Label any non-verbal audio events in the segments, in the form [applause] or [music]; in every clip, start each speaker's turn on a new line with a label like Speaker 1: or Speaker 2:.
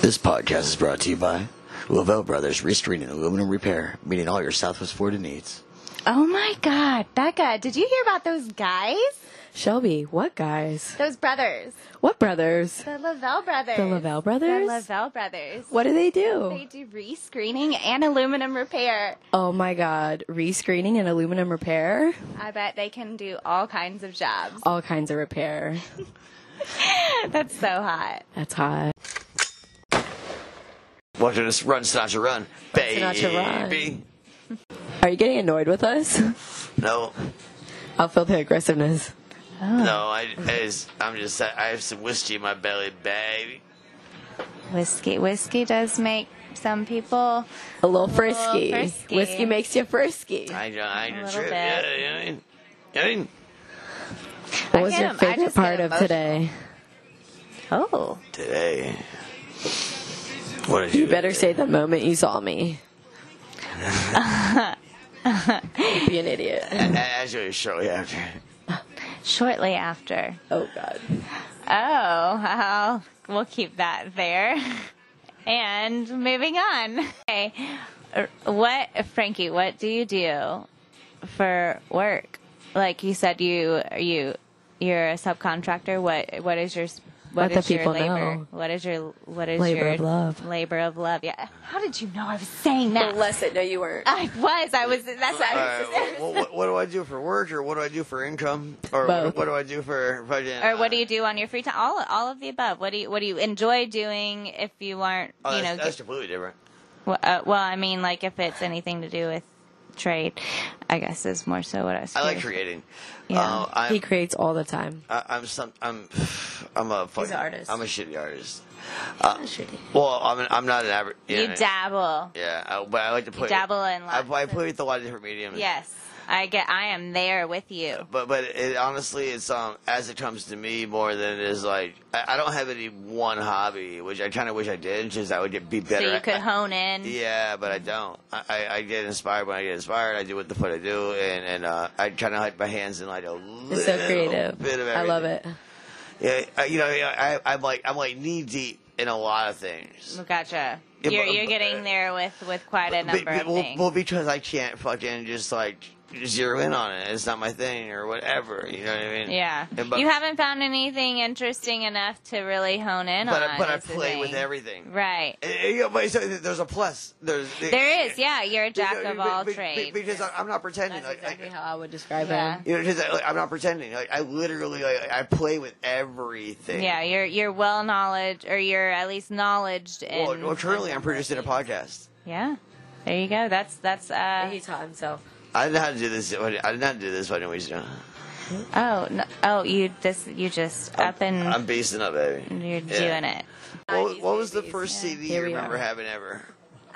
Speaker 1: This podcast is brought to you by Lavelle Brothers Restoring and Aluminum Repair, meeting all your Southwest Florida needs.
Speaker 2: Oh my God, Becca, did you hear about those guys?
Speaker 3: Shelby, what guys?
Speaker 2: Those brothers,
Speaker 3: What brothers?
Speaker 2: the Lavelle brothers.
Speaker 3: The Lavelle brothers?
Speaker 2: The Lavelle brothers.
Speaker 3: What do they do?
Speaker 2: They do rescreening and aluminum repair.
Speaker 3: oh my god, rescreening and aluminum repair?
Speaker 2: I bet they can do all kinds of jobs.
Speaker 3: All kinds of repair.
Speaker 2: That's so hot.
Speaker 3: That's hot.
Speaker 1: Watch us run, Sinatra, run. Baby.
Speaker 3: Sinatra, Are you getting annoyed with us? [laughs]
Speaker 1: No,
Speaker 3: I'll feel the aggressiveness.
Speaker 2: Ah.
Speaker 1: no, I, I just, I'm just, I have some whiskey in my belly, baby.
Speaker 2: Whiskey, whiskey does make some people.
Speaker 3: A little frisky.
Speaker 2: frisky.
Speaker 3: Whiskey makes you frisky.
Speaker 1: I don't, I
Speaker 2: A
Speaker 1: don't
Speaker 2: little
Speaker 1: trip.
Speaker 2: bit.
Speaker 1: Yeah, yeah, yeah. I mean,
Speaker 3: What was
Speaker 2: get
Speaker 3: your
Speaker 2: em- I
Speaker 3: favorite
Speaker 2: just get
Speaker 3: part of
Speaker 2: emotional.
Speaker 3: today?
Speaker 2: Oh,
Speaker 1: today. What did you,
Speaker 3: You better say the moment you saw
Speaker 2: [laughs]
Speaker 3: me. You'd be an idiot.
Speaker 1: Actually, shortly after.
Speaker 2: shortly after.
Speaker 3: Oh god.
Speaker 2: Oh, well, we'll keep that there. [laughs] And moving on. Okay. Uh, What, Frankie, what do you do for work? Like you said, you, you, you're a subcontractor. What, what is your, s- what
Speaker 3: Let the
Speaker 2: is your
Speaker 3: people
Speaker 2: labor?
Speaker 3: know.
Speaker 2: What is your, what is
Speaker 3: Labor
Speaker 2: your
Speaker 3: of love.
Speaker 2: labor of love? Yeah. How did you know I was saying that?
Speaker 3: it. No, you weren't.
Speaker 2: [laughs] I was, I was, that's what
Speaker 1: All
Speaker 2: I was
Speaker 1: right, what, what, what do I do for work, or what do I do for income, or
Speaker 3: Both.
Speaker 1: what, what do I uh, do for fucking?
Speaker 2: or what do you do on your free time? All, all of the above. What do you, what do you enjoy doing if you aren't,
Speaker 1: Oh,
Speaker 2: you
Speaker 1: that's,
Speaker 2: know,
Speaker 1: that's completely different.
Speaker 2: Well, uh, well, I mean, like if it's anything to do with trade, I guess is more so what I was.
Speaker 1: I like
Speaker 2: curious-
Speaker 1: creating.
Speaker 2: Yeah.
Speaker 1: Uh, I'm,
Speaker 3: He creates all the time.
Speaker 1: I, I'm some. I'm. I'm a. Fucking,
Speaker 3: artist.
Speaker 1: I'm a shitty artist. Uh, well, I'm. An, I'm not an average.
Speaker 2: You dabble,
Speaker 1: Yeah, I, but I like to play.
Speaker 2: dabble in
Speaker 1: I,
Speaker 2: lots.
Speaker 1: I
Speaker 2: of-
Speaker 1: play with a lot of different mediums.
Speaker 2: yes, I get. I am there with you.
Speaker 1: But but it honestly it's um as it comes to me more than it is like I, I don't have any one hobby which I kind of wish I did because I would get be
Speaker 2: So
Speaker 1: better.
Speaker 2: you
Speaker 1: [laughs] at-
Speaker 2: could hone in.
Speaker 1: Yeah, but I don't. I, I, I get inspired when I get inspired. I do what the fuck I do, and and uh, I kind of hide my hands in like a little
Speaker 3: It's so creative.
Speaker 1: bit of
Speaker 3: I love
Speaker 1: everything.
Speaker 3: it.
Speaker 1: Yeah, I, you know, I, I'm like I'm like knee deep in a lot of things.
Speaker 2: Gotcha.
Speaker 1: Yeah,
Speaker 2: You're
Speaker 1: but-
Speaker 2: you're
Speaker 1: but-
Speaker 2: getting there with with quite a number
Speaker 1: Be- be-
Speaker 2: of
Speaker 1: well,
Speaker 2: things.
Speaker 1: well, because I can't fucking just like zero in on it. It's not my thing or whatever. You know what I mean?
Speaker 2: yeah,
Speaker 1: And but-
Speaker 2: you haven't found anything interesting enough to really hone in
Speaker 1: But
Speaker 2: on.
Speaker 1: I, but I
Speaker 2: is the
Speaker 1: play with
Speaker 2: thing.
Speaker 1: everything. [laughs]
Speaker 2: Right.
Speaker 1: And- and, you know, but so there's a plus. There's
Speaker 2: There is. Yeah, you're a jack
Speaker 1: Because-
Speaker 2: of all
Speaker 1: be- be-
Speaker 2: trades.
Speaker 1: Because I- I'm not pretending.
Speaker 3: That's
Speaker 1: Like, I-
Speaker 3: exactly how I would describe
Speaker 2: Yeah.
Speaker 3: him.
Speaker 1: You know, because I, like, I'm not pretending. Like I literally, like, I play with everything.
Speaker 2: Yeah, you're you're well knowledge, or you're at least knowledged in.
Speaker 1: Well, well, currently, I'm producing a podcast.
Speaker 2: yeah, there you go. That's that's. uh
Speaker 3: He taught himself.
Speaker 1: I didn't know how to do this. I didn't know how to do this. Why don't we
Speaker 2: [laughs]
Speaker 1: just?
Speaker 2: Oh no, oh you this you just up and
Speaker 1: Oh, I'm basing up, baby.
Speaker 2: you're
Speaker 1: yeah.
Speaker 2: doing it.
Speaker 1: What, what was the first CD you
Speaker 3: Here we
Speaker 1: remember
Speaker 3: are.
Speaker 1: having ever?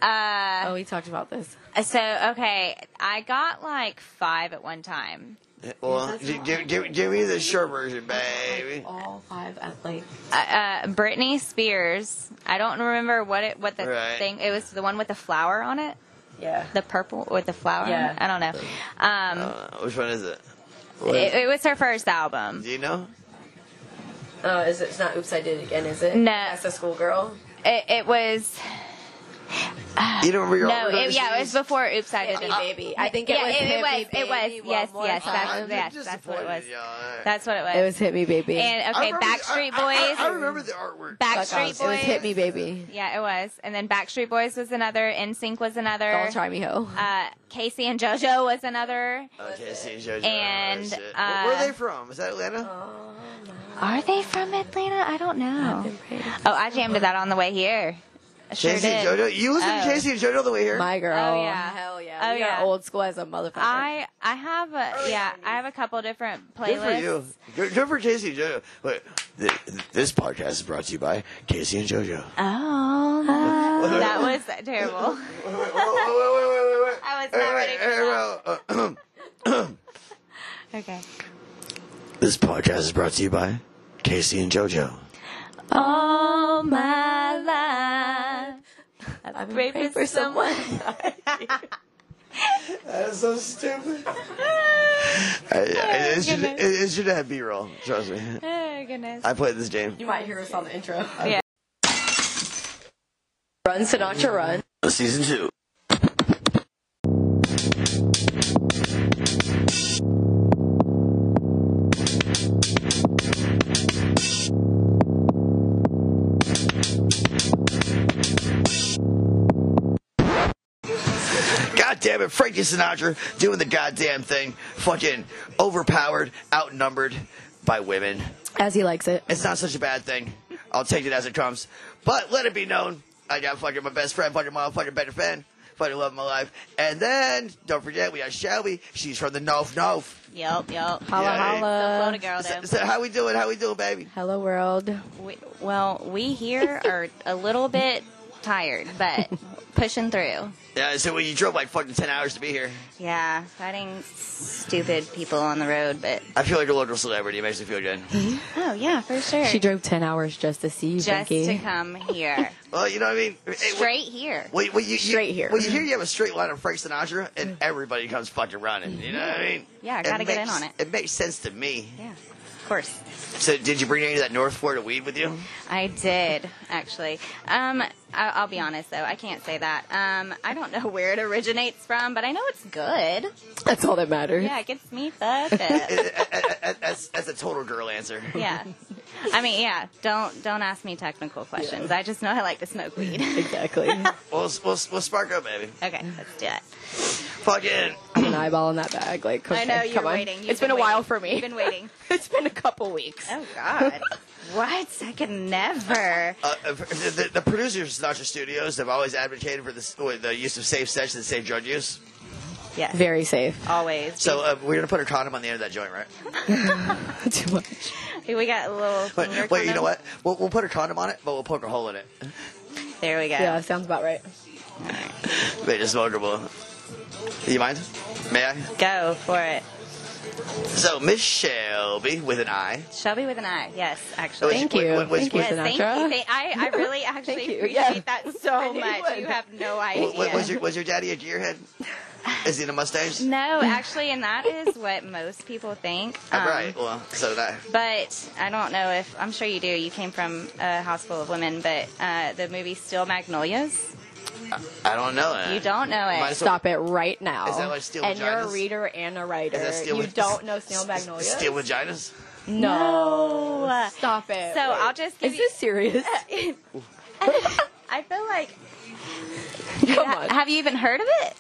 Speaker 2: Uh,
Speaker 3: Oh, we talked about this.
Speaker 2: so okay, I got like five at one time.
Speaker 1: Well, give, give, give, give me the short version, baby.
Speaker 3: All five at like.
Speaker 2: Uh, uh, Britney Spears. I don't remember what it what the
Speaker 1: Right.
Speaker 2: thing. It was the one with the flower on it,
Speaker 3: Yeah.
Speaker 2: the purple with the flower. on
Speaker 3: Yeah.
Speaker 2: it. I don't know. Um,
Speaker 1: Uh, which one is it? What is
Speaker 2: it, it was her first album.
Speaker 1: it? Do you know?
Speaker 3: Oh, is it, it's not Oops, I Did It Again, is it?
Speaker 2: No.
Speaker 3: That's a schoolgirl.
Speaker 2: It, it was
Speaker 1: You don't remember your
Speaker 2: no,
Speaker 1: own
Speaker 2: it, yeah, it was before. Oops, I did
Speaker 3: Hippie
Speaker 2: it.
Speaker 3: Baby. I think Uh, it
Speaker 2: yeah,
Speaker 3: was
Speaker 2: it, it
Speaker 3: Hippie
Speaker 2: was. It
Speaker 3: Baby
Speaker 2: was.
Speaker 3: one
Speaker 2: Yes,
Speaker 3: more
Speaker 2: yes,
Speaker 3: time.
Speaker 2: that's
Speaker 1: I'm
Speaker 2: yes,
Speaker 1: just
Speaker 2: that's what it was.
Speaker 1: disappointed, y'all.
Speaker 2: That's what it was.
Speaker 3: It was Hit Me Baby.
Speaker 2: and
Speaker 1: I
Speaker 2: okay,
Speaker 1: remember the-
Speaker 2: Backstreet
Speaker 1: I- I-
Speaker 2: Boys.
Speaker 1: I, I remember the artwork.
Speaker 2: Backstreet
Speaker 3: It was
Speaker 2: Boys.
Speaker 3: Hit Me Baby.
Speaker 2: Yeah, it was. And then Backstreet Boys was another. NSYNC was another.
Speaker 3: Don't try me, ho.
Speaker 2: Uh, Casey and JoJo was another.
Speaker 1: Okay, see, JoJo.
Speaker 2: And,
Speaker 1: shit. Where-
Speaker 2: uh, Oh,
Speaker 1: where are they from? Is that Atlanta?
Speaker 3: Oh.
Speaker 2: Are they from Atlanta? I don't know. Oh, I jammed to that on the way here. I Sure
Speaker 1: Casey and
Speaker 2: did.
Speaker 1: JoJo. You listen to
Speaker 2: Oh.
Speaker 1: Casey and JoJo on the way here.
Speaker 3: My girl.
Speaker 2: Oh, yeah.
Speaker 3: Hell yeah.
Speaker 2: Oh,
Speaker 3: we are
Speaker 2: yeah.
Speaker 3: old school as a motherfucker.
Speaker 2: I I have a yeah I have a couple different playlists.
Speaker 1: Good for you. Good, good for Casey and JoJo. Wait, th- this podcast is brought to you by Casey and JoJo.
Speaker 2: Oh, [laughs] that was terrible.
Speaker 1: wait, wait, wait, wait, wait, wait.
Speaker 2: I was
Speaker 1: Wait, wait,
Speaker 2: not ready for
Speaker 1: wait,
Speaker 2: that.
Speaker 1: wait, wait.
Speaker 2: Okay.
Speaker 1: This podcast is brought to you by Casey and JoJo.
Speaker 2: All my life.
Speaker 3: I'm
Speaker 2: Pray
Speaker 3: praying
Speaker 2: for
Speaker 3: for someone.
Speaker 1: That's so stupid. it, should, it,
Speaker 2: Oh, goodness.
Speaker 1: it should have B-roll. Trust me.
Speaker 2: oh [laughs] goodness.
Speaker 1: I played this game.
Speaker 3: you might hear us on the intro.
Speaker 2: Yeah.
Speaker 3: Run, Sinatra, run.
Speaker 1: Season two. God damn it, Frankie Sinatra doing the goddamn thing, fucking overpowered, outnumbered by women.
Speaker 3: As he likes it.
Speaker 1: It's not such a bad thing. I'll take it as it comes. But let it be known, I got fucking my best friend, fucking my fucking better friend, fucking love of my life. And then, don't forget, we got Shelby. She's from the North North.
Speaker 2: Yep, yep.
Speaker 3: Holla,
Speaker 1: Yeah, hey.
Speaker 2: The Florida
Speaker 3: holla.
Speaker 2: girl,
Speaker 1: So,
Speaker 2: though.
Speaker 1: so how we doing? How we doing, baby?
Speaker 3: Hello, world.
Speaker 2: We, well, we [laughs] here are a little bit tired, but pushing through.
Speaker 1: Yeah, so well, you drove like fucking 10 hours to be here.
Speaker 2: Yeah, fighting stupid people on the road, but
Speaker 1: I feel like a local celebrity. It makes me feel good.
Speaker 2: oh yeah, for sure.
Speaker 3: She drove 10 hours just to see you,
Speaker 2: Just
Speaker 3: Pinky. [laughs]
Speaker 2: to come here,
Speaker 1: Well, you know what I mean? Hey, wh-
Speaker 2: straight here.
Speaker 1: Well, you- well, you, you,
Speaker 3: Straight here.
Speaker 1: Well, you hear you have a straight line on Frank Sinatra, and everybody comes fucking running. You know what I mean?
Speaker 2: Yeah, I gotta
Speaker 1: It
Speaker 2: get in
Speaker 1: makes-
Speaker 2: on it.
Speaker 1: It makes sense to me.
Speaker 2: Yeah, of course.
Speaker 1: So, did you bring any of that North Florida weed with you?
Speaker 2: I did actually. Um, I, I'll be honest though, I can't say that. Um, I don't know where it originates from, but I know it's good.
Speaker 3: That's all that matters.
Speaker 2: Yeah, it gets me fucked up.
Speaker 1: That's that's a total girl answer.
Speaker 2: Yeah, I mean, yeah. Don't don't ask me technical questions. I just know I like to smoke weed.
Speaker 3: Exactly. An
Speaker 1: We'll we'll, we'll spark up, baby.
Speaker 2: Okay, let's do it.
Speaker 1: Fucking.
Speaker 3: eyeball in that bag. Like,
Speaker 2: I know
Speaker 3: okay,
Speaker 2: you're
Speaker 3: come on.
Speaker 2: waiting. You've
Speaker 3: it's been, a
Speaker 2: waiting.
Speaker 3: while for me.
Speaker 2: You've been waiting.
Speaker 3: [laughs] it's been a couple weeks.
Speaker 2: Oh God. what? I could never.
Speaker 1: Uh, uh, the, the, the producers of Sinatra Studios have always advocated for this, for the use of safe sex and safe drug use.
Speaker 2: Yes.
Speaker 3: Very safe. [laughs]
Speaker 2: Always.
Speaker 1: So uh, we're gonna put a condom on the end of that joint, right?
Speaker 3: Too much.
Speaker 2: we got a little finger.
Speaker 1: But, wait, you know
Speaker 2: condom.
Speaker 1: what? We'll, we'll put a condom on it, but we'll poke a hole in it.
Speaker 2: There we go.
Speaker 3: Yeah, sounds about right.
Speaker 1: Wait, it's vulnerable. You mind? May I?
Speaker 2: Go for it.
Speaker 1: So Miss Shelby with an I.
Speaker 2: Shelby with an eye. Yes,
Speaker 1: Oh,
Speaker 2: actually.
Speaker 1: she-
Speaker 3: Thank
Speaker 1: Wait,
Speaker 3: you.
Speaker 1: what- what's-
Speaker 3: Thank you,
Speaker 2: Yes, thank you.
Speaker 3: Sinatra.
Speaker 2: Thank- I, I really
Speaker 3: Thank
Speaker 2: actually
Speaker 3: you.
Speaker 2: appreciate
Speaker 3: Yeah.
Speaker 2: that
Speaker 3: I
Speaker 2: so
Speaker 3: knew you
Speaker 2: much.
Speaker 3: would.
Speaker 2: You have no idea.
Speaker 1: Wa- wa- was your was your daddy a gearhead? Is he in a mustache?
Speaker 2: [laughs] no, actually, and that is what most people think.
Speaker 1: All
Speaker 2: Um,
Speaker 1: right. Well, so did I.
Speaker 2: But I don't know if I'm sure you do. You came from a house full of women, but uh, the movie Steel Magnolias.
Speaker 1: I don't know it.
Speaker 2: You don't know it.
Speaker 1: Mine's-
Speaker 3: Stop it right now.
Speaker 1: Is that like steel
Speaker 3: And you're a
Speaker 1: vaginas?
Speaker 3: reader and a writer.
Speaker 1: Is that steel
Speaker 3: you
Speaker 1: vag-
Speaker 3: don't know snail magnolia?
Speaker 1: Steel vaginas.
Speaker 3: no.
Speaker 2: uh,
Speaker 3: Stop it.
Speaker 2: So I'll just give
Speaker 3: Is this
Speaker 2: [laughs]
Speaker 3: serious?
Speaker 2: you. I feel like.
Speaker 3: Come
Speaker 2: Ha-
Speaker 3: on.
Speaker 2: have you even heard of it?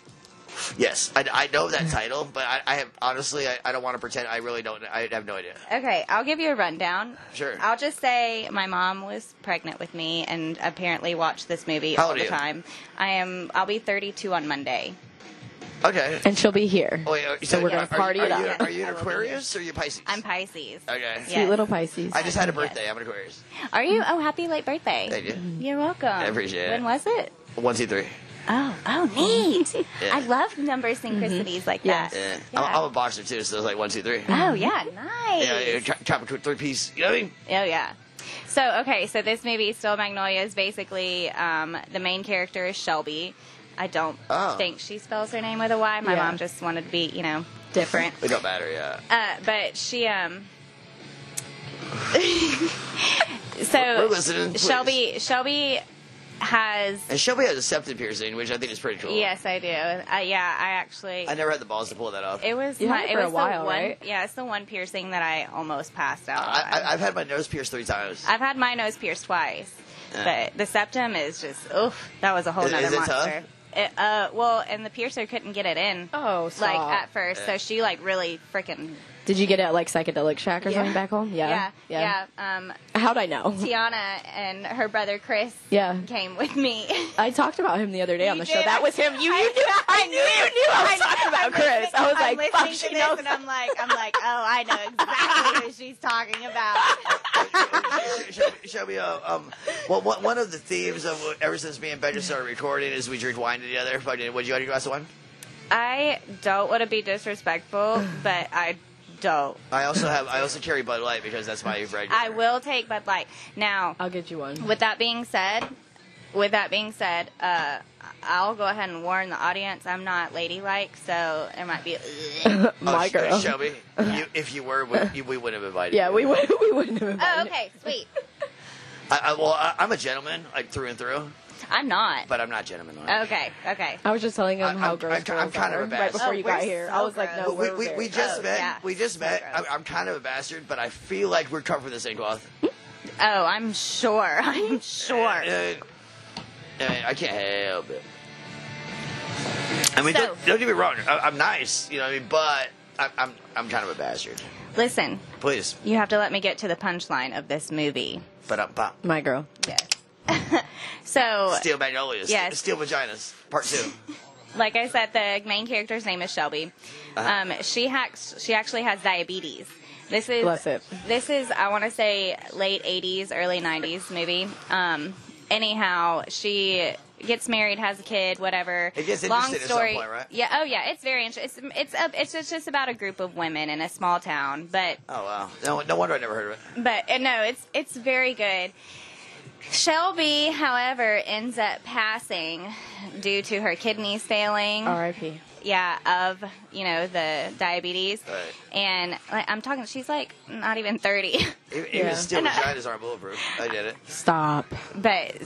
Speaker 1: Yes, I, I know that title, but I, I have honestly, I, I don't want to pretend. I really don't. I have no idea.
Speaker 2: Okay, I'll give you a rundown.
Speaker 1: Sure.
Speaker 2: I'll just say my mom was pregnant with me and apparently watched this movie
Speaker 1: How
Speaker 2: all
Speaker 1: old
Speaker 2: the
Speaker 1: are you?
Speaker 2: time. I am. I'll be 32 on Monday.
Speaker 1: Okay.
Speaker 3: and she'll be here.
Speaker 1: Oh,
Speaker 2: Oh,
Speaker 1: Wait, are-
Speaker 3: So we're
Speaker 1: are-
Speaker 3: gonna
Speaker 1: are-
Speaker 3: party
Speaker 1: are
Speaker 3: it
Speaker 1: you-
Speaker 3: up.
Speaker 1: Are you an Aquarius or are you Pisces?
Speaker 2: I'm Pisces.
Speaker 1: Okay.
Speaker 2: Yeah.
Speaker 3: Sweet little Pisces.
Speaker 1: I just had a birthday. I'm an Aquarius.
Speaker 2: Are you? Oh, happy late birthday.
Speaker 1: Thank you.
Speaker 2: You're welcome. I
Speaker 1: appreciate it.
Speaker 2: When was it?
Speaker 1: One, two, three.
Speaker 2: Oh, oh,
Speaker 1: [laughs]
Speaker 2: neat. Mm-hmm.
Speaker 1: Yeah.
Speaker 2: I love number synchronicities like that.
Speaker 1: Yeah. I'm, I'm a boxer too, so it's like one, two, three.
Speaker 2: Oh yeah, nice.
Speaker 1: Yeah, yeah, chop- chop it to a three piece. You know what I mean?
Speaker 2: Oh yeah. So okay, so this movie, Still Magnolia, is basically um, the main character is Shelby. I don't
Speaker 1: Oh.
Speaker 2: think she spells her name with a Y. My
Speaker 3: Yeah.
Speaker 2: mom just wanted to be, you know, different.
Speaker 1: It don't matter. Yeah.
Speaker 2: Uh, but she, um, [laughs] so
Speaker 1: We're listening, please.
Speaker 2: Shelby, Shelby has.
Speaker 1: And Shelby has a septum piercing, which I think is pretty cool.
Speaker 2: Yes, I do. Uh, yeah, I actually.
Speaker 1: I never had the balls to pull that off.
Speaker 2: It was
Speaker 3: You
Speaker 2: my,
Speaker 3: had it
Speaker 2: it
Speaker 3: for a
Speaker 2: was
Speaker 3: while,
Speaker 2: the one,
Speaker 3: right?
Speaker 2: yeah, it's the one piercing that I almost passed out.
Speaker 1: I,
Speaker 2: on.
Speaker 1: I, I've had my nose pierced three times.
Speaker 2: I've had my nose pierced twice,
Speaker 1: Yeah.
Speaker 2: but the septum is just oof. That was a whole
Speaker 1: Is-
Speaker 2: nother
Speaker 1: is it
Speaker 2: monster. It, uh, well, and the piercer couldn't get it in.
Speaker 3: Oh, stop.
Speaker 2: Like uh, at first,
Speaker 1: Yeah.
Speaker 2: so she like really freaking
Speaker 3: Did you get it at like psychedelic shack or
Speaker 2: Yeah.
Speaker 3: something back home?
Speaker 2: yeah
Speaker 3: Yeah.
Speaker 2: yeah. Um,
Speaker 3: How'd I know?
Speaker 2: Tiana and her brother Chris
Speaker 3: Yeah.
Speaker 2: came with me.
Speaker 3: I talked about him the other day on
Speaker 2: You
Speaker 3: the show.
Speaker 2: did.
Speaker 3: That was him.
Speaker 2: [laughs]
Speaker 3: You, you knew. I, knew you knew I was talking about Chris. I was
Speaker 2: I'm
Speaker 3: like,
Speaker 2: listening
Speaker 3: fuck,
Speaker 2: to
Speaker 3: she
Speaker 2: this
Speaker 3: knows.
Speaker 2: and I'm like, I'm like, oh, I know exactly who she's talking about.
Speaker 1: Shelby, Shelby uh, um, well, one, one of the themes of ever since me and Becca started recording is we drink wine together. Fucking, would you like a glass of wine?
Speaker 2: I don't want to be disrespectful, but I don't.
Speaker 1: I also have. I also carry Bud Light because that's my regular.
Speaker 2: I will take Bud Light. Now,
Speaker 3: I'll get you one.
Speaker 2: with that being said, with that being said, uh, I'll go ahead and warn the audience I'm not ladylike, so there might be.
Speaker 4: [laughs]
Speaker 2: oh,
Speaker 1: Oh,
Speaker 3: My
Speaker 1: Sh-
Speaker 3: girl.
Speaker 1: Shelby, you, if you were, we, you, we wouldn't have invited.
Speaker 3: Yeah,
Speaker 1: you.
Speaker 3: we would. [laughs]
Speaker 2: Oh,
Speaker 3: We wouldn't have. invited
Speaker 2: okay, sweet.
Speaker 1: I, I, well, I, I'm a gentleman, like through and through.
Speaker 2: I'm not.
Speaker 1: but I'm not Jenna Minoy.
Speaker 2: Okay, okay.
Speaker 4: I was just telling him
Speaker 1: I-
Speaker 4: how
Speaker 1: I'm-
Speaker 4: gross
Speaker 1: I'm-
Speaker 4: girls
Speaker 1: I'm kind of
Speaker 4: are
Speaker 1: a
Speaker 4: right before
Speaker 1: bastard.
Speaker 4: you
Speaker 2: Oh,
Speaker 4: got
Speaker 2: we're
Speaker 4: here.
Speaker 2: so
Speaker 4: I was like, no,
Speaker 2: gross.
Speaker 1: we,
Speaker 4: we're
Speaker 1: we, we
Speaker 4: very-
Speaker 1: just
Speaker 2: Oh,
Speaker 1: met.
Speaker 2: yeah.
Speaker 1: We just met.
Speaker 2: gross.
Speaker 1: I'm, I'm kind of a bastard, but I feel like we're cut from the same cloth.
Speaker 2: Oh, I'm sure. [laughs] I'm sure.
Speaker 1: Uh, I, I can't help it. I mean,
Speaker 2: So-
Speaker 1: don't, don't get me wrong. I, I'm nice, you know what I mean, but I, I'm I'm kind of a bastard.
Speaker 2: Listen,
Speaker 1: Please,
Speaker 2: you have to let me get to the punchline of this movie.
Speaker 1: but I'm pop.
Speaker 3: My girl.
Speaker 2: Yes. [laughs] so,
Speaker 1: Steel magnolias.
Speaker 2: Yes.
Speaker 1: Steel vaginas. Part
Speaker 2: [laughs]
Speaker 1: two.
Speaker 2: like I said, the main character's name is Shelby.
Speaker 1: Uh-huh.
Speaker 2: Um, she hacks. She actually has diabetes. This is
Speaker 3: Bless it.
Speaker 2: this is I want to say late '80s, early '90s, maybe. Um, anyhow, she gets married, has a kid, whatever.
Speaker 1: It gets interesting at some point, right?
Speaker 2: Yeah. Oh, yeah. It's very interesting. It's it's, a, it's just about a group of women in a small town, but
Speaker 1: Oh wow. No, no wonder I never heard of it.
Speaker 2: but uh, no, it's it's very good. Shelby, however, ends up passing due to her kidneys failing
Speaker 4: R.I.P.
Speaker 2: yeah, of you know the diabetes,
Speaker 1: Right.
Speaker 2: and like, I'm talking. She's like not even thirty, [laughs]
Speaker 1: Even, E-, even
Speaker 4: Yeah.
Speaker 1: steel
Speaker 2: And I- Uh,
Speaker 1: vaginas aren't bulletproof. I get it.
Speaker 4: Stop.
Speaker 2: but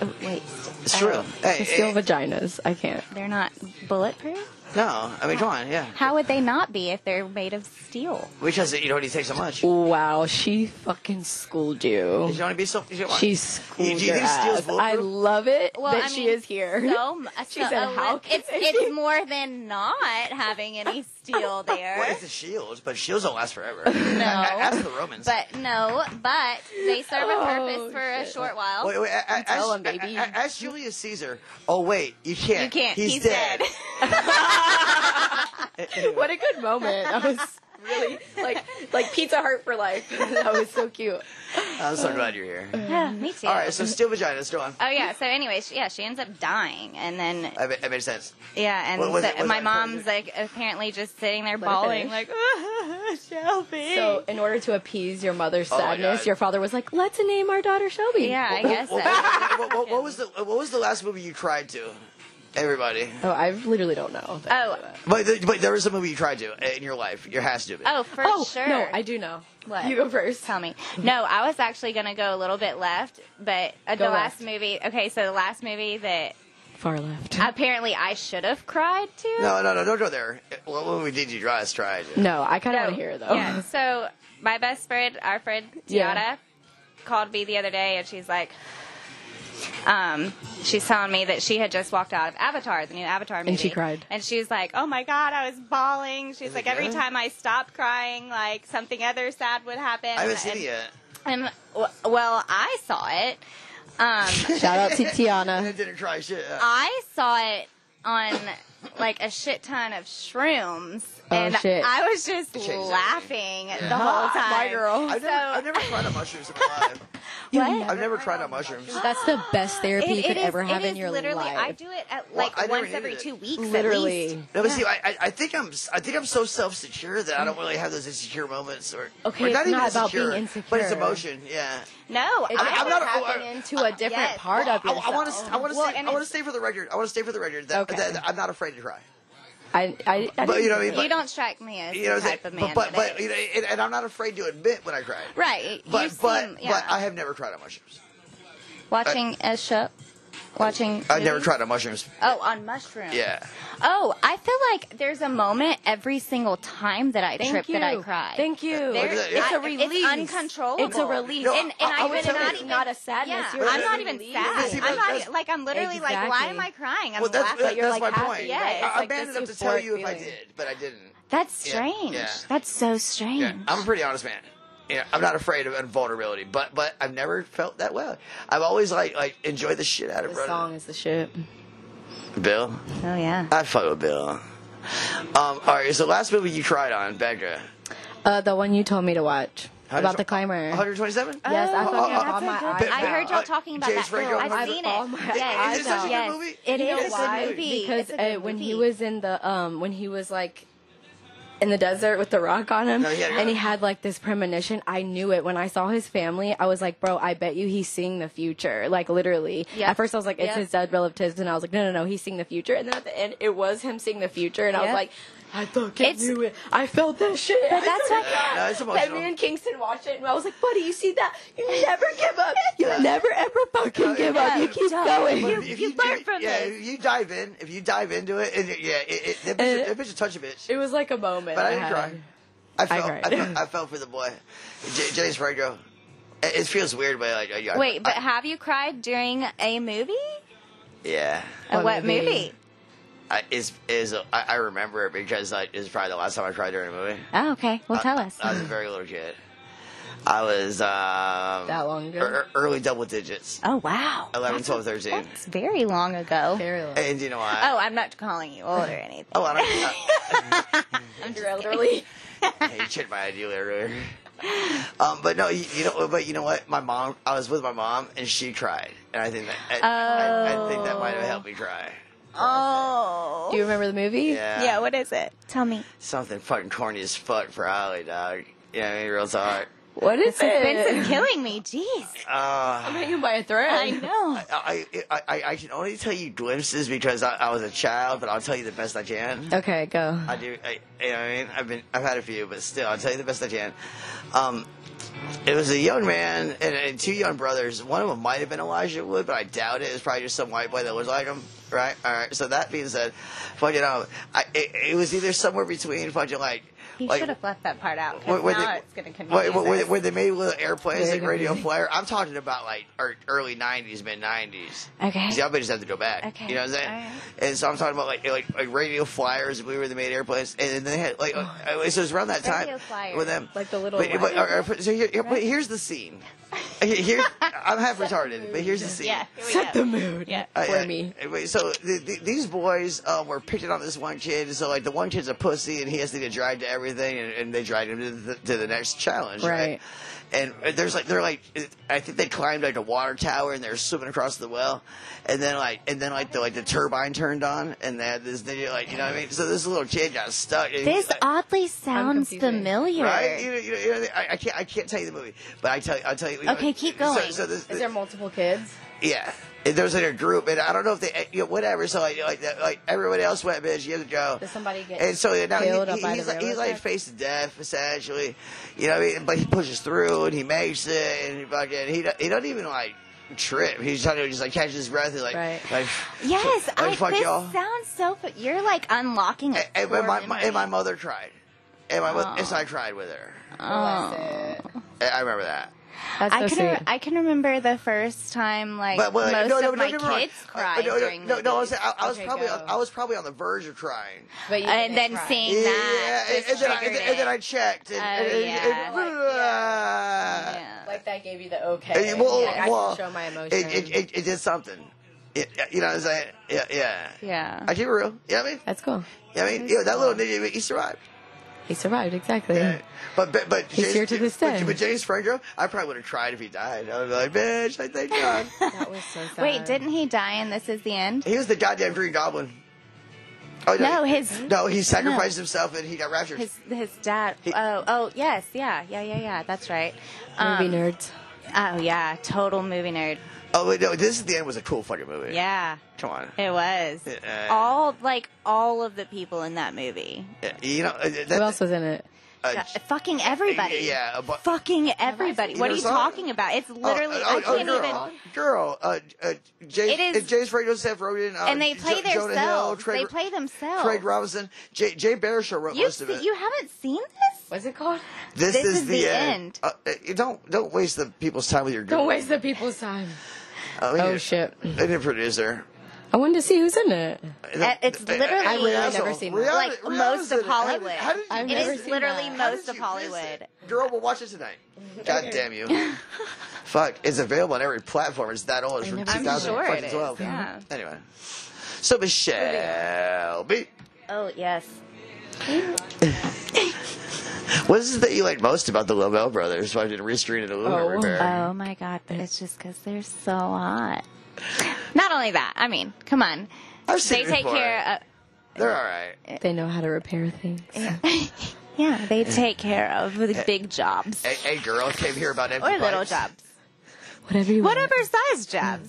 Speaker 2: oh, wait,
Speaker 1: It's true. Hey, hey,
Speaker 4: Steel vaginas. I can't.
Speaker 2: they're not bulletproof.
Speaker 1: no, I mean, come on, yeah.
Speaker 2: How would they not be if they're made of steel?
Speaker 1: Because you don't need to take so much. You
Speaker 4: Wow, she fucking schooled you.
Speaker 1: don't want to be so. You don't want-
Speaker 4: She
Speaker 1: Do
Speaker 4: schooled
Speaker 1: you
Speaker 4: your
Speaker 1: think steel's
Speaker 4: ass. I
Speaker 1: bulletproof?
Speaker 4: love it
Speaker 2: Well,
Speaker 4: that
Speaker 2: I
Speaker 4: she
Speaker 2: mean,
Speaker 4: is here.
Speaker 2: So, mu-
Speaker 4: [laughs] She
Speaker 2: so
Speaker 4: said,
Speaker 2: a
Speaker 4: "How
Speaker 2: lit-
Speaker 4: can
Speaker 2: it's
Speaker 4: they [laughs]
Speaker 2: it's more than not having any steel there.
Speaker 1: Well, it's a shield, but shields don't last
Speaker 2: [laughs]
Speaker 1: forever. no. Ask the Romans.
Speaker 2: But no, but they serve a
Speaker 4: Oh,
Speaker 2: purpose for a
Speaker 4: shit.
Speaker 2: short while.
Speaker 1: Wait, wait, a- a- ask,
Speaker 4: telling, baby.
Speaker 1: a- a- ask Julius Caesar. Oh wait, you can't.
Speaker 2: you can't.
Speaker 1: He's, dead. [laughs]
Speaker 4: [laughs] what a good moment. That
Speaker 2: [laughs]
Speaker 4: was really like like Pizza Hut for life. [laughs] That was so cute.
Speaker 1: I'm so glad you're here.
Speaker 2: dead. [laughs] Me too.
Speaker 1: All right, so steel vaginas. Go on.
Speaker 2: oh yeah. So anyway, she, yeah, she ends up dying, and then
Speaker 1: I made, I made sense.
Speaker 2: Yeah, and
Speaker 1: What was
Speaker 2: so-
Speaker 1: it- was
Speaker 2: my
Speaker 1: it-
Speaker 2: mom's like apparently just sitting there
Speaker 4: her
Speaker 2: bawling,
Speaker 4: finish.
Speaker 2: like [laughs] Shelby.
Speaker 4: So, in order to appease your mother's
Speaker 1: Oh my
Speaker 4: sadness,
Speaker 1: God.
Speaker 4: your father was like, "Let's name our daughter Shelby."
Speaker 2: yeah, I guess
Speaker 1: What,
Speaker 2: so.
Speaker 1: what- what- what- what was the What was the last movie you cried to? Everybody.
Speaker 4: Oh, I literally don't know.
Speaker 2: [laughs] Oh,
Speaker 1: But, th- but there is a movie you cried to in your life. Your has to be.
Speaker 2: oh, for
Speaker 4: oh,
Speaker 2: sure.
Speaker 4: no, I do know.
Speaker 2: What?
Speaker 4: You go first.
Speaker 2: Tell me. No, I was actually gonna go a little bit left, but uh, the
Speaker 4: Go
Speaker 2: last
Speaker 4: left.
Speaker 2: movie. Okay, so the last movie that
Speaker 4: Far left.
Speaker 2: apparently I should have cried to.
Speaker 1: No, no, no, don't go there. What movie did you cry? Cried.
Speaker 4: no, I kind
Speaker 2: No.
Speaker 4: of want to hear it, though. [laughs]
Speaker 2: Yeah. So my best friend, our friend Tiana,
Speaker 4: Yeah.
Speaker 2: called me the other day, and she's like. Um, she's telling me that she had just walked out of Avatar, the new Avatar movie,
Speaker 4: she cried.
Speaker 2: And she was like, "Oh my god, I was bawling." She's
Speaker 1: it
Speaker 2: like, "Every
Speaker 1: good?
Speaker 2: time I stopped crying, like something other sad would happen."
Speaker 1: I haven't seen
Speaker 2: and,
Speaker 1: it yet.
Speaker 2: And w- well, I saw it. Um,
Speaker 4: Shout out to
Speaker 1: And [laughs]
Speaker 4: Tiana.
Speaker 1: it didn't cry shit.
Speaker 2: I saw it on like a shit ton of shrooms,
Speaker 4: Oh,
Speaker 2: and
Speaker 4: shit.
Speaker 2: I was just
Speaker 1: It changes
Speaker 2: laughing the whole
Speaker 4: Ah,
Speaker 2: time.
Speaker 4: my girl.
Speaker 1: I've never, I've never cried on mushrooms in my life.
Speaker 2: What?
Speaker 1: I've never cried on mushrooms.
Speaker 4: That's the best therapy you
Speaker 2: It-
Speaker 4: could
Speaker 2: it is-
Speaker 4: ever have
Speaker 2: it
Speaker 4: in
Speaker 2: is
Speaker 4: your
Speaker 2: literally,
Speaker 4: life.
Speaker 2: I do it at
Speaker 1: Well,
Speaker 2: like
Speaker 1: I never
Speaker 2: once every
Speaker 1: needed it.
Speaker 2: two weeks, At least.
Speaker 4: literally.
Speaker 1: No, but see, I, I, I think I'm, I think I'm so self-secure that I don't really have those insecure moments, or
Speaker 4: Okay,
Speaker 1: or
Speaker 4: it's
Speaker 1: even
Speaker 4: not about being
Speaker 1: but it's
Speaker 4: insecure.
Speaker 1: emotion. Yeah,
Speaker 2: No,
Speaker 4: It's
Speaker 2: I,
Speaker 1: I'm not- uh,
Speaker 4: tapping
Speaker 1: I-
Speaker 4: into a different
Speaker 2: yes.
Speaker 4: part of
Speaker 1: I,
Speaker 4: yourself.
Speaker 1: I want to, I want to,
Speaker 2: Well,
Speaker 1: say,
Speaker 2: and
Speaker 1: I want to
Speaker 2: it's-
Speaker 1: stay for the record. I want to stay for the record that,
Speaker 4: Okay.
Speaker 1: that, that I'm not afraid to cry.
Speaker 4: I, I,
Speaker 1: But,
Speaker 4: I didn't
Speaker 1: you know what I mean?
Speaker 2: you
Speaker 1: but-
Speaker 2: don't strike me as
Speaker 1: You know,
Speaker 2: the
Speaker 1: what I'm
Speaker 2: type of
Speaker 1: saying?
Speaker 2: man.
Speaker 1: but
Speaker 2: that
Speaker 1: but
Speaker 2: is.
Speaker 1: you know, and, and I'm not afraid to admit when I cried.
Speaker 2: right,
Speaker 1: But
Speaker 2: you
Speaker 1: but
Speaker 2: seem, yeah.
Speaker 1: but I have never cried on mushrooms.
Speaker 2: watching a show, watching.
Speaker 1: I've never
Speaker 2: movies?
Speaker 1: cried on mushrooms.
Speaker 2: Oh, on mushrooms.
Speaker 1: Yeah,
Speaker 2: Oh, I feel like there's a moment every single time that I
Speaker 4: Thank
Speaker 2: trip
Speaker 4: you.
Speaker 2: that I cry.
Speaker 4: Thank you.
Speaker 2: There-
Speaker 1: Look at that, yeah.
Speaker 4: It's
Speaker 1: I-
Speaker 4: a
Speaker 1: it's
Speaker 4: release.
Speaker 2: uncontrollable.
Speaker 4: It's a release.
Speaker 1: No,
Speaker 2: and, and
Speaker 1: I- I
Speaker 2: I'm
Speaker 1: would tell
Speaker 2: not
Speaker 1: you-
Speaker 2: even
Speaker 4: Not a sadness,
Speaker 2: Yeah,
Speaker 4: you're
Speaker 2: I'm not
Speaker 1: releasing
Speaker 2: even
Speaker 4: it.
Speaker 2: sad.
Speaker 1: See, but
Speaker 2: I'm not
Speaker 1: that's-
Speaker 2: like I'm literally like, why
Speaker 4: Exactly.
Speaker 2: am I crying? I'm
Speaker 1: well, that's
Speaker 2: laughing.
Speaker 1: that's,
Speaker 4: you're, like,
Speaker 1: my
Speaker 4: happy,
Speaker 1: point.
Speaker 2: yeah, it's
Speaker 1: I,
Speaker 4: like
Speaker 1: am bad
Speaker 4: this
Speaker 1: enough to tell
Speaker 4: euphoric
Speaker 1: you if I
Speaker 4: feeling.
Speaker 1: did, but I didn't.
Speaker 2: That's
Speaker 1: Yeah,
Speaker 2: strange.
Speaker 1: yeah.
Speaker 2: That's so strange.
Speaker 1: Yeah, I'm a pretty honest man. Yeah, I'm not afraid of vulnerability, but but I've never felt that well. I've always like like enjoyed the shit out of
Speaker 4: The
Speaker 1: brother.
Speaker 4: song is the shit.
Speaker 1: Bill,
Speaker 2: Oh yeah.
Speaker 1: I fuck with Bill. Um, all right, so last movie you cried on, Becca?
Speaker 4: Uh, the one you told me to watch about the climber.
Speaker 1: 127.
Speaker 4: Yes, I
Speaker 2: Oh,
Speaker 4: fucking
Speaker 2: that's
Speaker 4: bawled
Speaker 2: a
Speaker 4: my
Speaker 2: good
Speaker 4: eyes
Speaker 2: one. I
Speaker 1: out.
Speaker 2: heard y'all talking about
Speaker 1: James
Speaker 2: that. film.
Speaker 1: Franco.
Speaker 2: I've
Speaker 1: I've
Speaker 2: seen
Speaker 4: bawled
Speaker 2: it.
Speaker 4: my
Speaker 2: yes,
Speaker 1: eyes out.
Speaker 2: yes.
Speaker 1: Is it such a good movie?
Speaker 2: It
Speaker 1: You know
Speaker 2: is.
Speaker 1: why?
Speaker 2: a movie.
Speaker 4: Because
Speaker 2: It's a good
Speaker 4: uh, when he
Speaker 2: movie.
Speaker 4: was in the um when he was like in the desert with the rock on him
Speaker 1: No, Oh, yeah, yeah.
Speaker 4: and he had like this premonition i knew it when i saw his family i was like bro i bet you he's seeing the future like literally
Speaker 2: Yeah.
Speaker 4: at first i was like it's
Speaker 2: Yeah.
Speaker 4: his dead relatives and i was like no no no he's seeing the future and then at the end it was him seeing the future and i was
Speaker 2: Yeah.
Speaker 4: like I fucking
Speaker 2: It's-
Speaker 4: knew it. I felt that shit.
Speaker 3: But that's
Speaker 1: [laughs]
Speaker 3: why.
Speaker 1: No, it's
Speaker 4: and
Speaker 1: emotional.
Speaker 4: me and Kingston watched it, and I was like, "Buddy, you see that? You never give up. You never ever fucking give up. You keep going."
Speaker 1: But
Speaker 2: You- you learn
Speaker 1: do-
Speaker 2: from
Speaker 1: yeah,
Speaker 2: this.
Speaker 1: if you dive in, if you dive into it, and it- yeah, it, it, that bitch,
Speaker 4: Uh,
Speaker 1: that bitch a touch a bitch.
Speaker 4: It was like a moment.
Speaker 1: But I
Speaker 4: had.
Speaker 1: didn't cry. I felt, I,
Speaker 4: cried.
Speaker 1: felt, I felt for the boy. J- Jay's right, girl. It, it feels weird, but like, I- I-
Speaker 2: Wait, but
Speaker 1: I-
Speaker 2: have you cried during a movie?
Speaker 1: yeah,
Speaker 2: What,
Speaker 4: What
Speaker 2: what movie?
Speaker 4: movie?
Speaker 1: I, it's is I, I remember it because like it's probably the last time I cried during a movie.
Speaker 2: Oh, okay. Well, tell
Speaker 1: I-
Speaker 2: us.
Speaker 1: I was a very little kid. I was um,
Speaker 4: That long ago?
Speaker 1: ear- early double digits,
Speaker 2: oh, wow.
Speaker 1: 11, 12, 13.
Speaker 2: That's very long ago.
Speaker 4: Very long.
Speaker 1: And you know why?
Speaker 2: Oh, I'm not calling you old or anything.
Speaker 1: Oh, I don't.
Speaker 4: I'm just elderly.
Speaker 1: I, I shit my idea earlier. [laughs] Um, but no, you, you know, but you know what? My mom. I was with my mom, and she cried, and I think that I, I, I think that might have helped me cry.
Speaker 2: [laughs] Oh.
Speaker 4: Do you remember the movie?
Speaker 1: Yeah.
Speaker 2: yeah, what is it? Tell me.
Speaker 1: Something fucking corny as fuck for Ollie, dog. You know what I mean? Real talk.
Speaker 4: What is
Speaker 2: Vincent
Speaker 4: it?
Speaker 2: killing me. Jeez.
Speaker 1: Uh,
Speaker 4: Hanging by a thread.
Speaker 2: I know.
Speaker 1: I, I, I, I can only tell you glimpses because I, I was a child, but I'll tell you the best I can.
Speaker 4: Okay, go.
Speaker 1: I do. I, you know what I mean? I've been, I've had a few, but still, I'll tell you the best I can. Um, it was a young man and, and two young brothers. One of them might have been Elijah Wood, but I doubt it. It's probably just some white boy that was like him, right? All right. So that being said, fucking, um, I, it, it was either somewhere between fucking like.
Speaker 2: He
Speaker 1: like,
Speaker 2: should have left that part out
Speaker 1: where,
Speaker 2: because
Speaker 1: where
Speaker 2: now
Speaker 1: they,
Speaker 2: it's going to
Speaker 1: where,
Speaker 2: confuse
Speaker 1: where- where-
Speaker 2: us.
Speaker 1: where they made little airplanes
Speaker 4: Yeah,
Speaker 1: like
Speaker 4: yeah,
Speaker 1: radio
Speaker 4: yeah.
Speaker 1: flyer. I'm talking about like ear- early '90s, mid '90s.
Speaker 2: Okay.
Speaker 1: y'all just have to go back.
Speaker 2: Okay.
Speaker 1: You know what I'm saying?
Speaker 2: Alright.
Speaker 1: And so I'm talking about like like, like radio flyers. We were the made airplanes, and then they had like uh, so it was around that time
Speaker 2: Radio flyers.
Speaker 1: with them.
Speaker 4: Like the little
Speaker 1: But, but,
Speaker 4: what?
Speaker 1: uh, uh, so here, here- but here's the scene. Here, here- I'm half retarded, but here's the scene.
Speaker 2: yeah. here we
Speaker 4: Set
Speaker 2: go.
Speaker 4: the mood.
Speaker 2: Yeah.
Speaker 1: I- uh,
Speaker 4: For
Speaker 1: I-
Speaker 4: me.
Speaker 1: I- So the, the, these boys uh, were picking on this one kid. So like the one kid's a pussy, and he has to get dragged to everything, and, and they dragged him to the, to the next challenge, right?
Speaker 4: Right.
Speaker 1: And uh, there's like they're like I think they climbed like a water tower, and they're swimming across the well, and then like and then like the like the turbine turned on, and they had this video like you know what I mean. So this little kid got stuck. And he's
Speaker 2: This
Speaker 1: like,
Speaker 2: oddly sounds
Speaker 4: confusing.
Speaker 2: familiar.
Speaker 1: Right, you know, you know, you know I, I can't, I can't tell you the movie, but I tell, you, I'll tell you. you know,
Speaker 2: Okay, keep
Speaker 1: so-
Speaker 2: going.
Speaker 1: So, this,
Speaker 4: Is there multiple kids?
Speaker 1: yeah. And there was like a group, and I don't know if they, you know, whatever. So like, like, that- like everybody else went, bitch. You have to go.
Speaker 4: Does somebody get
Speaker 1: And so now he,
Speaker 4: killed up
Speaker 1: he-
Speaker 4: by
Speaker 1: he's
Speaker 4: the
Speaker 1: like, he's like
Speaker 4: railroad track?
Speaker 1: facing death essentially. You know what I mean? But he pushes through and he makes it, and he fucking he don't- he don't even like trip. He's trying to just like catch his breath and like
Speaker 4: Right.
Speaker 1: like.
Speaker 2: Yes,
Speaker 1: Like,
Speaker 2: I,
Speaker 1: fuck
Speaker 2: this
Speaker 1: y'all.
Speaker 2: sounds so. fa- You're like unlocking a
Speaker 1: And, and
Speaker 2: core
Speaker 1: my, my
Speaker 2: memory.
Speaker 1: and my mother cried, and my
Speaker 2: Aw.
Speaker 1: mother, and so I cried with her.
Speaker 2: Oh.
Speaker 1: And I remember that.
Speaker 4: That's so
Speaker 2: I can
Speaker 4: sweet.
Speaker 2: re- I can remember the first time like
Speaker 1: But, well,
Speaker 2: most
Speaker 1: no, no,
Speaker 2: of
Speaker 1: no,
Speaker 2: my
Speaker 1: don't get me wrong.
Speaker 2: kids
Speaker 1: Uh,
Speaker 2: cried
Speaker 1: no, no,
Speaker 2: during
Speaker 1: no, no, I was,
Speaker 2: movies.
Speaker 1: I, I was
Speaker 4: Okay,
Speaker 1: probably
Speaker 4: go.
Speaker 1: on, I was probably on the verge of crying.
Speaker 4: but you
Speaker 2: and
Speaker 4: didn't
Speaker 2: then
Speaker 4: cry.
Speaker 2: seeing that
Speaker 1: Yeah, and, and
Speaker 2: just
Speaker 1: then I, and,
Speaker 2: triggered
Speaker 1: then- and then
Speaker 2: it.
Speaker 1: I checked. And,
Speaker 2: Oh,
Speaker 1: and, and-
Speaker 2: yeah,
Speaker 1: and-
Speaker 4: like,
Speaker 1: yeah.
Speaker 4: like that gave you the okay.
Speaker 1: Hey, well,
Speaker 4: like, I
Speaker 1: well,
Speaker 4: can show my
Speaker 1: It,
Speaker 4: emotions.
Speaker 1: it, it, it did something. It, you know what I'm saying? Yeah, yeah.
Speaker 2: yeah.
Speaker 1: I keep it real. You know what I mean?
Speaker 4: That's cool.
Speaker 1: You know what I mean? Yo, that little nigga, he survived.
Speaker 4: He survived exactly. [laughs]
Speaker 1: Yeah. But, but, but
Speaker 4: He's here to this
Speaker 1: but-
Speaker 4: day.
Speaker 1: But James Franco, I probably would have tried if he died. I would be like, bitch, I thank God.
Speaker 4: [laughs] That was so sad.
Speaker 2: Wait, didn't he die and this is the end?
Speaker 1: he was the goddamn Green Goblin. Oh,
Speaker 2: No,
Speaker 1: he-
Speaker 2: his-
Speaker 1: No, he sacrificed himself and he got raptured.
Speaker 2: His his dad. Oh oh yes yeah yeah yeah yeah that's right. Um,
Speaker 4: movie nerds?
Speaker 2: Oh yeah, total movie nerd.
Speaker 1: oh, wait, no, this is the end was a cool fucking movie.
Speaker 2: Yeah,
Speaker 1: Come on.
Speaker 2: it was
Speaker 1: Yeah.
Speaker 2: all like all of the people in that movie.
Speaker 1: Yeah, You know, uh, that,
Speaker 4: Who else was in it?
Speaker 1: uh,
Speaker 2: Yeah, fucking everybody.
Speaker 1: Yeah, a bu-
Speaker 2: fucking everybody. What are you
Speaker 1: There's all-
Speaker 2: talking about? It's literally
Speaker 1: Oh, oh,
Speaker 2: I
Speaker 1: oh,
Speaker 2: can't
Speaker 1: girl,
Speaker 2: even.
Speaker 1: Girl, uh, uh, Jay,
Speaker 2: It is-
Speaker 1: uh, James Franco, Seth Rogen, uh,
Speaker 2: and they play
Speaker 1: jo- Jonah Hill,
Speaker 2: themselves.
Speaker 1: Craig,
Speaker 2: they play themselves.
Speaker 1: Craig Robinson, Jay, Jay Baruchel wrote
Speaker 2: you
Speaker 1: most of
Speaker 2: see,
Speaker 1: it.
Speaker 2: you haven't seen this?
Speaker 4: What's it called?
Speaker 1: this,
Speaker 2: this is the end.
Speaker 1: Uh, uh, don't don't waste the people's time with your. Uh,
Speaker 4: Don't waste the people's time.
Speaker 1: I mean,
Speaker 4: Oh, shit.
Speaker 1: And the producer.
Speaker 4: I wanted to see who's in it.
Speaker 2: Uh, it's
Speaker 1: Uh, uh,
Speaker 2: literally-
Speaker 1: I've
Speaker 2: I've
Speaker 4: never seen that.
Speaker 2: Like, most of Hollywood.
Speaker 1: How did, how
Speaker 4: I've
Speaker 1: did
Speaker 2: It
Speaker 1: you,
Speaker 4: never
Speaker 2: is
Speaker 4: seen
Speaker 2: literally
Speaker 4: that.
Speaker 1: how
Speaker 2: most
Speaker 1: did
Speaker 2: of
Speaker 1: you miss
Speaker 2: Hollywood.
Speaker 1: it? Girl, we'll watch it tonight.
Speaker 2: [laughs]
Speaker 1: God damn you. Fuck, it's available on every platform. It's that old. It's from
Speaker 4: never seen it.
Speaker 1: 2012.
Speaker 2: I'm sure it is,
Speaker 1: Anyway. So, Michelle, B,
Speaker 2: Oh yes.
Speaker 1: what is it that you like most about the Lobel brothers? Why didn't rescreen it a little
Speaker 4: Oh.
Speaker 1: repair?
Speaker 2: Oh my god, but it's just because they're so hot. [laughs] Not only that, I mean, come on.
Speaker 1: I've seen
Speaker 2: They
Speaker 1: it
Speaker 2: take
Speaker 1: before.
Speaker 2: care
Speaker 1: They're all right.
Speaker 4: They know how to repair things.
Speaker 2: of. Yeah, they take care of the big jobs
Speaker 1: A, a girl came here about empty
Speaker 2: or little
Speaker 1: pipes.
Speaker 2: jobs,
Speaker 4: Whatever you want.
Speaker 2: Mm. whatever size jobs.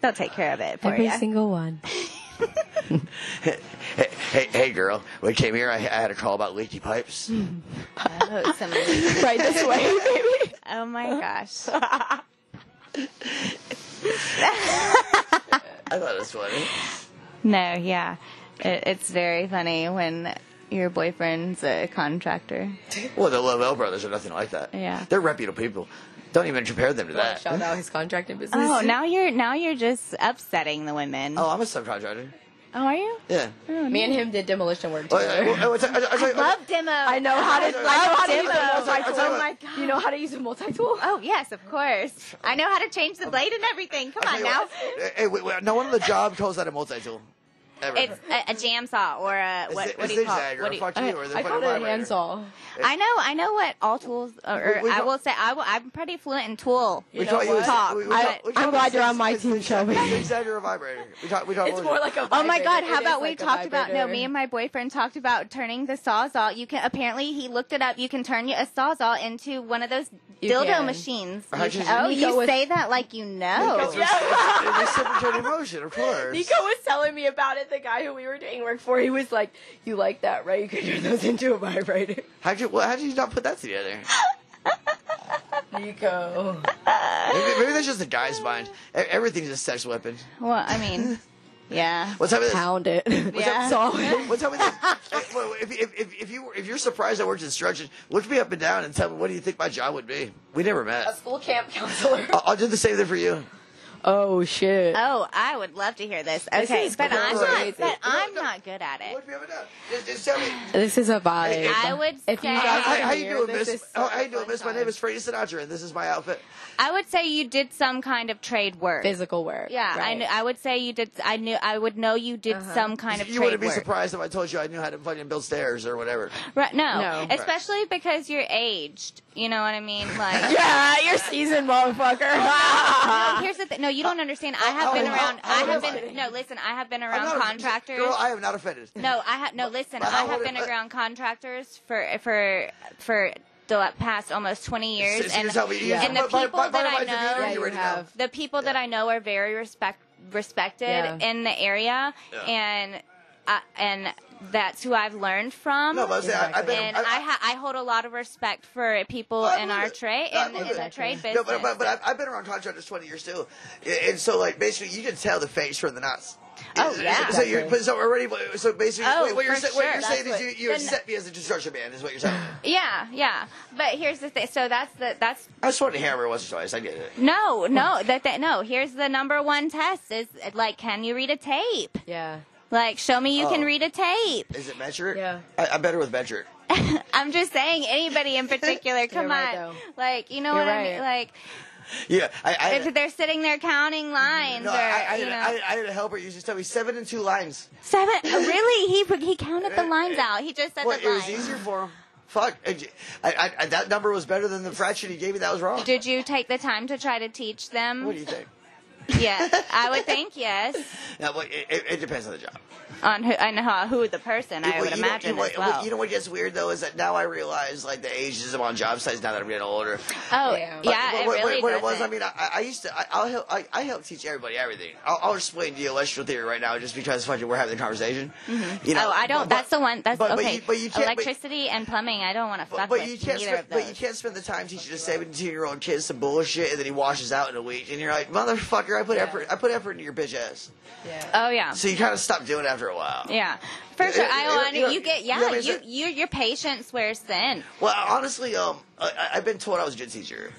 Speaker 2: They'll take care of it for
Speaker 4: Every
Speaker 2: you.
Speaker 4: single one.
Speaker 1: hey, hey, hey, girl. When I came here, I, I had a call about leaky pipes.
Speaker 2: Oh,
Speaker 4: [laughs]
Speaker 2: somebody-
Speaker 3: right this way, baby.
Speaker 2: oh [laughs] my gosh.
Speaker 1: I thought it was funny.
Speaker 2: No, yeah. It, it's very funny when your boyfriend's a contractor.
Speaker 1: Well, the Lovell brothers are nothing like that.
Speaker 2: Yeah.
Speaker 1: They're reputable people. Don't even compare them to that.
Speaker 4: Shout out his contracting business.
Speaker 2: Oh, now you're now you're just upsetting the women.
Speaker 1: Oh, I'm a subcontractor.
Speaker 2: Oh, are you?
Speaker 1: Yeah.
Speaker 4: Me and him did demolition work
Speaker 1: Oh, yeah,
Speaker 4: together.
Speaker 1: well, I- I- I- I-
Speaker 2: Love demo.
Speaker 3: I know how to. I know how to use a multi tool.
Speaker 1: Oh my
Speaker 3: You know how to use a multi tool?
Speaker 4: Uh,
Speaker 2: Oh yes, of course. I know how to change the blade and everything. Come on now.
Speaker 1: Hey, Hey, wait, wait, no one on the job calls that a multi-tool. Ever.
Speaker 2: It's a, a jam saw or a
Speaker 1: A
Speaker 2: what,
Speaker 1: zi-
Speaker 2: what
Speaker 1: a
Speaker 2: do you call
Speaker 1: zigzag
Speaker 2: it?
Speaker 1: or
Speaker 2: What
Speaker 1: a
Speaker 2: do you-
Speaker 1: fucking- or the
Speaker 4: I
Speaker 1: fucking
Speaker 4: called it a
Speaker 1: vibrator.
Speaker 4: handsaw.
Speaker 2: I know, I know what all tools. Or,
Speaker 1: We- we
Speaker 2: I
Speaker 1: call-
Speaker 2: will say I will. I'm pretty fluent in tool.
Speaker 1: We call you a-
Speaker 2: Talk.
Speaker 1: we- we
Speaker 2: I-
Speaker 1: call- we call
Speaker 3: I'm
Speaker 1: it
Speaker 3: glad
Speaker 1: a
Speaker 3: you're on
Speaker 1: zig-
Speaker 3: my
Speaker 1: a
Speaker 3: team,
Speaker 1: zig-
Speaker 3: Shelby.
Speaker 1: a Zigzag or a vibrator. We talk. We talk.
Speaker 4: It's more like a.
Speaker 2: Oh my
Speaker 4: vibrator.
Speaker 2: God!
Speaker 4: It
Speaker 2: How
Speaker 4: is
Speaker 2: about we
Speaker 4: like a
Speaker 2: talked about no?
Speaker 4: vibrator.
Speaker 2: Me and my boyfriend talked about turning the sawzall. You can apparently he looked it up. You can turn a sawzall into one of those
Speaker 4: You
Speaker 2: dildo
Speaker 4: can.
Speaker 2: machines.
Speaker 1: I
Speaker 2: You
Speaker 1: just-
Speaker 2: can- oh,
Speaker 4: Nico
Speaker 2: you
Speaker 4: was-
Speaker 2: say that like you know.
Speaker 1: yeah. Reciprocated emotion, of course.
Speaker 4: [laughs] Nico was telling me about it. The guy who we were doing work for, he was like, "You like that, right? You could turn those into a vibrator."
Speaker 1: How'd you? Well, how did you not put that together?
Speaker 4: Nico,
Speaker 1: Maybe, maybe that's just the guy's mind. E- Everything's a sex weapon.
Speaker 2: Well, I
Speaker 4: [laughs]
Speaker 2: mean, yeah.
Speaker 1: What's up with this?
Speaker 3: Pound it.
Speaker 2: Yeah.
Speaker 3: So
Speaker 1: What's up with this? Eh, well, if, if, if, if you were- if you're surprised I worked instruction, look me up and down and tell me what do you think my job would be. We never
Speaker 4: a
Speaker 1: met.
Speaker 4: school camp counselor.
Speaker 1: I'll, I'll do the same thing for you.
Speaker 3: Oh shit.
Speaker 2: Oh, I would love to hear this. Okay,
Speaker 4: is
Speaker 2: but I'm
Speaker 4: crazy.
Speaker 2: not. But
Speaker 1: No,
Speaker 2: I'm
Speaker 1: no.
Speaker 2: not good at it.
Speaker 1: Look me up and down. Just, just tell me.
Speaker 4: This is a vibe.
Speaker 2: I would
Speaker 4: If you
Speaker 2: say
Speaker 1: Hi,
Speaker 4: guys-
Speaker 1: hi, how you
Speaker 4: Here,
Speaker 1: doing,
Speaker 4: this
Speaker 1: Miss?
Speaker 4: is
Speaker 1: Oh,
Speaker 4: so
Speaker 1: how you doing,
Speaker 4: fun
Speaker 1: Miss? My
Speaker 4: time.
Speaker 1: name is Freddie Sinatra, and this is my outfit.
Speaker 2: I would say you did some kind of trade work.
Speaker 4: physical work.
Speaker 2: Yeah, I
Speaker 4: right. Uh-huh.
Speaker 2: kn- I would say you did. I knew. I would know you did some kind of
Speaker 1: you
Speaker 2: trade
Speaker 1: wouldn't be
Speaker 2: work.
Speaker 1: surprised if I told you I knew how to fucking build stairs or whatever.
Speaker 2: Right? No,
Speaker 4: No.
Speaker 2: especially because you're aged. You know what I
Speaker 4: [laughs]
Speaker 2: mean? Like.
Speaker 3: Yeah, you're seasoned, motherfucker.
Speaker 2: No, here's the thing. No, you don't understand. I have been
Speaker 1: oh,
Speaker 2: around.
Speaker 1: oh,
Speaker 2: I
Speaker 1: oh,
Speaker 2: have
Speaker 1: oh.
Speaker 2: been. No, listen. I have been
Speaker 1: I'm
Speaker 2: around
Speaker 1: not-
Speaker 2: contractors.
Speaker 1: Girl, I am not offended.
Speaker 2: No, I have no. Listen,
Speaker 1: But
Speaker 2: I
Speaker 1: how
Speaker 2: have
Speaker 1: would
Speaker 2: been
Speaker 1: it-
Speaker 2: around contractors for for for the past almost twenty years,
Speaker 1: It's-
Speaker 2: and,
Speaker 1: it's how we- yeah.
Speaker 2: and the
Speaker 1: By- by-
Speaker 2: people
Speaker 1: by- by
Speaker 2: that
Speaker 1: my
Speaker 2: I know,
Speaker 1: demeanor,
Speaker 4: Yeah,
Speaker 1: you
Speaker 4: you
Speaker 1: already know.
Speaker 4: have.
Speaker 2: the people that I know are very respect respected
Speaker 4: Yeah.
Speaker 2: in the area,
Speaker 1: Yeah.
Speaker 2: and I, and that's who I've learned from.
Speaker 1: No, but I'm saying, I, I've been.
Speaker 2: and I, ha- I hold a lot of respect for people
Speaker 1: I
Speaker 2: in
Speaker 1: believe
Speaker 2: our
Speaker 1: it.
Speaker 2: trade
Speaker 1: I
Speaker 2: in, in
Speaker 1: believe
Speaker 2: the
Speaker 1: it.
Speaker 2: trade
Speaker 1: No,
Speaker 2: business.
Speaker 1: but, but, but I've, I've been around contractors 20 years too. And and so, like, basically, you can tell the face from the nuts.
Speaker 2: Oh, yeah.
Speaker 1: So, you're, but so already, so basically,
Speaker 2: Oh,
Speaker 1: what- what, you're,
Speaker 2: for
Speaker 1: sa- what
Speaker 2: sure.
Speaker 1: you're saying
Speaker 4: That's
Speaker 1: is
Speaker 4: what-
Speaker 1: you, you
Speaker 2: then-
Speaker 1: accept me as a construction man, is what you're
Speaker 2: [sighs]
Speaker 1: telling me.
Speaker 2: yeah, yeah. But here's the thing. So that's the that's
Speaker 1: I just wanted to hammer it once or twice. I get it.
Speaker 2: No, no, that, that no. Here's the number one test: is like, can you read a tape?
Speaker 4: yeah.
Speaker 2: Like, show me you can
Speaker 1: Oh.
Speaker 2: read a tape. [laughs]
Speaker 1: Is it metric?
Speaker 4: Yeah.
Speaker 1: I, I'm better with metric.
Speaker 2: I'm just saying, anybody
Speaker 4: [laughs]
Speaker 2: in particular. Come on,
Speaker 4: right, though.
Speaker 2: like, you know
Speaker 4: You're
Speaker 2: what I
Speaker 4: right.
Speaker 2: mean? Like,
Speaker 1: Yeah. I, I,
Speaker 2: if they're sitting there counting lines,
Speaker 1: No,
Speaker 2: or
Speaker 1: I, I,
Speaker 2: you
Speaker 1: had a-
Speaker 2: know,
Speaker 1: I, I had a helper used to tell me seven and two lines.
Speaker 2: seven. uh, Really, he he counted the lines out. He just said
Speaker 1: Well, Eh, it
Speaker 2: the
Speaker 1: was
Speaker 2: lines.
Speaker 1: easier for him. Fuck. And j- I, I, I- that number was better than the fraction he gave me. That was wrong.
Speaker 2: Did you take the time to try to teach them?
Speaker 1: What do you think? [laughs]
Speaker 2: yeah, I would think yes.
Speaker 1: Now, well, it, it, it depends on the job.
Speaker 2: On who, on how- who the person, I
Speaker 1: Well,
Speaker 2: would
Speaker 1: you know-
Speaker 2: imagine
Speaker 1: you know,
Speaker 2: as
Speaker 1: what-
Speaker 2: well.
Speaker 1: You know what gets weird though is that now I realize like the ageism on job sites now that I'm getting older.
Speaker 2: oh, yeah,
Speaker 4: Yeah.
Speaker 1: But what,
Speaker 2: it
Speaker 1: what-
Speaker 2: really
Speaker 1: what it was,
Speaker 2: doesn't.
Speaker 1: I mean, I, I used to, I, I'll help, I, I help teach everybody everything. I'll, I'll explain the electrical theory right now just because fucking we're having the conversation. You know,
Speaker 2: oh, I don't.
Speaker 1: but-
Speaker 2: that's the one. That's
Speaker 1: but- but
Speaker 2: okay.
Speaker 1: you- but you can't- but-
Speaker 2: Electricity and plumbing. I don't want to fuck
Speaker 1: But, but
Speaker 2: with
Speaker 1: you can't
Speaker 2: either
Speaker 1: spend,
Speaker 2: of those.
Speaker 1: but you can't spend the time teaching a 17 year old kid some bullshit and then he washes out in a week and you're like motherfucker I put effort I put effort into your bitch ass
Speaker 4: Yeah.
Speaker 2: oh yeah,
Speaker 1: so you kind of stop doing it after a while
Speaker 2: yeah. For sure, I
Speaker 1: you know-
Speaker 2: want
Speaker 1: you know-
Speaker 2: you, get
Speaker 1: you know
Speaker 2: yeah.
Speaker 1: what I'm
Speaker 2: you,
Speaker 1: saying?
Speaker 2: you your patience wears thin.
Speaker 1: well honestly um I, I- I've been told I was a good teacher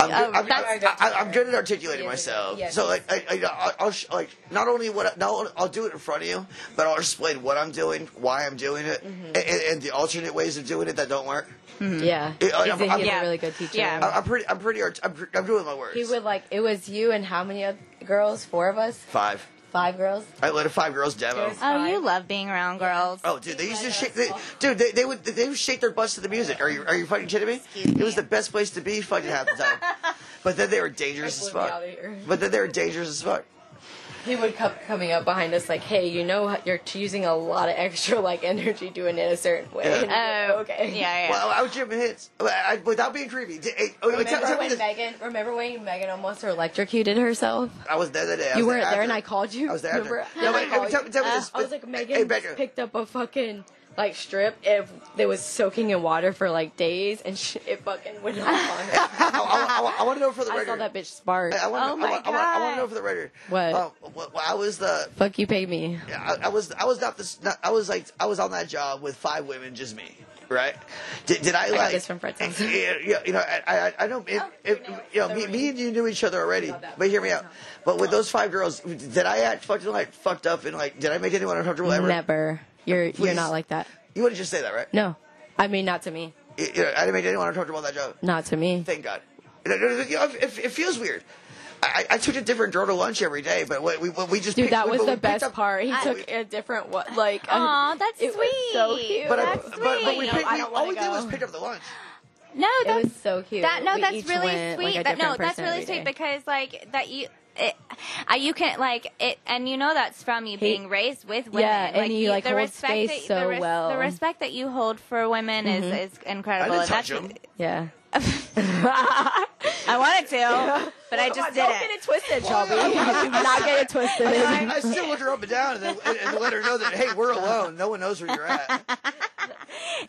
Speaker 1: I'm,
Speaker 2: Oh,
Speaker 1: good, I'm,
Speaker 2: that's-
Speaker 1: I, I, am good at articulating myself
Speaker 4: yes.
Speaker 1: so like I, I, I'll- I'll sh- like not only what I, not only- I'll do it in front of you but I'll explain what I'm doing why I'm doing it and, and, and the alternate ways of doing it that don't work
Speaker 4: Um, Yeah.
Speaker 1: It- I-
Speaker 4: He's a-
Speaker 1: I'm- Uh, I'm-
Speaker 4: he's
Speaker 2: Yeah.
Speaker 4: a really good teacher.
Speaker 2: Yeah.
Speaker 1: I, I'm pretty I'm pretty art- I'm, pre- I'm doing my words
Speaker 4: He would like it was you and how many other girls? Four of us?
Speaker 1: five
Speaker 4: Five girls?
Speaker 1: I led a five girls demo.
Speaker 4: There's-
Speaker 2: Oh,
Speaker 4: Fine.
Speaker 2: you love being around girls.
Speaker 1: Oh, dude, they used to shake. They, dude, they, they would they would shake their butts to the music. Are you are you fucking kidding me?
Speaker 2: Excuse
Speaker 1: It was
Speaker 2: me.
Speaker 1: the best place to be,
Speaker 2: [laughs]
Speaker 1: fucking half the time. but then they were dangerous as
Speaker 4: blew me
Speaker 1: fuck.
Speaker 4: out of here.
Speaker 1: But then they were dangerous as fuck.
Speaker 4: he would kept coming up behind us like, "Hey, you know how- you're using a lot of extra like [laughs] energy doing it a certain way." And we'd be like,
Speaker 2: Oh,
Speaker 4: [laughs] okay.
Speaker 2: Yeah, yeah.
Speaker 1: Well, I was Jim hits Well, I- without being creepy. d- eh, oh, tell,
Speaker 4: Remember
Speaker 1: tell me
Speaker 4: when
Speaker 1: this.
Speaker 4: Megan? Remember when Megan almost electrocuted herself?
Speaker 1: I was there that day. I
Speaker 4: You
Speaker 1: was
Speaker 4: weren't there, and I
Speaker 1: after.
Speaker 4: called you.
Speaker 1: I was there. after.
Speaker 4: Remember?
Speaker 1: No, wait,
Speaker 4: I called
Speaker 1: tell, me- tell me
Speaker 2: you.
Speaker 1: this.
Speaker 4: I was like, Megan
Speaker 1: Hey, Becca.
Speaker 4: picked up a fucking like strip if that was soaking in water for like days, and sh- it fucking
Speaker 1: [laughs]
Speaker 4: went off on her.
Speaker 1: [laughs] I, want to know for the
Speaker 4: I
Speaker 1: record.
Speaker 4: saw that bitch spark.
Speaker 1: I want,
Speaker 2: Oh my
Speaker 1: I, want, I want
Speaker 2: God.
Speaker 1: to know for the record.
Speaker 4: What?
Speaker 1: Um, well, I was the.
Speaker 4: Fuck you, pay me.
Speaker 1: I, I was. I was not this. Not, I was like. I was on that job with five women, just me. Right? Did, did I, like?
Speaker 4: this from Fred's house.
Speaker 1: Yeah, yeah, you know, I, I, I know.
Speaker 4: Oh,
Speaker 1: It, it, you know, me, me and you knew each other already. But hear me out. But with those five girls, did I act fucking like fucked up and like? Did I make anyone uncomfortable ever?
Speaker 4: Never. You're
Speaker 1: Please.
Speaker 4: you're not like that.
Speaker 1: You wouldn't just say that, right?
Speaker 4: No, I mean not to me.
Speaker 1: You know, I didn't make anyone uncomfortable on that job.
Speaker 4: Not to me.
Speaker 1: Thank God. You know, It, it- it feels weird. I, I I took a different girl to lunch every day, but what we, what we just
Speaker 4: Dude,
Speaker 1: picked-
Speaker 4: that
Speaker 1: we-
Speaker 4: was
Speaker 1: we
Speaker 4: the
Speaker 1: picked
Speaker 4: best
Speaker 1: up-
Speaker 4: part. He
Speaker 1: I-
Speaker 4: took a different one. Like, um,
Speaker 2: Aw, that's
Speaker 4: it
Speaker 2: sweet.
Speaker 4: was so cute.
Speaker 1: But, I,
Speaker 2: that's
Speaker 1: but,
Speaker 2: sweet.
Speaker 1: but we, picked,
Speaker 4: I
Speaker 1: we
Speaker 4: don't
Speaker 1: all we
Speaker 4: wanna
Speaker 1: did was
Speaker 4: go.
Speaker 1: pick up the lunch.
Speaker 2: no,
Speaker 4: it
Speaker 2: that's
Speaker 4: was so cute.
Speaker 2: That no,
Speaker 4: We
Speaker 2: that's
Speaker 4: each
Speaker 2: really
Speaker 4: went, like,
Speaker 2: sweet.
Speaker 4: a
Speaker 2: that no,
Speaker 4: different
Speaker 2: that's
Speaker 4: person
Speaker 2: really
Speaker 4: every
Speaker 2: sweet
Speaker 4: day.
Speaker 2: because like that you. It, I, you can like it, and you know that's from you being raised with women.
Speaker 4: Yeah, and
Speaker 2: like,
Speaker 4: he,
Speaker 2: you,
Speaker 4: like,
Speaker 2: the
Speaker 4: holds
Speaker 2: respect
Speaker 4: space
Speaker 2: that,
Speaker 4: so
Speaker 2: the res-
Speaker 4: well. Mm-hmm.
Speaker 2: The respect that you hold for women is, is incredible.
Speaker 1: I
Speaker 2: and
Speaker 1: didn't touch
Speaker 2: that's-
Speaker 1: him.
Speaker 4: Yeah.
Speaker 2: I wanted
Speaker 4: [laughs]
Speaker 2: to, but I just
Speaker 4: Don't get
Speaker 2: didn't.
Speaker 4: it twisted, Shelby. Do [laughs] not get it [laughs] twisted.
Speaker 1: I, I still look her up and down and, then, and, and let her know that hey, we're alone. No one knows where you're at.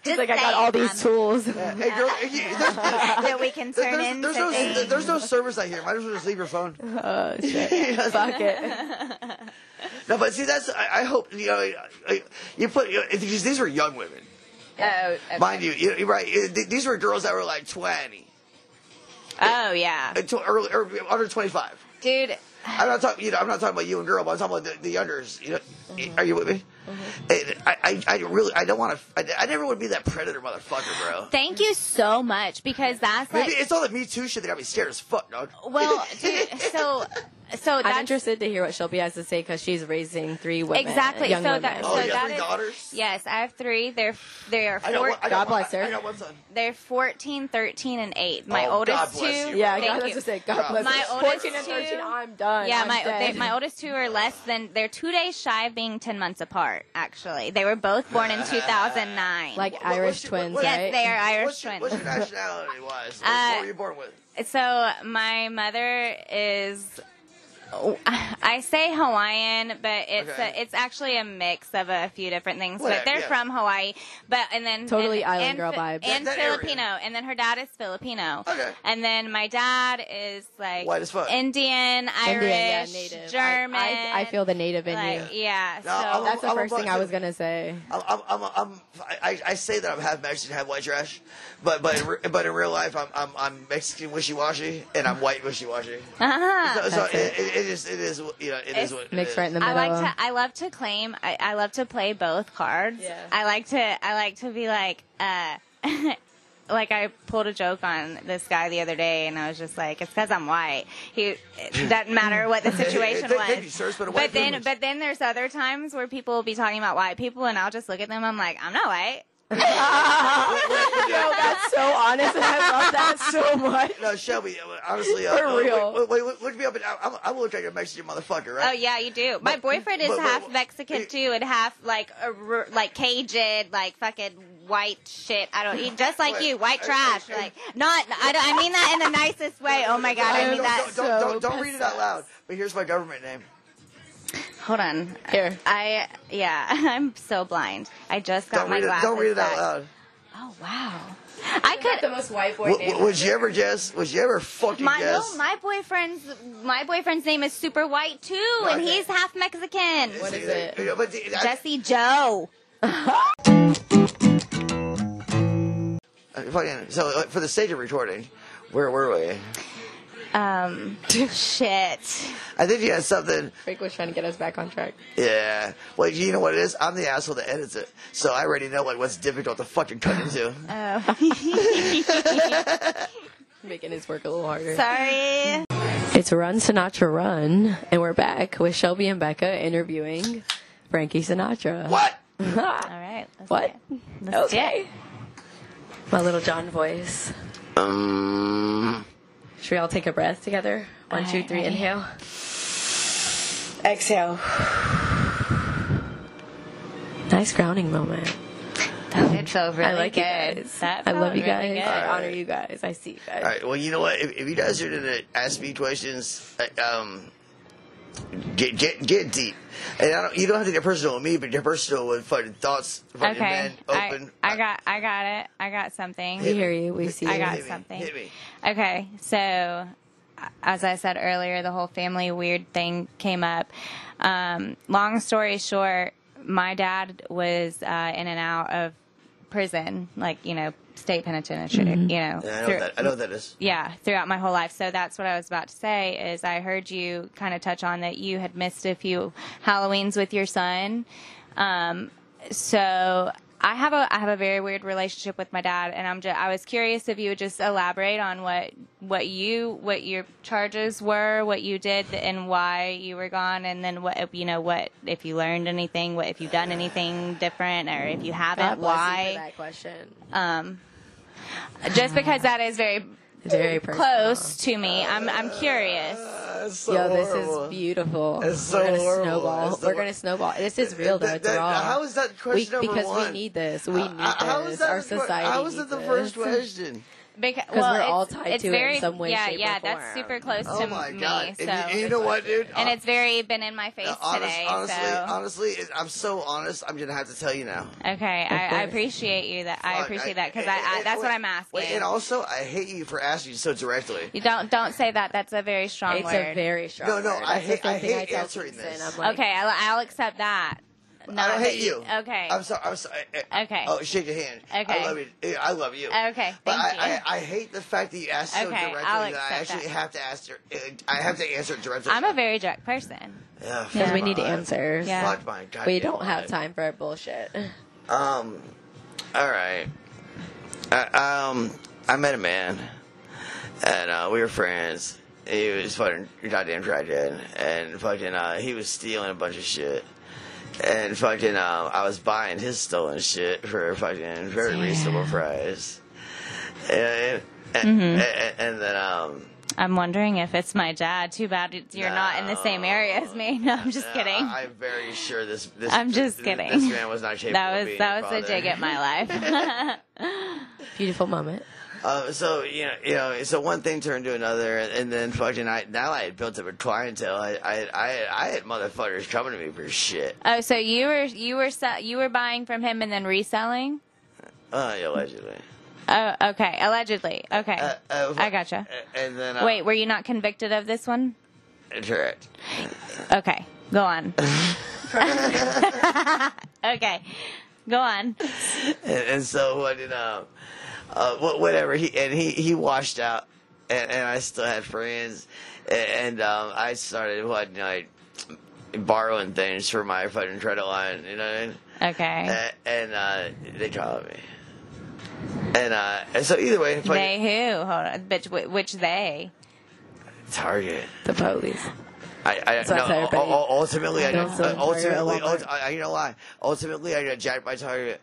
Speaker 2: Just
Speaker 4: like I got all these tools.
Speaker 1: Hey, girl, you, there's,
Speaker 2: that we can turn
Speaker 1: there's,
Speaker 2: into
Speaker 1: there's, no,
Speaker 2: things.
Speaker 1: there's no service out here. Might as well just leave your phone.
Speaker 4: [laughs] Oh
Speaker 1: [laughs]
Speaker 4: shit!
Speaker 1: You know, it's like-
Speaker 4: Fuck [laughs] it.
Speaker 1: no, but see, that's I, I hope you know. I- You put you know, these these were young women,
Speaker 2: oh, okay.
Speaker 1: mind you. you you're right, Th- these were girls that were like 20,
Speaker 2: oh yeah,
Speaker 1: uh, tw- early, or under 25.
Speaker 2: dude.
Speaker 1: I'm not talking. You know, I'm not talking about you and girl, but I'm talking about the, the unders. You know,
Speaker 4: Mm-hmm.
Speaker 1: are you with me? I, I, I really, I don't want to. I, I never would be that predator motherfucker, bro.
Speaker 2: Thank you so much because that's like
Speaker 1: Maybe it's all the Me Too shit that got me scared as fuck, dog. [laughs]
Speaker 2: well, dude. So, so
Speaker 4: I'm
Speaker 2: that's
Speaker 4: interested to hear what Shelby has to say because she's raising three women.
Speaker 2: Exactly.
Speaker 4: Young
Speaker 2: so
Speaker 4: women.
Speaker 2: that
Speaker 1: Oh,
Speaker 2: so
Speaker 1: you got
Speaker 2: that
Speaker 1: three
Speaker 2: is-
Speaker 1: daughters?
Speaker 2: Yes, I have three. They're they are
Speaker 1: I got
Speaker 2: four,
Speaker 1: one- I
Speaker 4: God
Speaker 1: got one-
Speaker 4: bless her.
Speaker 1: I got one son.
Speaker 2: they're 14, 13 and 8. My
Speaker 1: Oh,
Speaker 2: oldest
Speaker 1: God bless
Speaker 2: two.
Speaker 1: you.
Speaker 4: yeah,
Speaker 2: thank
Speaker 4: God,
Speaker 2: you.
Speaker 4: that's just say God
Speaker 1: Yeah.
Speaker 4: bless.
Speaker 2: My
Speaker 4: us.
Speaker 2: oldest
Speaker 4: 14 and
Speaker 2: two-
Speaker 4: 13, I'm done.
Speaker 2: yeah,
Speaker 4: I'm
Speaker 2: my
Speaker 4: dead.
Speaker 2: they, my oldest two are less than they're two days shy of being ten months apart. Actually, they were both born
Speaker 1: [laughs]
Speaker 2: in two thousand nine.
Speaker 4: like
Speaker 1: What- what's
Speaker 4: Irish
Speaker 1: your- what-
Speaker 4: twins,
Speaker 1: what-
Speaker 2: yes,
Speaker 4: right?
Speaker 2: they are Irish
Speaker 1: what's your,
Speaker 2: twins. [laughs]
Speaker 1: what's your nationality wise? What,
Speaker 2: Uh,
Speaker 1: were you born with?
Speaker 2: So my mother is. I say Hawaiian, but it's
Speaker 1: Okay.
Speaker 2: a, it's actually a mix of a few different things.
Speaker 1: Whatever,
Speaker 2: but they're
Speaker 1: yeah.
Speaker 2: from Hawaii, but and then
Speaker 4: Totally
Speaker 2: and,
Speaker 4: island
Speaker 2: and,
Speaker 4: girl
Speaker 2: Fi-
Speaker 4: vibes.
Speaker 2: and
Speaker 1: That- that area.
Speaker 2: Filipino, and then her dad is Filipino.
Speaker 1: Okay.
Speaker 2: And then my dad is like
Speaker 1: White as fuck.
Speaker 2: Indian, Irish,
Speaker 4: Indian, yeah, native. I-
Speaker 2: German.
Speaker 4: I, I feel the native in you.
Speaker 2: like yeah.
Speaker 1: No,
Speaker 2: so
Speaker 1: I'm a-
Speaker 4: That's the
Speaker 1: I'm
Speaker 4: first thing I
Speaker 1: black-
Speaker 4: was gonna say.
Speaker 1: I'm, I'm, I'm, I'm I, I- I say that I'm half Mexican, half white trash, but but in re- but in real life, I'm I'm, I'm Mexican wishy washy and I'm white wishy
Speaker 2: [laughs]
Speaker 1: washy.
Speaker 2: [laughs] uh-huh.
Speaker 1: So, so
Speaker 4: That's
Speaker 1: it, it, it is it is you know it
Speaker 2: It's
Speaker 1: is what it
Speaker 4: Mixed
Speaker 1: is.
Speaker 4: right in the
Speaker 2: I
Speaker 4: middle.
Speaker 2: like to. I love to claim. I, I love to play both cards.
Speaker 4: Yeah.
Speaker 2: I like to. I like to be like. uh [laughs] Like I pulled a joke on this guy the other day, and I was just like, "It's because I'm white." He it doesn't matter what the situation
Speaker 1: Thank-
Speaker 2: was.
Speaker 1: thank you, sir. It's been a white
Speaker 2: but
Speaker 1: [laughs]
Speaker 2: then,
Speaker 1: privilege.
Speaker 2: but then there's other times where people will be talking about white people, and I'll just look at them. I'm like, "I'm not white."
Speaker 4: Yo, Oh, that's
Speaker 2: [laughs]
Speaker 4: so honest, and I love that so much.
Speaker 1: No, Shelby, honestly, uh,
Speaker 4: For
Speaker 1: uh,
Speaker 4: real.
Speaker 1: Wait, wait, wait, look me up. And I, I'm, I look like a Mexican motherfucker,
Speaker 2: Oh
Speaker 1: right?
Speaker 2: yeah, you do. My boyfriend is
Speaker 1: but- but-
Speaker 2: half
Speaker 1: but-
Speaker 2: Mexican too, and half like a r like Cajun, like fucking white shit. I don't. He just like
Speaker 1: Wait,
Speaker 2: you, white
Speaker 1: I-
Speaker 2: trash.
Speaker 1: I-
Speaker 2: Like not. I, don't- I mean that in the nicest way. Oh my god, I
Speaker 1: don't,
Speaker 2: mean that.
Speaker 1: don't, don't,
Speaker 4: so
Speaker 1: don't, don't read it out loud. But here's my government name.
Speaker 2: Hold on.
Speaker 4: Here.
Speaker 2: I yeah. [laughs] I'm so blind. I just got
Speaker 1: Don't
Speaker 2: my
Speaker 1: read it.
Speaker 2: glasses.
Speaker 1: Don't read it out
Speaker 2: back.
Speaker 1: loud.
Speaker 2: Oh wow. I could.
Speaker 4: most white boy
Speaker 1: W- w- would you ever guess? Would you ever fucking
Speaker 2: My
Speaker 1: guess?
Speaker 2: no, my boyfriend's my boyfriend's name is super white too, and
Speaker 1: Okay.
Speaker 2: he's half Mexican.
Speaker 4: What is it?
Speaker 1: You know, but the- I-
Speaker 2: Jesse Joe.
Speaker 1: uh, fucking, so uh, for the sake of recording, where were we?
Speaker 2: Um, [laughs] shit.
Speaker 1: I think you had something.
Speaker 4: Frank was trying to get us back on track.
Speaker 1: Yeah. Well, you know what it is? I'm the asshole that edits it, so I already know like what's difficult to fucking cut
Speaker 2: [laughs]
Speaker 1: into.
Speaker 2: Uh,
Speaker 4: Making his work a little harder.
Speaker 2: Sorry.
Speaker 4: It's Run Sinatra Run, and we're back with Shelby and Becca interviewing Frankie Sinatra.
Speaker 1: what?
Speaker 2: All right. Let's
Speaker 4: What?
Speaker 2: do it. Let's do
Speaker 4: Okay. My little John voice.
Speaker 1: Um.
Speaker 2: mm.
Speaker 4: Should we all take a breath together? One,
Speaker 2: All
Speaker 4: two,
Speaker 2: right,
Speaker 4: three,
Speaker 2: ready?
Speaker 4: inhale. Exhale.
Speaker 3: Nice grounding moment.
Speaker 2: That did feel really
Speaker 3: I like
Speaker 2: good.
Speaker 3: you guys.
Speaker 2: That
Speaker 3: I
Speaker 2: felt
Speaker 3: love you guys.
Speaker 2: really good.
Speaker 3: I honor you guys. I see you guys.
Speaker 1: All right. Well, you know what? If, if you guys are gonna ask me questions, uh, um, get get get deep. And I don't. You don't have to get personal with me, but get personal with fucking thoughts. Fucking
Speaker 2: Okay.
Speaker 1: men,
Speaker 2: I,
Speaker 1: open.
Speaker 2: I got I got it. I got something.
Speaker 3: We hear you. We see you.
Speaker 2: I got
Speaker 1: Hit me,
Speaker 2: something.
Speaker 1: hit me.
Speaker 2: Okay, so as I said earlier, the whole family weird thing came up. Um, long story short, my dad was uh, in and out of prison, like you know, state penitentiary.
Speaker 3: Mm-hmm.
Speaker 2: You know,
Speaker 1: Yeah, I know
Speaker 2: through-
Speaker 1: that. I know what that is.
Speaker 2: yeah, throughout my whole life. So that's what I was about to say is I heard you kind of touch on that you had missed a few Halloweens with your son. Um, so I have a I have a very weird relationship with my dad, and I'm just I was curious if you would just elaborate on what what you what your charges were, what you did, and why you were gone, and then what you know what if you learned anything, what if you've done anything different, or if you
Speaker 3: God bless
Speaker 2: haven't,
Speaker 3: you
Speaker 2: why?
Speaker 3: for that question.
Speaker 2: Um, just because that is very
Speaker 3: Very personal.
Speaker 2: close to me. I'm I'm curious.
Speaker 1: That's so
Speaker 3: Yo, this
Speaker 1: horrible.
Speaker 3: is beautiful.
Speaker 1: It's so
Speaker 3: We're gonna
Speaker 1: horrible.
Speaker 3: snowball.
Speaker 1: It's the
Speaker 3: We're
Speaker 1: wor-
Speaker 3: gonna snowball. This is real though.
Speaker 1: That-
Speaker 3: It's
Speaker 1: that-
Speaker 3: raw.
Speaker 1: How is that
Speaker 3: we,
Speaker 1: question number
Speaker 3: because
Speaker 1: one?
Speaker 3: we need this. We need
Speaker 1: Uh, how
Speaker 3: this.
Speaker 1: is that
Speaker 3: Our
Speaker 1: the que-
Speaker 3: society.
Speaker 1: How is that the
Speaker 3: needs [laughs]
Speaker 1: first
Speaker 3: this.
Speaker 1: question?
Speaker 2: Because
Speaker 3: we're
Speaker 2: it's-
Speaker 3: all tied
Speaker 2: it's
Speaker 3: to it in
Speaker 2: very,
Speaker 3: some way,
Speaker 2: Yeah,
Speaker 3: shape, or
Speaker 2: yeah, that's
Speaker 3: form.
Speaker 2: super close
Speaker 1: Oh
Speaker 2: to
Speaker 1: my
Speaker 2: me.
Speaker 1: god!
Speaker 2: So.
Speaker 1: And you, you know what, dude?
Speaker 2: And it's very been in my face
Speaker 1: Uh, honest-
Speaker 2: today.
Speaker 1: honestly,
Speaker 2: so.
Speaker 1: honestly, it- I'm so honest. I'm gonna have to tell you now.
Speaker 2: okay, I, I
Speaker 3: course.
Speaker 2: appreciate you. That I
Speaker 1: Fuck,
Speaker 2: appreciate that because
Speaker 1: and-
Speaker 2: I,
Speaker 1: and-
Speaker 2: I that's what I'm asking.
Speaker 1: wait, and also, I hate you for asking so directly.
Speaker 2: you don't don't say that. That's a very strong
Speaker 3: It's
Speaker 2: word.
Speaker 3: a very strong.
Speaker 1: No, no,
Speaker 3: word.
Speaker 1: I
Speaker 3: That's the
Speaker 1: hate- I
Speaker 3: same thing
Speaker 1: hate
Speaker 3: tell
Speaker 1: answering
Speaker 3: Kingston.
Speaker 1: this.
Speaker 3: I'm like,
Speaker 2: okay, I'll, I'll accept that. Not
Speaker 1: I don't
Speaker 2: that
Speaker 1: hate you.
Speaker 2: Okay.
Speaker 1: I'm sorry. I'm sorry. I- I-
Speaker 2: Okay.
Speaker 1: Oh, shake your hand.
Speaker 2: Okay.
Speaker 1: I love you. Eh, I love you.
Speaker 2: Okay,
Speaker 1: But
Speaker 2: thank
Speaker 1: I,
Speaker 2: you.
Speaker 1: I, I hate the fact that you asked so
Speaker 2: Okay,
Speaker 1: directly
Speaker 2: I'll
Speaker 1: that I
Speaker 2: accept
Speaker 1: actually
Speaker 2: that.
Speaker 1: have to ask. dir- eh, I have to answer directly.
Speaker 2: I'm a very direct person.
Speaker 1: Ugh, fuck
Speaker 3: Because we
Speaker 1: my
Speaker 3: need
Speaker 1: life.
Speaker 3: answers.
Speaker 2: Yeah.
Speaker 1: Fuck my goddamn
Speaker 3: We don't have
Speaker 1: life.
Speaker 3: time for our
Speaker 1: [laughs]
Speaker 3: bullshit.
Speaker 1: Um, all right. I, um, I met a man, and uh, we were friends. He was fucking goddamn crackhead, and fucking uh, he was stealing a bunch of shit, and fucking uh, I was buying his stolen shit for a fucking very reasonable price, and
Speaker 2: Mm-hmm.
Speaker 1: and, and, and then um.
Speaker 2: I'm wondering if it's my dad. Too bad it's- you're not in the same area as me. [laughs] No, I'm just
Speaker 1: uh,
Speaker 2: kidding.
Speaker 1: I, am very sure this. this
Speaker 2: I'm just
Speaker 1: this-
Speaker 2: kidding.
Speaker 1: This man was not capable. of
Speaker 2: that was
Speaker 1: being
Speaker 2: that
Speaker 1: your
Speaker 2: was a
Speaker 1: father.
Speaker 2: dig at my
Speaker 1: [laughs]
Speaker 2: life. [laughs]
Speaker 3: Beautiful moment.
Speaker 1: Uh, so you know, you know, so one thing turned to another, and, and then fucking, I now I had built up a clientele. I, I, I, I had motherfuckers coming to me for shit.
Speaker 2: oh, so you were you were se- you were buying from him and then reselling?
Speaker 1: Uh, allegedly.
Speaker 2: Oh, okay, allegedly. Okay,
Speaker 1: Uh, uh,
Speaker 2: I gotcha.
Speaker 1: a- And then uh,
Speaker 2: Wait, were you not convicted of this one?
Speaker 1: correct.
Speaker 2: Okay,
Speaker 1: [laughs]
Speaker 2: go on. [laughs] okay, go on.
Speaker 1: And, and so fucking, um, uh, wha- whatever. He and he he washed out, and, and I still had friends, and, and um, I started fucking like borrowing things for my fucking credit line. You know. What I mean?
Speaker 2: Okay,
Speaker 1: A- and uh, they called me. And uh, and so either way, fucking
Speaker 2: they who? Hold on, bitch. wh- Which they?
Speaker 1: Target.
Speaker 3: The police.
Speaker 1: I, I
Speaker 3: what I said,
Speaker 1: no, u-
Speaker 3: everybody.
Speaker 1: u- ultimately, I
Speaker 3: Don't
Speaker 1: got,
Speaker 3: sell Target at
Speaker 1: ultimately,
Speaker 3: Walmart.
Speaker 1: ulti- I, I ain't gonna lie. Ultimately, I got jacked by Target.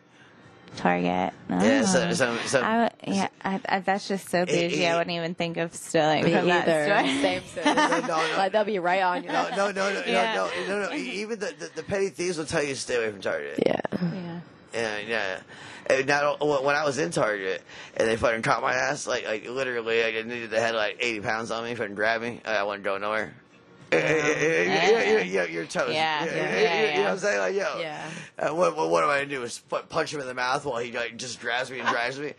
Speaker 2: Target. Oh.
Speaker 1: Yeah, so, so, so
Speaker 2: I, yeah, I, I, that's just so bougie. I
Speaker 1: it-
Speaker 2: wouldn't even think of stealing
Speaker 3: Me
Speaker 2: from that store.
Speaker 3: either.
Speaker 1: [laughs]
Speaker 3: Same
Speaker 1: no,
Speaker 3: sis.
Speaker 1: no, no.
Speaker 3: Like they'll be right on you.
Speaker 1: No, no, no, no,
Speaker 2: Yeah.
Speaker 1: no, no, no, no. E- Even the, the, the petty thieves will tell you to stay away from Target.
Speaker 3: Yeah.
Speaker 1: [laughs]
Speaker 2: Yeah.
Speaker 1: Yeah, yeah. And not o- when I was in Target and they fucking caught my ass, like like literally, like, I needed they had like eighty pounds on me, fucking grab me. I wouldn't go nowhere. Yeah. Yeah, yeah, yeah, your toes.
Speaker 2: Yeah, yeah,
Speaker 1: you, know
Speaker 2: yeah.
Speaker 1: what I'm saying? Like, yo,
Speaker 3: Yeah.
Speaker 1: uh, what, what, what am I gonna do? Is pu- punch him in the mouth while he like just grabs me and drives me?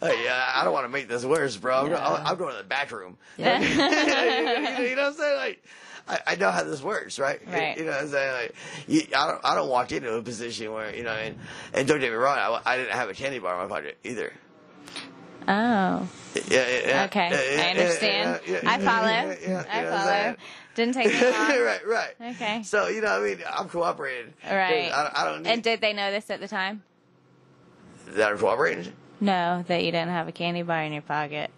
Speaker 1: Like, yeah, I don't want to make this worse, bro. I'm,
Speaker 3: Yeah.
Speaker 1: I'm, I'm going to the back room. you, know, you know what I'm saying? Like, I, I know how this works, right?
Speaker 2: Right.
Speaker 1: You know what I'm saying? Like, you, I don't, I don't walk into a position where you know, and, and don't get me wrong, I, I didn't have a candy bar in my pocket either.
Speaker 2: Oh.
Speaker 1: Yeah, yeah, yeah.
Speaker 2: Okay,
Speaker 1: Yeah, yeah, yeah,
Speaker 2: I understand.
Speaker 1: uh, yeah, yeah,
Speaker 2: I
Speaker 1: yeah,
Speaker 2: follow.
Speaker 1: yeah, yeah,
Speaker 2: I
Speaker 1: you know what I'm
Speaker 2: follow.
Speaker 1: saying?
Speaker 2: Didn't
Speaker 1: [laughs]
Speaker 2: take me long.
Speaker 1: right, right.
Speaker 2: Okay.
Speaker 1: So you know, I mean, I'm cooperating.
Speaker 2: Right.
Speaker 1: I, I don't need
Speaker 2: And did they know this at the time?
Speaker 1: that I'm cooperating.
Speaker 2: No, that you didn't have a candy bar in your pocket.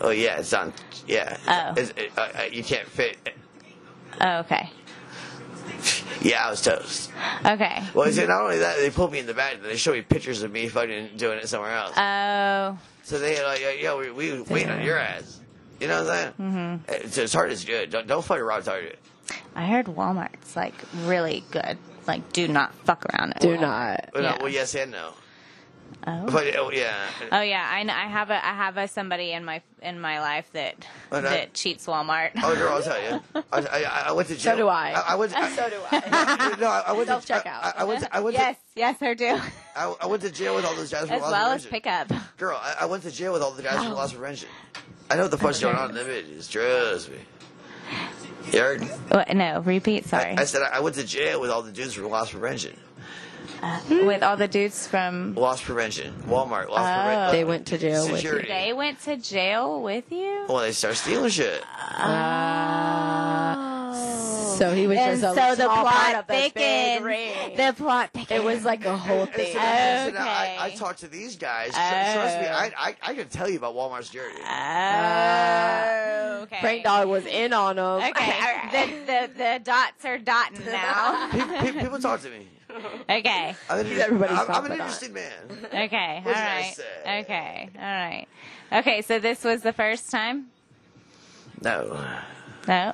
Speaker 1: Oh yeah, it's on. Yeah.
Speaker 2: Oh.
Speaker 1: It's, it, uh, uh, you can't fit.
Speaker 2: Oh, okay.
Speaker 1: Yeah, I was toast.
Speaker 2: Okay.
Speaker 1: Well, you see, not only that, they pulled me in the back. They showed me pictures of me fucking doing it somewhere else.
Speaker 2: Oh,
Speaker 1: so they like, yo, we, we Eh, waiting on your ass. You know what I'm saying? Mm-hmm. It's, it's hard as good. Don't, don't fucking rob Target.
Speaker 2: I heard Walmart's like really good. Like, do not fuck around. At
Speaker 3: Do
Speaker 2: Walmart.
Speaker 3: not.
Speaker 1: Well,
Speaker 2: Yeah.
Speaker 1: no, well yes and no.
Speaker 2: Oh.
Speaker 1: But oh, yeah.
Speaker 2: Oh yeah, I, kn- I have a I have a somebody in my in my life that
Speaker 1: Oh, no.
Speaker 2: that cheats Walmart.
Speaker 1: Oh,
Speaker 2: [laughs]
Speaker 1: girl, I'll tell you. I, I, I went to jail.
Speaker 3: do I.
Speaker 1: I, went. I,
Speaker 4: So do I.
Speaker 1: [laughs] no, I I went to
Speaker 4: Self-checkout.
Speaker 1: I, I went. To, I went.
Speaker 2: yes, yes, her do,
Speaker 1: To, I, I went to jail with all those guys from
Speaker 2: as
Speaker 1: Lost
Speaker 2: well as
Speaker 1: Prevention.
Speaker 2: pickup.
Speaker 1: Girl, I, I went to jail with all the guys from Lost Prevention. I know what the fuck's going on in the images. Trust me. You heard?
Speaker 2: What, no, repeat. Sorry,
Speaker 1: I said I I went to jail with all the dudes from Lost Prevention.
Speaker 2: with all the dudes from
Speaker 1: Lost Prevention. Walmart. Lost
Speaker 2: Oh.
Speaker 1: Prevention.
Speaker 3: They went to jail with you.
Speaker 1: Security.
Speaker 2: they went to jail with you.
Speaker 1: Well, they start stealing shit.
Speaker 2: Ah.
Speaker 3: So he was
Speaker 4: And
Speaker 3: just a
Speaker 4: so the
Speaker 3: small part
Speaker 4: plot
Speaker 3: of the big
Speaker 4: thickens.
Speaker 3: ring.
Speaker 2: The plot thickens.
Speaker 4: It was like a whole thing.
Speaker 1: And so now I,
Speaker 2: Okay.
Speaker 1: I talked to these guys. Tr- Trust me,
Speaker 2: Oh.
Speaker 1: I, I I could tell you about Walmart security.
Speaker 2: Oh, okay.
Speaker 3: Frank Dog was in on him.
Speaker 2: Okay,
Speaker 3: [laughs]
Speaker 2: the, the the dots are dotting now.
Speaker 1: Pe- pe-
Speaker 2: [laughs]
Speaker 1: people talk to me.
Speaker 2: okay,
Speaker 1: I'm an,
Speaker 2: [laughs]
Speaker 3: everybody's
Speaker 1: I'm, I'm
Speaker 3: confidant.
Speaker 1: an interested man.
Speaker 2: okay, all
Speaker 1: What did I
Speaker 2: right,
Speaker 1: say?
Speaker 2: okay, all right, okay. So this was the first time.
Speaker 1: No.
Speaker 2: No.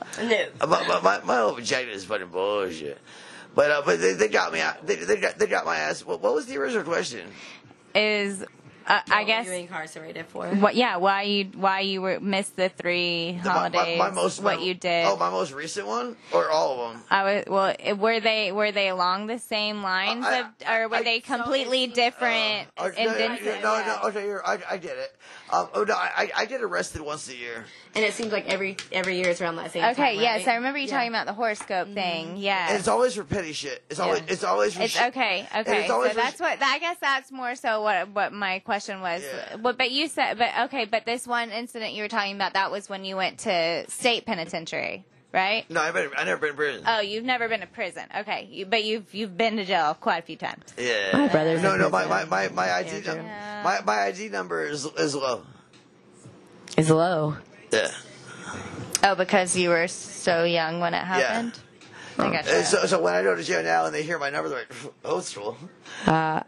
Speaker 1: Uh, My, my, my, my whole vagina is fucking bullshit. But uh, but they, they got me out. They, they, got, they got my ass. What, what was the original question?
Speaker 2: is uh, I guess
Speaker 5: you incarcerated for.
Speaker 2: what yeah why you why you were missed the three
Speaker 1: The- my- my-
Speaker 2: holidays
Speaker 1: my most-
Speaker 2: what
Speaker 1: my-
Speaker 2: you did
Speaker 1: Oh, my most recent one or all of them?
Speaker 2: I was well it- were they were they along the same lines
Speaker 1: I-
Speaker 2: of or were
Speaker 1: I-
Speaker 2: they completely different
Speaker 1: Uh, okay,
Speaker 2: and didn't-
Speaker 1: yeah, no, no, okay, you're, I, I get it. Um, oh no, I, I- I get arrested once a year.
Speaker 5: And it seems like every every year it's around that same time.
Speaker 2: okay yes
Speaker 5: right?
Speaker 2: I remember you
Speaker 5: Yeah.
Speaker 2: talking about the horoscope thing
Speaker 1: And
Speaker 2: yeah
Speaker 1: it's always for petty shit. It's always
Speaker 2: Yeah.
Speaker 1: it's always for
Speaker 2: it's
Speaker 1: shit.
Speaker 2: okay
Speaker 1: it's
Speaker 2: okay so
Speaker 1: always res-
Speaker 2: that's what I guess that's more so what what my question was
Speaker 1: Yeah.
Speaker 2: Well, but you said but okay but this one incident you were talking about that was when you went to state penitentiary right
Speaker 1: No, I've been, I never been in prison.
Speaker 2: Oh, you've never been to prison. Okay, you, but you've you've been to jail quite a few times.
Speaker 1: yeah.
Speaker 3: My brother's
Speaker 1: no,
Speaker 3: in
Speaker 1: no, my, my,
Speaker 3: prison.
Speaker 1: my, my ID
Speaker 3: Andrew.
Speaker 1: num- my, my ID number is is low.
Speaker 3: It's low.
Speaker 1: Yeah.
Speaker 2: Oh, because you were so young when it happened. I
Speaker 1: And
Speaker 2: gotcha.
Speaker 1: so, so when I go to jail now and they hear my number, they're like, "Oh, it's full."
Speaker 3: Uh,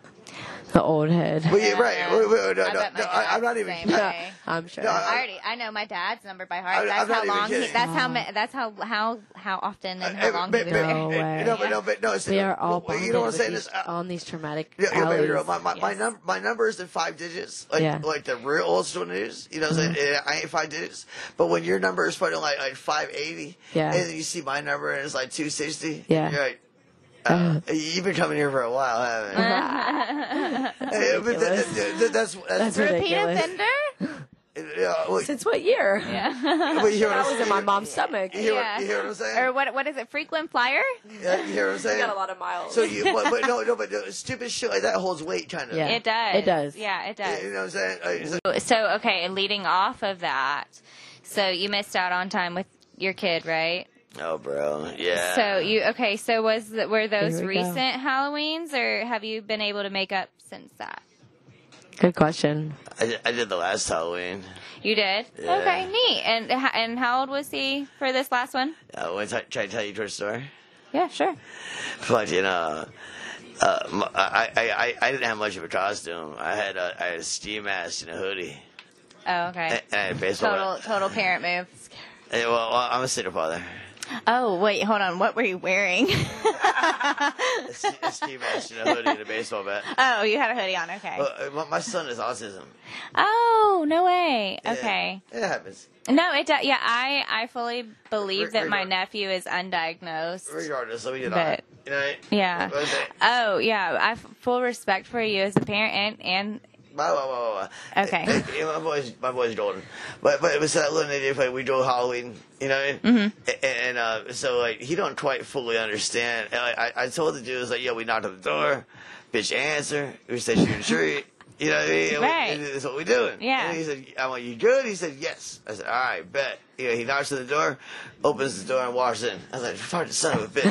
Speaker 3: the old head.
Speaker 1: Well, yeah, right.
Speaker 2: Yeah.
Speaker 1: Well, well, no,
Speaker 2: I
Speaker 1: no,
Speaker 2: bet my
Speaker 1: no, I, I'm
Speaker 2: dad's
Speaker 1: not
Speaker 2: the
Speaker 1: even. [laughs]
Speaker 2: same way.
Speaker 3: I'm sure.
Speaker 1: No,
Speaker 2: I
Speaker 1: I-
Speaker 2: already I know my dad's number by heart.
Speaker 1: I-
Speaker 2: that's
Speaker 1: I'm
Speaker 2: how
Speaker 1: not even
Speaker 2: long he.
Speaker 1: kidding.
Speaker 2: That's how ma- that's how how how often and how
Speaker 1: Uh,
Speaker 2: long
Speaker 1: but-
Speaker 2: he was
Speaker 1: but-
Speaker 2: there.
Speaker 3: No way.
Speaker 1: No, but no, but no. It's,
Speaker 3: we are all
Speaker 1: well,
Speaker 3: bonded
Speaker 1: You know what I'm
Speaker 3: with
Speaker 1: saying?
Speaker 3: these-
Speaker 1: This. Uh,
Speaker 3: on these traumatic
Speaker 1: yeah, yeah, baby
Speaker 3: alleys.
Speaker 1: girl, my my, my, num- my number is in five digits, like
Speaker 3: Yeah. Mm-hmm.
Speaker 1: like the real old school is. You know, what I'm saying? I ain't five digits, but when your number is fucking like like five eighty,
Speaker 3: Yeah.
Speaker 1: and then you see my number and it's like two sixty,
Speaker 3: Yeah. Uh-huh.
Speaker 1: you're like, uh, you've been coming here for a while, haven't you? [laughs] Yeah, but that-
Speaker 3: ridiculous.
Speaker 1: that- that- that's that's,
Speaker 3: That's
Speaker 2: [laughs] Repeat
Speaker 3: ridiculous.
Speaker 2: offender.
Speaker 1: yeah, well,
Speaker 3: Since what year?
Speaker 2: Yeah.
Speaker 1: but you hear what I'm
Speaker 3: I was in my
Speaker 1: saying?
Speaker 3: mom's stomach.
Speaker 1: You hear,
Speaker 2: Yeah.
Speaker 1: what, you hear what I'm saying?
Speaker 2: [laughs] or what? What is it? Frequent flyer?
Speaker 1: Yeah, you hear
Speaker 2: [laughs]
Speaker 1: what I'm saying?
Speaker 3: of miles.
Speaker 1: So you, but, but no, no, but no, stupid shit like that holds weight, kind of.
Speaker 3: Yeah.
Speaker 2: It does.
Speaker 3: It does.
Speaker 2: Yeah, it does.
Speaker 1: You know what I'm saying? Like, it's like,
Speaker 2: So okay, leading off of that, so you missed out on time with your kid, right?
Speaker 1: oh, bro. Yeah.
Speaker 2: So you okay? So was the, were those
Speaker 3: Here we go.
Speaker 2: recent Halloweens, or have you been able to make up since that?
Speaker 3: Good question.
Speaker 1: I, did- I did the last Halloween.
Speaker 2: You did.
Speaker 1: Yeah.
Speaker 2: Okay, neat. And h- and how old was he for this last one?
Speaker 1: Uh, when I t- try to tell you a true story. [laughs]
Speaker 2: Yeah, sure.
Speaker 1: Fucking, uh, uh, m- I, I, I, I didn't have much of a costume. I had a, I had a ski mask and a hoodie.
Speaker 2: Oh, okay.
Speaker 1: And, and I had a baseball
Speaker 2: Total total parent move.
Speaker 1: bat. Hey, well, well, I'm a single father.
Speaker 2: Oh wait, hold on. What were you wearing? [laughs]
Speaker 1: A ski, a ski mask and a hoodie and a baseball
Speaker 2: [laughs]
Speaker 1: bat.
Speaker 2: oh, you had a hoodie on. Okay.
Speaker 1: Well, uh, my- my son has autism.
Speaker 2: Oh no way.
Speaker 1: Yeah.
Speaker 2: Okay.
Speaker 1: It happens.
Speaker 2: No, it does. Yeah, I I fully believe that my
Speaker 1: Regard-
Speaker 2: nephew is undiagnosed.
Speaker 1: Regardless, let me get
Speaker 2: But-
Speaker 1: on it. You know, right?
Speaker 2: Yeah.
Speaker 1: What was it?
Speaker 2: Oh yeah, I have full respect for you as a parent and and
Speaker 1: Blah, blah, blah, blah.
Speaker 2: Okay.
Speaker 1: Eh, [laughs] eh, my boy's my boy's golden, but but it was that little idiot like we do Halloween, you know. what I mean?
Speaker 2: Mm-hmm.
Speaker 1: A- And, uh, so like he don't quite fully understand. And, like, I, I told the dude it was like, yo, we knocked on the door, bitch, answer. We said you can treat. You know what I mean? And we-
Speaker 2: Right.
Speaker 1: and that's what we doing.
Speaker 2: Yeah.
Speaker 1: And he said, "I want you good." He said, "Yes." I said, "All right, bet." You know, he knocks on the door, opens the door, and walks in. I was like, "Fuck the son of a bitch."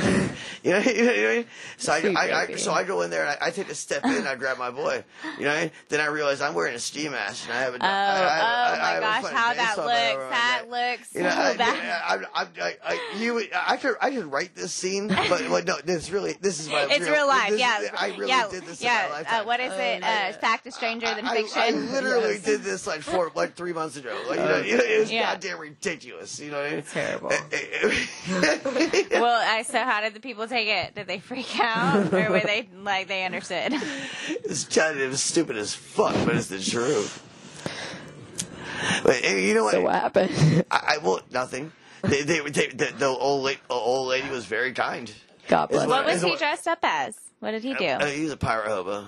Speaker 1: [laughs] you know, you know what I mean? [laughs] So I,
Speaker 3: Sweet
Speaker 1: I, I,
Speaker 3: baby.
Speaker 1: so I go in there and I, I take a step in and I grab my boy. You know, what I mean? then I realize I'm wearing a ski mask and I have a.
Speaker 2: oh oh my gosh, how that looks! That
Speaker 1: looks.
Speaker 2: looks
Speaker 1: You know,
Speaker 2: so
Speaker 1: I,
Speaker 2: bad.
Speaker 1: I, I, I, I, you, would- I could, I could write this
Speaker 2: [laughs]
Speaker 1: scene, but, but no, this really, this is my.
Speaker 2: it's real life,
Speaker 1: this-
Speaker 2: yeah.
Speaker 1: I really
Speaker 2: yeah,
Speaker 1: did this
Speaker 2: yeah.
Speaker 1: in my lifetime.
Speaker 2: Uh, what is it? Uh, fact is stranger than
Speaker 1: I- I- [laughs]
Speaker 2: fiction.
Speaker 1: I,
Speaker 2: [laughs]
Speaker 1: literally did this like four, like three months ago. Like, you know, it, it was
Speaker 2: Yeah.
Speaker 1: goddamn ridiculous. ridiculous. You know what I mean? [laughs]
Speaker 5: Terrible.
Speaker 2: Well, I so how did the people take it? Did they freak [laughs] out, or were they like
Speaker 1: [laughs]
Speaker 2: they understood?
Speaker 1: It's kind of stupid as fuck, but it's the truth. But eh, you know what?
Speaker 3: So what happened? [laughs]
Speaker 1: I, I will nothing. They, they, they, the, the old lady, old lady was very kind.
Speaker 3: God bless.
Speaker 1: What
Speaker 2: What was
Speaker 1: is
Speaker 2: he
Speaker 1: what-
Speaker 2: dressed up as? What did he do?
Speaker 1: Uh, he's a pirate hobo.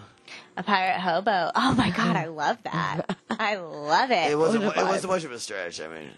Speaker 2: A pirate hobo. Oh my god, I love
Speaker 1: [laughs]
Speaker 2: that. I love
Speaker 3: Oh,
Speaker 1: It
Speaker 2: it.
Speaker 1: wasn't. It wasn't much of a stretch. I mean,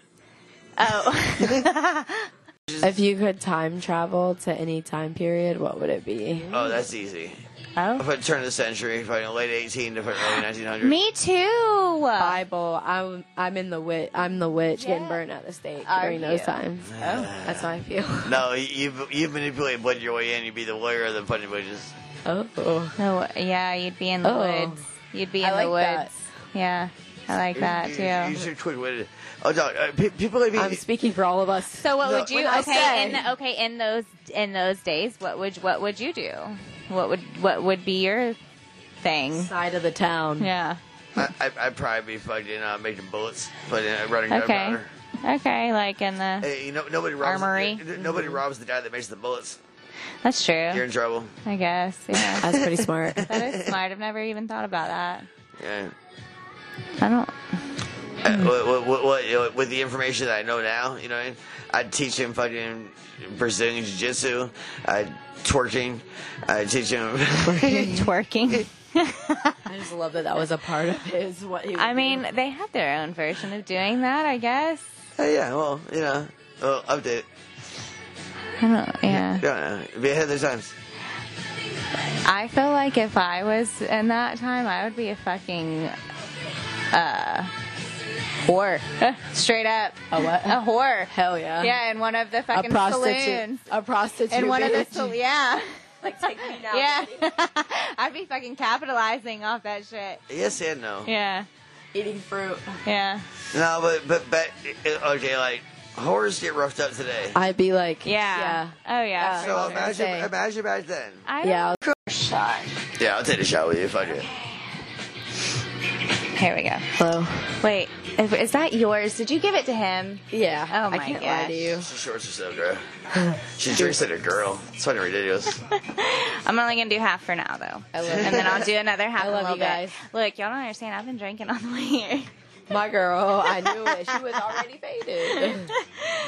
Speaker 2: Oh, [laughs]
Speaker 3: If you could time travel to any time period, what would it be?
Speaker 1: oh, that's easy.
Speaker 2: oh.
Speaker 1: But turn of the century, fucking late eighteen to fucking early nineteen hundred.
Speaker 2: Me too.
Speaker 4: Bible. I'm I'm in the witch. I'm the witch getting burned at the stake
Speaker 2: Are
Speaker 4: during those
Speaker 2: you?
Speaker 4: times. That's how I feel.
Speaker 1: [sighs]
Speaker 4: [laughs]
Speaker 1: No, you've you've manipulated, bled your way in. You'd be the lawyer of the fucking witches.
Speaker 3: Oh,
Speaker 2: Oh, yeah, you'd be in the
Speaker 3: Oh.
Speaker 2: woods. You'd be in
Speaker 4: I
Speaker 2: the
Speaker 4: like
Speaker 2: woods. Yeah, I like that
Speaker 1: You- You, you
Speaker 2: too.
Speaker 1: should quit with it. Oh no, uh, pe- people like me.
Speaker 3: I'm speaking for all of us.
Speaker 2: So what
Speaker 1: No,
Speaker 2: would you
Speaker 1: when I
Speaker 2: okay
Speaker 1: say-
Speaker 2: in the, okay in those in those days? What would what would you do? What would what would be your thing?
Speaker 4: Side of the town.
Speaker 2: Yeah.
Speaker 1: I, I, I'd probably be fucking uh, making bullets, fucking uh, running
Speaker 2: Okay.
Speaker 1: gunpowder.
Speaker 2: Okay, like in the
Speaker 1: Hey, you know, nobody robs.
Speaker 2: Armory.
Speaker 1: n- n- Nobody
Speaker 4: Mm-hmm.
Speaker 1: robs the guy that makes the bullets.
Speaker 2: that's
Speaker 1: You're
Speaker 2: true.
Speaker 1: in trouble.
Speaker 2: I guess.
Speaker 1: [laughs]
Speaker 2: Yeah.
Speaker 3: That's pretty
Speaker 2: [laughs]
Speaker 3: smart.
Speaker 2: that is smart. I've never even thought about that.
Speaker 1: Yeah.
Speaker 2: I don't.
Speaker 1: Uh, what, what, what, you know, with the information that I know now, you know, what I mean? I'd teach him fucking Brazilian Jiu Jitsu, I'd twerking, I'd teach him. [laughs]
Speaker 2: twerking.
Speaker 4: I just love that that was a part of his. What he
Speaker 2: I mean, they had their own version of doing that, I guess.
Speaker 1: Uh, yeah, well, you know, well, update. it.
Speaker 2: I don't, yeah.
Speaker 1: Yeah, yeah, be ahead of the times.
Speaker 2: I feel like if I was in that time, I would be a fucking uh, whore. [laughs] Straight up.
Speaker 4: A Oh, what?
Speaker 2: A whore.
Speaker 4: hell yeah.
Speaker 2: Yeah, in one of the
Speaker 4: A
Speaker 2: fucking
Speaker 4: prostitute.
Speaker 2: saloons.
Speaker 4: A prostitute.
Speaker 2: In one of the
Speaker 4: [laughs]
Speaker 2: [laughs]
Speaker 4: bitch.
Speaker 2: saloons. Yeah.
Speaker 5: like take me now.
Speaker 2: Yeah. [laughs] I'd be fucking capitalizing off that shit.
Speaker 1: Yes and no.
Speaker 2: Yeah.
Speaker 5: Eating fruit.
Speaker 2: Yeah.
Speaker 1: No, but, but, but, uh, okay, like, horrors get roughed up today.
Speaker 4: I'd be like,
Speaker 2: Yeah. Oh, yeah.
Speaker 4: Yeah.
Speaker 1: So
Speaker 4: I was gonna
Speaker 1: imagine,
Speaker 4: say.
Speaker 1: imagine back then.
Speaker 2: I
Speaker 4: yeah,
Speaker 2: don't-
Speaker 4: yeah.
Speaker 1: Yeah, I'll take a shot with you. Fuck it.
Speaker 2: Here we go.
Speaker 4: Hello.
Speaker 2: Wait, if- is that yours? Did you give it to him?
Speaker 4: Yeah.
Speaker 2: Oh
Speaker 4: I
Speaker 2: my
Speaker 4: can't
Speaker 2: gosh.
Speaker 4: lie to you.
Speaker 1: She shorts herself, girl.
Speaker 4: [laughs]
Speaker 1: She drinks like a girl. It's fucking ridiculous.
Speaker 2: I'm only gonna do half for now, though,
Speaker 4: I love
Speaker 2: and then I'll do another half.
Speaker 4: I
Speaker 2: in a
Speaker 4: love
Speaker 2: little
Speaker 4: you guys.
Speaker 2: Bit. Look, y'all don't understand. I've been drinking all the way here.
Speaker 4: My girl, I knew it. She was already
Speaker 2: [laughs]
Speaker 4: faded.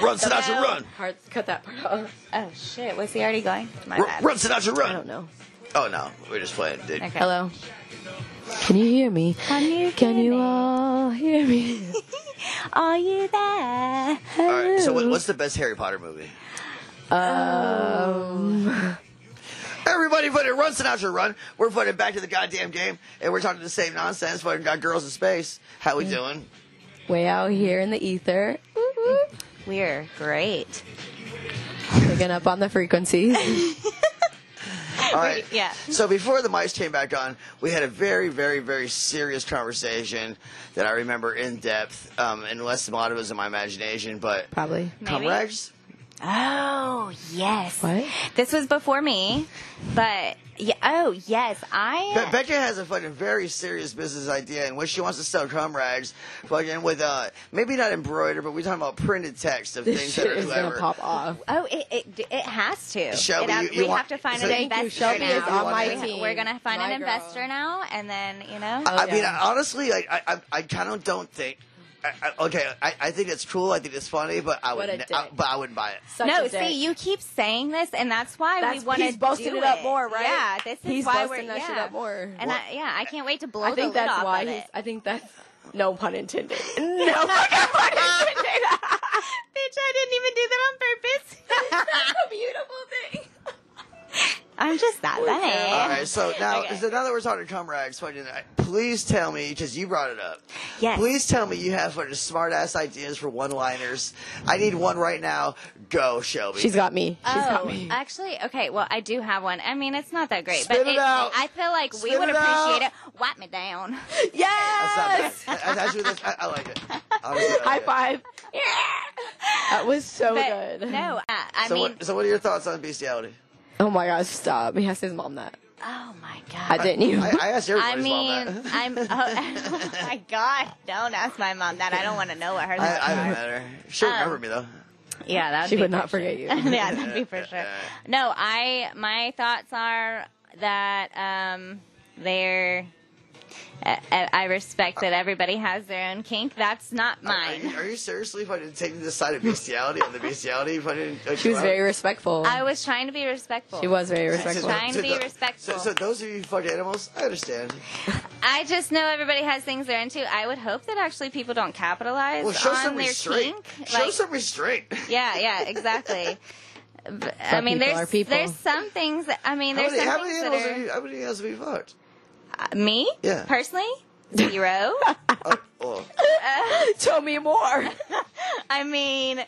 Speaker 1: Run, Sinatra, run!
Speaker 4: Hard, cut that part off.
Speaker 2: Oh shit! Was he already going? My
Speaker 1: R-
Speaker 2: bad.
Speaker 1: run, Sinatra,
Speaker 4: I
Speaker 1: run!
Speaker 4: don't know.
Speaker 1: Oh no, we're just playing, dude.
Speaker 2: Okay.
Speaker 4: Hello. Can you hear me?
Speaker 2: Can you?
Speaker 4: Can
Speaker 2: hear
Speaker 4: you uh,
Speaker 2: me?
Speaker 4: all hear me?
Speaker 2: Are you there?
Speaker 1: All right. So, what, what's the best Harry Potter movie? Um. [laughs] Everybody, fucking run, Sinatra, run! We're fucking back to the goddamn game, and we're talking the same nonsense. Fucking got girls in space. How
Speaker 4: Mm.
Speaker 1: we doing?
Speaker 4: Way out here in the ether, Mm-hmm.
Speaker 2: We're great.
Speaker 4: picking up on the frequencies.
Speaker 1: All right.
Speaker 2: [laughs] Yeah.
Speaker 1: So before the mice came back on, we had a very, very, very serious conversation that I remember in depth, um, unless a lot of it was in my imagination. But
Speaker 4: Probably.
Speaker 2: Maybe.
Speaker 1: comrades,
Speaker 2: Oh yes.
Speaker 4: What?
Speaker 2: This was before me, but yeah. Oh yes, I.
Speaker 1: Be- Becca has a fucking very serious business idea in which she wants to sell comrades, fucking with uh maybe not embroidered, but we're talking about printed text of
Speaker 4: [laughs] This
Speaker 1: things
Speaker 4: shit
Speaker 1: that are
Speaker 4: is gonna
Speaker 1: clever.
Speaker 4: pop off.
Speaker 2: Oh, it it, it has to.
Speaker 1: Shelby,
Speaker 2: It has-
Speaker 1: you- you
Speaker 2: we
Speaker 1: want-
Speaker 2: have to find
Speaker 1: so-
Speaker 2: an
Speaker 1: Thank
Speaker 2: investor
Speaker 1: you, Shelby
Speaker 2: now.
Speaker 1: is on my
Speaker 2: We-
Speaker 4: team.
Speaker 2: We're gonna find
Speaker 4: My
Speaker 2: an
Speaker 4: girl.
Speaker 2: investor now, and then you know.
Speaker 1: I mean,
Speaker 4: yeah.
Speaker 1: I, honestly, like, I I, I kind of don't think. I, I, okay, I, I think it's cool. I think it's funny, but I would,
Speaker 4: What a
Speaker 1: ne-
Speaker 4: dick.
Speaker 1: I, but I wouldn't buy it.
Speaker 4: Such
Speaker 2: no,
Speaker 4: a dick.
Speaker 2: see, you keep saying this, and that's why
Speaker 4: That's-
Speaker 2: we want to
Speaker 4: he's busting
Speaker 2: do
Speaker 4: it up more, right?
Speaker 2: Yeah, this is
Speaker 4: He's
Speaker 2: why we're
Speaker 4: busting that
Speaker 2: yeah.
Speaker 4: shit up more.
Speaker 2: And
Speaker 1: Well,
Speaker 2: I, yeah, I can't wait to blow
Speaker 4: I
Speaker 2: the lid
Speaker 4: think that's
Speaker 2: off
Speaker 4: why
Speaker 2: of
Speaker 4: he's.
Speaker 2: it.
Speaker 4: I think that's [laughs] no pun intended. [laughs]
Speaker 2: [laughs]
Speaker 4: No pun intended.
Speaker 2: Bitch, I didn't even do [laughs] that on purpose.
Speaker 4: a beautiful thing.
Speaker 2: I'm just that vain.
Speaker 1: All right,
Speaker 2: [laughs]
Speaker 1: so now,
Speaker 2: Okay.
Speaker 1: so now that we're talking comrades, fucking, I- please tell me because you brought it up.
Speaker 2: Yes.
Speaker 1: Please tell me you have fucking smart ass ideas for one liners. I need one right now. Go, Shelby.
Speaker 4: She's got me. She's got
Speaker 2: Oh,
Speaker 4: [laughs] me.
Speaker 2: actually, okay. Well, I do have one. I mean, it's not that great,
Speaker 1: Spit
Speaker 2: but
Speaker 1: it out.
Speaker 2: I feel like we
Speaker 1: Spit
Speaker 2: would
Speaker 1: it out.
Speaker 2: appreciate it. Wipe
Speaker 1: [laughs]
Speaker 2: me down.
Speaker 1: That's not bad.
Speaker 4: Yes.
Speaker 1: That's actually- that's- I, I like it. Honestly, I like
Speaker 4: High
Speaker 1: it.
Speaker 4: five. That was so
Speaker 2: But
Speaker 4: good.
Speaker 2: No, uh, I, I
Speaker 1: Oh, So
Speaker 2: mean,
Speaker 1: what, so what are your thoughts on bestiality?
Speaker 4: Oh my gosh, stop. He has his mom that.
Speaker 2: Oh my
Speaker 3: I
Speaker 2: god.
Speaker 3: didn't you?
Speaker 1: I, I asked
Speaker 2: I
Speaker 1: everybody's mom [laughs]
Speaker 2: mean,
Speaker 1: that.
Speaker 2: I'm. Oh, oh [laughs] my god! Don't ask my mom that. I don't want to know what her.
Speaker 1: I,
Speaker 2: thoughts
Speaker 1: I
Speaker 2: are.
Speaker 1: haven't met her. She'll
Speaker 2: Um,
Speaker 1: remember me though.
Speaker 2: Yeah, that
Speaker 3: she would not forget you.
Speaker 2: [laughs] yeah, that'd be for
Speaker 1: [laughs]
Speaker 2: sure. No, I my thoughts are that um, they're. I, I I respect that everybody has their own kink. That's not
Speaker 1: Are
Speaker 2: mine.
Speaker 1: Oh, you, are you seriously fucking taking this side of bestiality and the bestiality fucking? like,
Speaker 3: She was
Speaker 1: throughout?
Speaker 3: very respectful.
Speaker 2: I was trying to be respectful.
Speaker 3: she was very respectful.
Speaker 2: Trying to be
Speaker 1: the-
Speaker 2: respectful.
Speaker 1: So, so those of you fucking animals, I understand.
Speaker 2: I just know everybody has things they're into. I would hope that actually people don't capitalize
Speaker 1: Well, show
Speaker 2: on
Speaker 1: some
Speaker 2: their
Speaker 1: restraint.
Speaker 2: kink.
Speaker 1: Show
Speaker 2: Like,
Speaker 1: some restraint.
Speaker 2: [laughs] yeah, yeah,
Speaker 1: [laughs]
Speaker 2: exactly. But, I mean,
Speaker 3: people are
Speaker 2: there's
Speaker 3: people.
Speaker 2: there's some things. That, I mean,
Speaker 1: How
Speaker 2: there's
Speaker 1: many, how
Speaker 2: some
Speaker 1: many
Speaker 2: things
Speaker 1: animals have
Speaker 2: that
Speaker 1: you? How many animals have you
Speaker 2: [laughs]
Speaker 1: fucked?
Speaker 2: are uh, me
Speaker 1: Yeah. [laughs]
Speaker 2: personally zero.
Speaker 1: Oh, oh.
Speaker 4: [laughs]
Speaker 3: Tell me more.
Speaker 2: I mean,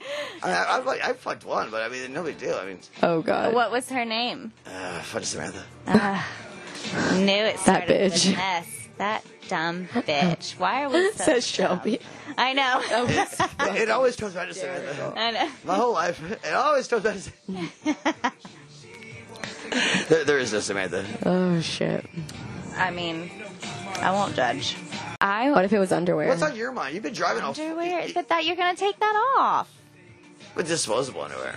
Speaker 1: I, I, I've, like, I fucked one, but I mean, no big deal. I mean,
Speaker 3: Oh God.
Speaker 4: [laughs]
Speaker 2: what was her name?
Speaker 1: uh, fuck Samantha.
Speaker 2: Knew it started
Speaker 3: bitch.
Speaker 2: with an S. That dumb bitch. Why are [laughs] we so?
Speaker 3: Says Shelby.
Speaker 2: I [laughs] know.
Speaker 1: It, it always comes back to Samantha.
Speaker 2: I know.
Speaker 1: My whole life, it always comes back to Samantha.
Speaker 2: [laughs]
Speaker 1: there, there is no Samantha.
Speaker 3: Oh shit.
Speaker 2: I mean, I won't judge.
Speaker 3: I
Speaker 4: What if it was underwear?
Speaker 1: What's on your mind? You've been driving all
Speaker 2: Underwear, but that you're gonna take that off.
Speaker 1: with disposable underwear.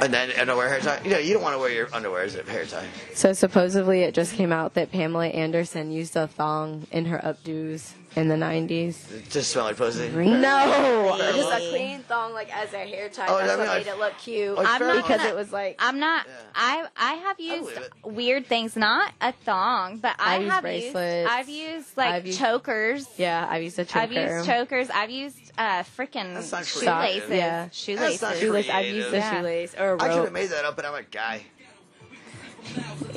Speaker 1: And then underwear hair tie. You know, you don't want to wear your underwear as a hair tie.
Speaker 4: So supposedly it just came out that Pamela Anderson used a thong in her updos in the 90s.
Speaker 1: To smell like pussy.
Speaker 4: [laughs] No.
Speaker 3: just a
Speaker 4: clean thong like as a hair tie.
Speaker 1: Oh, That's I mean, what I- Oh, made it
Speaker 4: look cute.
Speaker 1: I'm not
Speaker 4: because
Speaker 2: gonna-
Speaker 4: it was like
Speaker 2: I'm not. I I have used
Speaker 1: believe it.
Speaker 2: weird things, not a thong, but I,
Speaker 4: I use
Speaker 2: have used.
Speaker 4: bracelets.
Speaker 2: I've used like
Speaker 4: I've used-
Speaker 2: chokers.
Speaker 4: yeah, I've used a choker.
Speaker 2: I've used chokers. I've used uh freaking
Speaker 1: That's not creative.
Speaker 2: shoelaces.
Speaker 4: Yeah.
Speaker 2: Shoelaces.
Speaker 1: That's not
Speaker 4: shoelace. I've used a
Speaker 2: Yeah.
Speaker 4: shoelace or a rope.
Speaker 1: I could have made that up, but I'm a guy.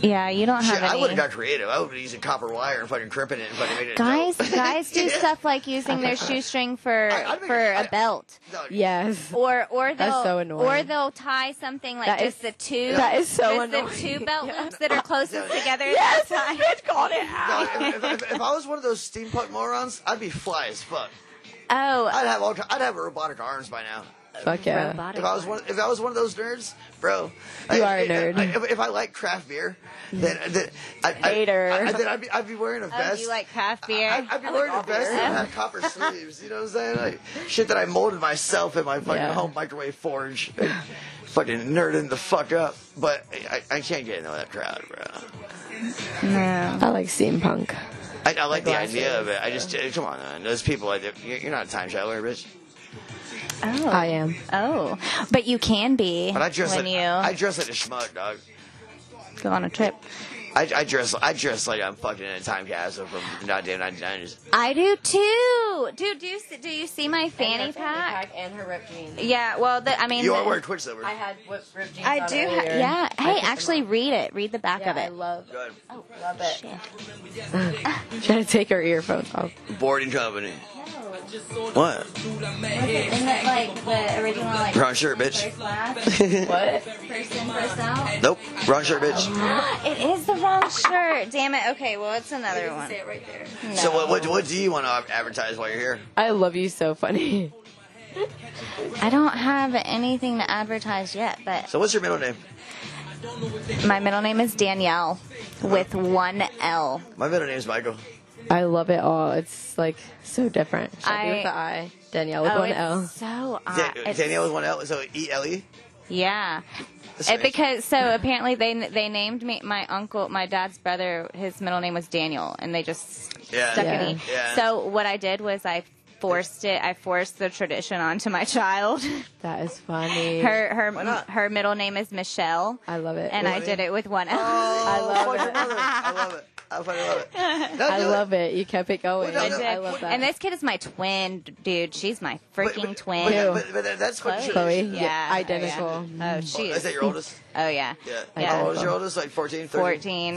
Speaker 2: yeah, you don't have
Speaker 1: Shit, I would
Speaker 2: any.
Speaker 1: have got creative. I would have used a copper wire and fucking crimping it and fucking made it. a [laughs]
Speaker 2: Guys,
Speaker 1: belt.
Speaker 2: guys do
Speaker 1: Yeah.
Speaker 2: stuff like
Speaker 1: [laughs]
Speaker 2: using their shoestring for
Speaker 1: I- I'd make
Speaker 2: for
Speaker 1: a-
Speaker 2: a
Speaker 1: I-
Speaker 2: belt,
Speaker 1: No,
Speaker 4: yes.
Speaker 2: or or they'll
Speaker 4: That's so annoying.
Speaker 2: or they'll tie something like
Speaker 4: That
Speaker 2: just
Speaker 4: is-
Speaker 2: the two
Speaker 4: [laughs] that is so
Speaker 2: just the two belt loops
Speaker 1: [laughs]
Speaker 2: that are closest
Speaker 1: Yeah.
Speaker 2: together.
Speaker 4: Yes, bitch called it
Speaker 1: no,
Speaker 4: out.
Speaker 1: if, if- if I was one of those steampunk morons, I'd be fly as fuck.
Speaker 2: Oh,
Speaker 1: I'd have all. ki- I'd have robotic arms by now.
Speaker 4: Fuck yeah.
Speaker 2: robotic
Speaker 1: If I was one, if I was one of those nerds, bro, you
Speaker 4: are a nerd.
Speaker 1: if, if I like craft beer, then then I, I,
Speaker 4: Hater.
Speaker 1: I, then I'd be, I'd be wearing a
Speaker 2: Oh,
Speaker 1: vest.
Speaker 2: you like craft beer?
Speaker 1: I, I'd be wearing a vest that had copper sleeves. You know what I'm saying? Like shit that I molded myself in my fucking
Speaker 4: Yeah.
Speaker 1: home microwave forge. And fucking nerding the fuck up. But I, I can't get into that crowd, bro.
Speaker 4: I like steampunk.
Speaker 1: I, I like the idea of it. I just eh, come on, man. those people. Like, you're you're not a time traveler, bitch.
Speaker 2: oh,
Speaker 4: I am.
Speaker 2: Oh, but you can be
Speaker 1: But I dress
Speaker 2: when
Speaker 1: like
Speaker 2: you
Speaker 1: I dress like a schmuck, dog.
Speaker 2: go on a trip.
Speaker 1: I, I dress I dress like I'm fucking in a time capsule from the goddamn 1990s.
Speaker 2: I do too. Dude, do you see, do you see my fanny pack?
Speaker 4: and her ripped jeans.
Speaker 2: Yeah. Well, the, I mean,
Speaker 1: You
Speaker 2: the-
Speaker 1: are wearing Quicksilver.
Speaker 4: I had ripped jeans.
Speaker 2: I do. Ha- yeah. Hey, actually, read it. Read the back
Speaker 4: Yeah,
Speaker 2: of it.
Speaker 4: I love,
Speaker 1: Good.
Speaker 4: love it.
Speaker 2: Shit.
Speaker 4: She had to take her earphones off.
Speaker 1: Boarding company. What? [laughs]
Speaker 2: Isn't it like the original like
Speaker 1: Brown shirt, bitch.
Speaker 4: What?
Speaker 2: person first out?
Speaker 1: Nope. Wrong shirt, bitch.
Speaker 2: [gasps] it is the wrong shirt. Damn it. Okay. Well, it's another one.
Speaker 1: So what, what what do you want to advertise while you're here?
Speaker 4: I love you so funny.
Speaker 2: I don't have anything to advertise yet, but
Speaker 1: So what's your middle name?
Speaker 2: my middle name is Danielle with one L.
Speaker 1: My middle name's Michael.
Speaker 4: I love it all. It's like so different. Shelby
Speaker 2: I-
Speaker 4: with the I, Danielle with
Speaker 2: oh,
Speaker 4: one
Speaker 2: it's
Speaker 4: L.
Speaker 2: So
Speaker 1: Da-
Speaker 2: odd. Uh, It's-
Speaker 1: Danielle with one L. So E L E.
Speaker 2: Yeah.
Speaker 1: That's
Speaker 2: It,
Speaker 1: strange.
Speaker 2: because so apparently they they named me my uncle my dad's brother his middle name was Daniel and they just
Speaker 1: Yeah.
Speaker 2: stuck
Speaker 4: Yeah.
Speaker 2: an E.
Speaker 1: Yeah.
Speaker 2: So what I did was I forced it I forced the tradition onto
Speaker 1: [laughs]
Speaker 2: my child.
Speaker 4: That is funny.
Speaker 2: Her her
Speaker 1: not?
Speaker 2: her middle name is Michelle
Speaker 4: I love it.
Speaker 2: and I did it with one L.
Speaker 1: I
Speaker 4: love it.
Speaker 1: I love it. I fucking love it. No,
Speaker 4: I
Speaker 1: no,
Speaker 4: love it. You kept it going.
Speaker 1: Well,
Speaker 2: I did.
Speaker 1: no,
Speaker 4: I love that.
Speaker 2: And this kid is my twin, dude. She's my
Speaker 1: but-
Speaker 2: freaking
Speaker 1: but-
Speaker 2: twin.
Speaker 1: But, but, but that- that's what
Speaker 2: Chloe.
Speaker 4: Chloe,
Speaker 1: tradition.
Speaker 4: yeah,
Speaker 2: Yeah,
Speaker 4: identical.
Speaker 2: Oh, yeah. Oh, she
Speaker 1: Is
Speaker 2: is.
Speaker 1: that your oldest?
Speaker 2: Oh yeah.
Speaker 1: Yeah.
Speaker 2: Yeah.
Speaker 1: How old is your oldest? Like 14, 13?
Speaker 2: Fourteen.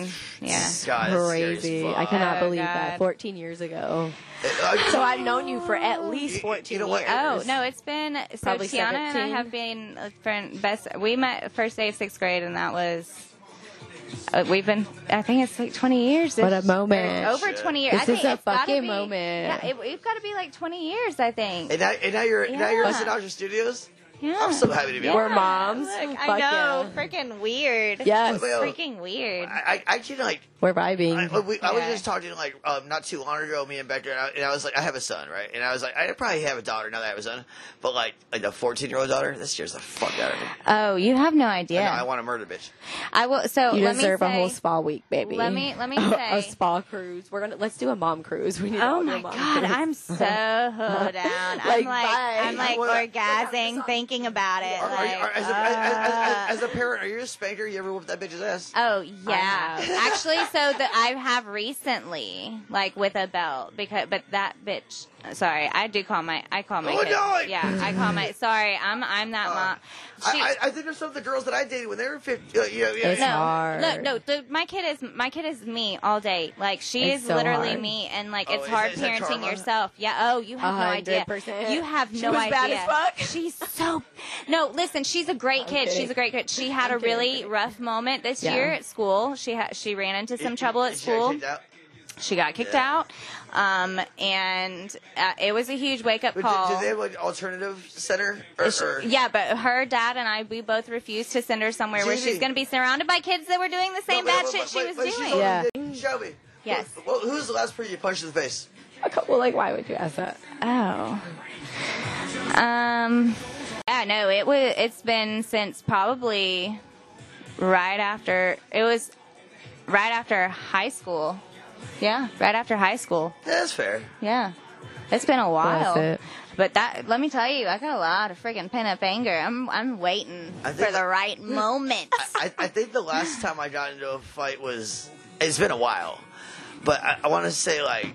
Speaker 1: God,
Speaker 2: Yeah.
Speaker 1: that's scary as
Speaker 4: Crazy.
Speaker 1: fuck.
Speaker 4: I cannot
Speaker 2: Oh,
Speaker 4: believe
Speaker 2: God.
Speaker 4: that. 14 years ago.
Speaker 1: Uh,
Speaker 4: So I've known you for at least
Speaker 1: You- you-
Speaker 4: 14
Speaker 1: you know what?
Speaker 4: years.
Speaker 2: Oh no, it's been so
Speaker 4: Probably
Speaker 2: Tiana and I
Speaker 4: 17.
Speaker 2: have been uh, friend best. We met first day of sixth grade, and that was. uh, We've been, I think it's like 20 years.
Speaker 4: What a
Speaker 2: It's-
Speaker 4: moment.
Speaker 2: or Over 20 years.
Speaker 4: This
Speaker 2: I think
Speaker 4: is a
Speaker 2: it's gotta
Speaker 4: fucking
Speaker 2: be-
Speaker 4: moment.
Speaker 2: Yeah, it, we've got to be like 20 years, I think.
Speaker 1: And now, and now you're now you're
Speaker 2: Yeah.
Speaker 1: us at Dodger Studios.
Speaker 2: Yeah.
Speaker 1: I'm so happy to be.
Speaker 3: We're moms.
Speaker 2: Look,
Speaker 3: Fuck
Speaker 2: I know.
Speaker 3: yeah.
Speaker 2: Freaking weird.
Speaker 3: Yes.
Speaker 1: Well,
Speaker 2: Freaking weird.
Speaker 1: I, I, I did like
Speaker 3: We're
Speaker 1: I,
Speaker 3: vibing.
Speaker 1: we, I was
Speaker 2: Yeah.
Speaker 1: just talking like um, not too long ago, me and Becca, and I, and I was like, I have a son, right? And I was like, I probably have a daughter now that I have a son, but like, like a 14 year old daughter, that scares the fuck out of me.
Speaker 2: Oh, you have no
Speaker 1: And
Speaker 2: idea.
Speaker 1: I want to murder bitch.
Speaker 2: I will. So
Speaker 4: You
Speaker 2: let
Speaker 4: deserve
Speaker 2: me
Speaker 4: a
Speaker 2: say,
Speaker 4: whole spa week, baby.
Speaker 2: Let me let me
Speaker 4: [laughs] a,
Speaker 2: say.
Speaker 4: a spa cruise. We're gonna let's do a mom cruise. [laughs] We need
Speaker 2: Oh
Speaker 4: all do a
Speaker 2: my
Speaker 4: mom
Speaker 2: god,
Speaker 4: cruise.
Speaker 2: I'm so
Speaker 4: [laughs]
Speaker 2: down. I'm like,
Speaker 4: Like,
Speaker 2: I'm
Speaker 4: bye.
Speaker 2: like orgasming thinking about it.
Speaker 1: Are, are,
Speaker 2: like,
Speaker 1: you- are, as, a, as, as, as- as a parent, are you a spanker? You ever whoop that bitch's ass?
Speaker 2: Uh, Oh yeah, actually,
Speaker 1: [laughs]
Speaker 2: so that I have recently, like with a belt, because but that bitch. Sorry, I do call my I call my
Speaker 1: Oh,
Speaker 2: kids.
Speaker 1: no! Uh,
Speaker 2: Yeah, I call my. Sorry, I'm I'm that mom. She,
Speaker 1: I, I, I think of some of the girls that I dated when they were 15. Uh, you know, you know,
Speaker 3: It's
Speaker 2: no,
Speaker 3: hard.
Speaker 2: no, no. The, my kid is my kid is me all day. Like she
Speaker 3: It's
Speaker 2: is
Speaker 3: so
Speaker 2: literally
Speaker 3: hard.
Speaker 2: me, and like
Speaker 1: Oh,
Speaker 2: it's
Speaker 1: is
Speaker 2: hard
Speaker 1: it- is that
Speaker 2: parenting
Speaker 1: trauma?
Speaker 2: yourself. Yeah. Oh, you have no idea.
Speaker 4: 100%.
Speaker 2: You have no
Speaker 5: was
Speaker 2: idea.
Speaker 5: bad as fuck.
Speaker 2: [laughs] She's so. No, listen. She's a great kid.
Speaker 4: Okay.
Speaker 2: She's a great kid. She had a
Speaker 4: Okay,
Speaker 2: really
Speaker 4: okay.
Speaker 2: rough moment this
Speaker 4: Yeah.
Speaker 2: year at school. She had she ran into some trouble at
Speaker 1: Did you get
Speaker 2: school.
Speaker 1: kicked out?
Speaker 2: She got kicked
Speaker 1: Yeah.
Speaker 2: out, um, and uh, it was a huge wake up
Speaker 1: But
Speaker 2: call.
Speaker 1: did, did they have an alternative center? Or, or,
Speaker 2: Yeah, but her dad and I, we both refused to send her somewhere where
Speaker 1: Gigi.
Speaker 2: she's going to be surrounded by kids that were doing the same
Speaker 1: No,
Speaker 2: bad
Speaker 1: but-
Speaker 2: shit
Speaker 1: but-
Speaker 2: she
Speaker 1: but-
Speaker 2: was
Speaker 1: but
Speaker 2: doing.
Speaker 1: only
Speaker 4: Yeah.
Speaker 1: did Shelby.
Speaker 2: Yes.
Speaker 1: Well, who's the last person you punched in the face?
Speaker 4: [laughs] a couple. Like, why would you ask [laughs] that?
Speaker 2: Oh. Um. Yeah. No. It was. It's been since probably right after it was right after high school. Yeah. Right after high school.
Speaker 1: That's fair.
Speaker 2: Yeah. It's been a while.
Speaker 3: it.
Speaker 2: But that let me tell you, I got a lot of freaking pent up anger. I'm I'm waiting
Speaker 1: I
Speaker 2: for
Speaker 1: think
Speaker 2: the
Speaker 1: that-
Speaker 2: right moment.
Speaker 1: [laughs] I, I think the last time I got into a fight was it's been a while, but I, I want to say like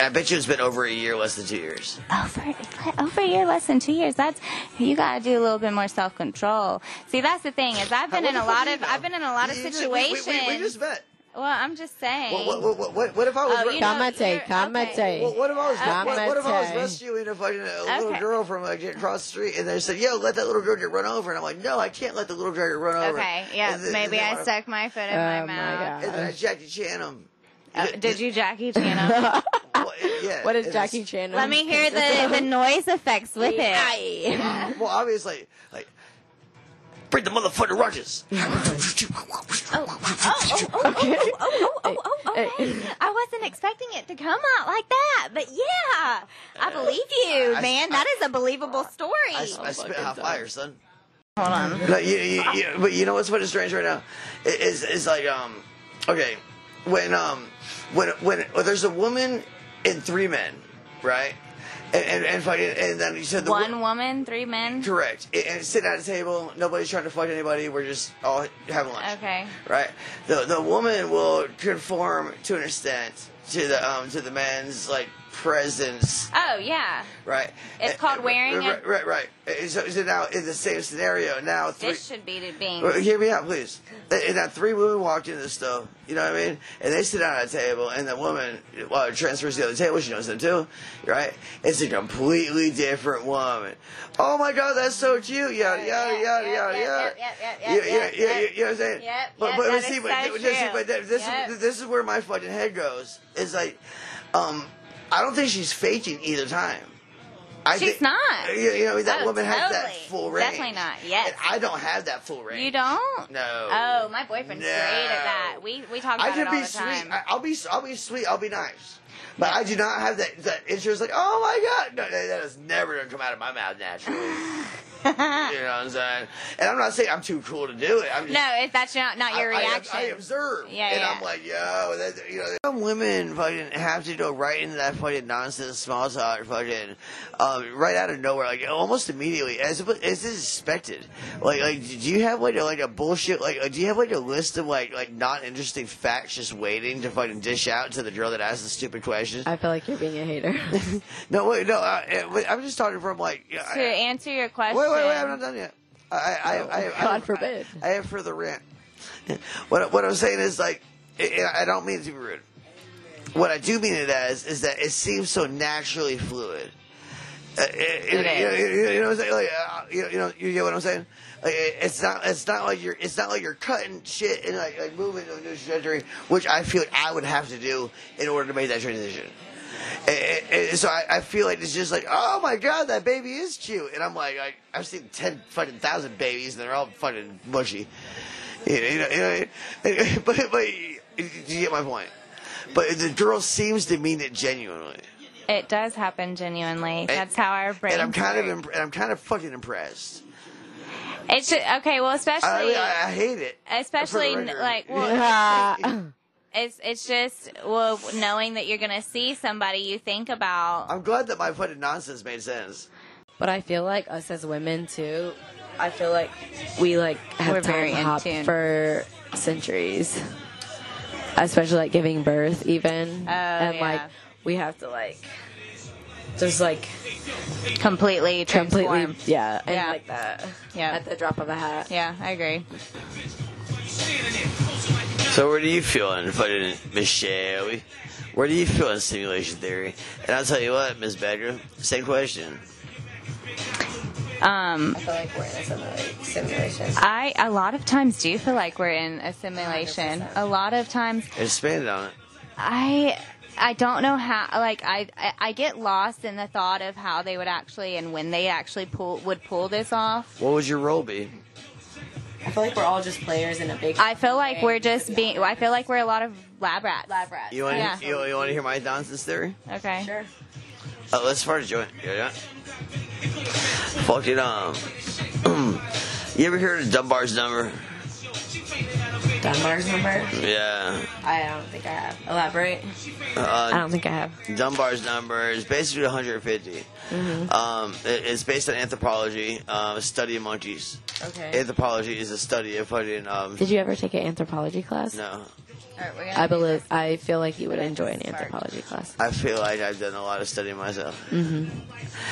Speaker 1: I bet you it's been over a year, less than two years.
Speaker 2: over over a year less than two years that's you got to do a little bit more self-control see that's the thing is i've been
Speaker 1: What
Speaker 2: in
Speaker 1: the
Speaker 2: a
Speaker 1: fuck
Speaker 2: lot
Speaker 1: do you
Speaker 2: of
Speaker 1: know?
Speaker 2: i've been in a lot of
Speaker 1: You- you- we- we-
Speaker 2: situations
Speaker 1: We, we just met.
Speaker 2: well i'm just saying
Speaker 1: What, what, what, what, what if I was?
Speaker 2: Oh,
Speaker 1: re-
Speaker 2: you know-
Speaker 3: Kamate,
Speaker 2: you're- okay.
Speaker 1: what, what if I was?
Speaker 3: I'm
Speaker 1: What, what if I was
Speaker 3: okay.
Speaker 1: rescuing a fucking a little
Speaker 2: Okay.
Speaker 1: girl from like getting across the street, and they said, "Yo, let that little girl get run over," and I'm like, "No, I can't let the little girl get run over."
Speaker 2: okay yeah
Speaker 1: And then-
Speaker 2: maybe
Speaker 1: and then
Speaker 2: i stuck my foot in my
Speaker 3: Oh, my
Speaker 2: mouth
Speaker 3: God.
Speaker 1: And then I Jackie Chan him.
Speaker 2: Uh, did you jackie chan him?
Speaker 3: [laughs]
Speaker 1: Well, yeah,
Speaker 4: What is
Speaker 1: and
Speaker 4: Jackie
Speaker 1: it's-
Speaker 4: Chan?
Speaker 2: let me hear the the noise effects with it
Speaker 4: [laughs]
Speaker 1: Well, obviously, like, bring the motherfucking ruckus.
Speaker 2: oh.
Speaker 3: [laughs]
Speaker 2: i wasn't expecting it to come out like that but yeah i believe you
Speaker 1: Uh, I-
Speaker 2: man that is a believable story
Speaker 1: I, I spit hot fire, son.
Speaker 2: hold on
Speaker 1: No, you, you, you, but you know what's what is strange right now? It- It's, it's like, um, okay, when, um, when, when, when there's a woman and three men, right? And, and, and fucking, and then you said the
Speaker 2: one woman three men
Speaker 1: Correct. And- And sitting at a table, nobody's trying to fight anybody. We're just all having lunch.
Speaker 2: Okay.
Speaker 1: Right. The the woman will conform to an extent to the um to the man's like presence.
Speaker 2: oh yeah
Speaker 1: Right.
Speaker 2: It's
Speaker 1: And-
Speaker 2: called
Speaker 1: and-
Speaker 2: wearing a-
Speaker 1: Right. Right. right. And So, so now in the same scenario, now three. Uh,
Speaker 2: This should be to being.
Speaker 1: Well, Hear me out, please. And and that three women walked into the stove, you know what I mean? And they sit down at a table, and the woman well, transfers to the other table. She knows them too, right? It's a completely different woman. Oh my God, that's so cute! Yada yada yada yada yada.
Speaker 2: Yep, yep, yep,
Speaker 1: Yeah,
Speaker 2: yep,
Speaker 1: yeah,
Speaker 2: yep,
Speaker 1: yeah.
Speaker 2: yep.
Speaker 1: You know what I'm saying?
Speaker 2: Yep,
Speaker 1: But
Speaker 2: yep,
Speaker 1: but
Speaker 2: that
Speaker 1: see,
Speaker 2: is
Speaker 1: but
Speaker 2: so
Speaker 1: but see,
Speaker 2: true.
Speaker 1: but that- this
Speaker 2: Yep.
Speaker 1: is this is where my fucking head goes. It's like, um, I don't think she's faking either time. I
Speaker 2: She's
Speaker 1: think-
Speaker 2: not.
Speaker 1: You, you know that
Speaker 2: Oh,
Speaker 1: woman has that
Speaker 2: totally.
Speaker 1: full range.
Speaker 2: Definitely not, yes.
Speaker 1: And I don't have that full range.
Speaker 2: You don't?
Speaker 1: No.
Speaker 2: Oh, my boyfriend's
Speaker 1: No.
Speaker 2: great at that. We we talk about
Speaker 1: I can
Speaker 2: it all
Speaker 1: be
Speaker 2: the time.
Speaker 1: sweet. I, I'll be. I'll be sweet. I'll be nice. But I do not have that. That interest. Like, oh my god, no, that, that is never gonna come out of my mouth
Speaker 2: [laughs]
Speaker 1: naturally. you know what I'm saying? And I'm not saying I'm too cool to do it. I'm just,
Speaker 2: no, it, that's not not your
Speaker 1: I- I-
Speaker 2: reaction.
Speaker 1: I, observe.
Speaker 2: Yeah,
Speaker 1: and
Speaker 2: yeah.
Speaker 1: I'm like, yo, that, you know, some women fucking have to go right into that fucking nonsense small talk, fucking, um, right out of nowhere, like almost immediately, as as this is expected. Like, like, do you have like a, like a bullshit, like, uh, do you have like a list of like like not interesting facts just waiting to fucking dish out to the girl that asks the stupid questions?
Speaker 3: I feel like you're being a hater.
Speaker 2: [laughs]
Speaker 1: no, wait, no, I, I- I'm just talking from like. yeah, I-
Speaker 2: to answer your question.
Speaker 1: Wait, wait, wait! I'm not done yet. I, I, I, I, I
Speaker 3: Oh, God forbid.
Speaker 1: I, I have further rant. What what I'm saying is like, and I don't mean to be rude. What I do mean it as is that it seems so naturally fluid. Uh, it-
Speaker 2: It
Speaker 1: you know-
Speaker 2: is.
Speaker 1: you, know, you know what I'm saying? Like, uh, you, you know, you get what I'm saying? Like, it- it's not, it's not like you're, it's not like you're cutting shit and like, like moving to a new trajectory, which I feel like I would have to do in order to make that transition. And- and- and so I, I feel like it's just like, oh my god, that baby is cute. And I'm like, I, I've seen ten fucking thousand babies, and they're all fucking mushy. You know, you know, you know, [laughs] but but you you get my point. But the girl seems to mean it genuinely,
Speaker 2: It does happen genuinely. That's how our brain.
Speaker 1: and I'm kind of imp- and I'm kind of fucking impressed.
Speaker 2: It's ju- okay. Well,
Speaker 1: I,
Speaker 2: especially,
Speaker 1: I, I hate it,
Speaker 2: especially
Speaker 1: For the record.
Speaker 2: like well, it's it's just well knowing that you're gonna see somebody you think about.
Speaker 1: [laughs] I'm glad that my fucking nonsense made sense.
Speaker 4: But I feel like us as women too. I feel like we like have
Speaker 2: We're
Speaker 4: time
Speaker 2: very in
Speaker 4: hop
Speaker 2: tune.
Speaker 4: for centuries, especially like giving birth, even
Speaker 2: Oh,
Speaker 4: and like
Speaker 2: yeah.
Speaker 4: we have to like just like
Speaker 2: completely
Speaker 4: completely
Speaker 2: transformed.
Speaker 4: yeah and
Speaker 2: Yeah.
Speaker 4: like that
Speaker 2: Yeah.
Speaker 4: at the drop of a hat.
Speaker 2: Yeah, I agree.
Speaker 1: So where do you feel in fucking Miss Shelby? Where do you feel in simulation theory? And I'll tell you what, Miss Badger, same question.
Speaker 2: Um,
Speaker 5: I feel like we're in a simula- simulation.
Speaker 2: I a lot of times do feel like we're in a simulation. A lot of times
Speaker 1: Expand on it.
Speaker 2: I I don't know how like I I- I get lost in the thought of how they would actually and when they actually pull would pull this off.
Speaker 1: What would your role be?
Speaker 5: I feel like we're all just players in a big
Speaker 2: I feel like we're just being I feel like we're a lot of lab rats.
Speaker 5: lab rats.
Speaker 1: You want
Speaker 2: Yeah.
Speaker 1: to you, you want to hear my nonsense theory?
Speaker 2: Okay.
Speaker 5: Sure.
Speaker 1: Uh, let's start a joint. Yeah, yeah. Fuck it um. [clears throat] you ever heard of Dunbar's number?
Speaker 5: Dunbar's number?
Speaker 1: Yeah.
Speaker 5: I don't think I have. Elaborate.
Speaker 4: I
Speaker 1: Uh,
Speaker 4: don't think I have.
Speaker 1: Dunbar's number is basically 150. Um, it- it's based on anthropology, um, a study of monkeys.
Speaker 4: Okay.
Speaker 1: Anthropology is a study of fucking um,
Speaker 4: Did you ever take an anthropology class?
Speaker 1: No,
Speaker 4: I believe I feel like you would enjoy an anthropology class.
Speaker 1: I feel like I've done a lot of studying myself.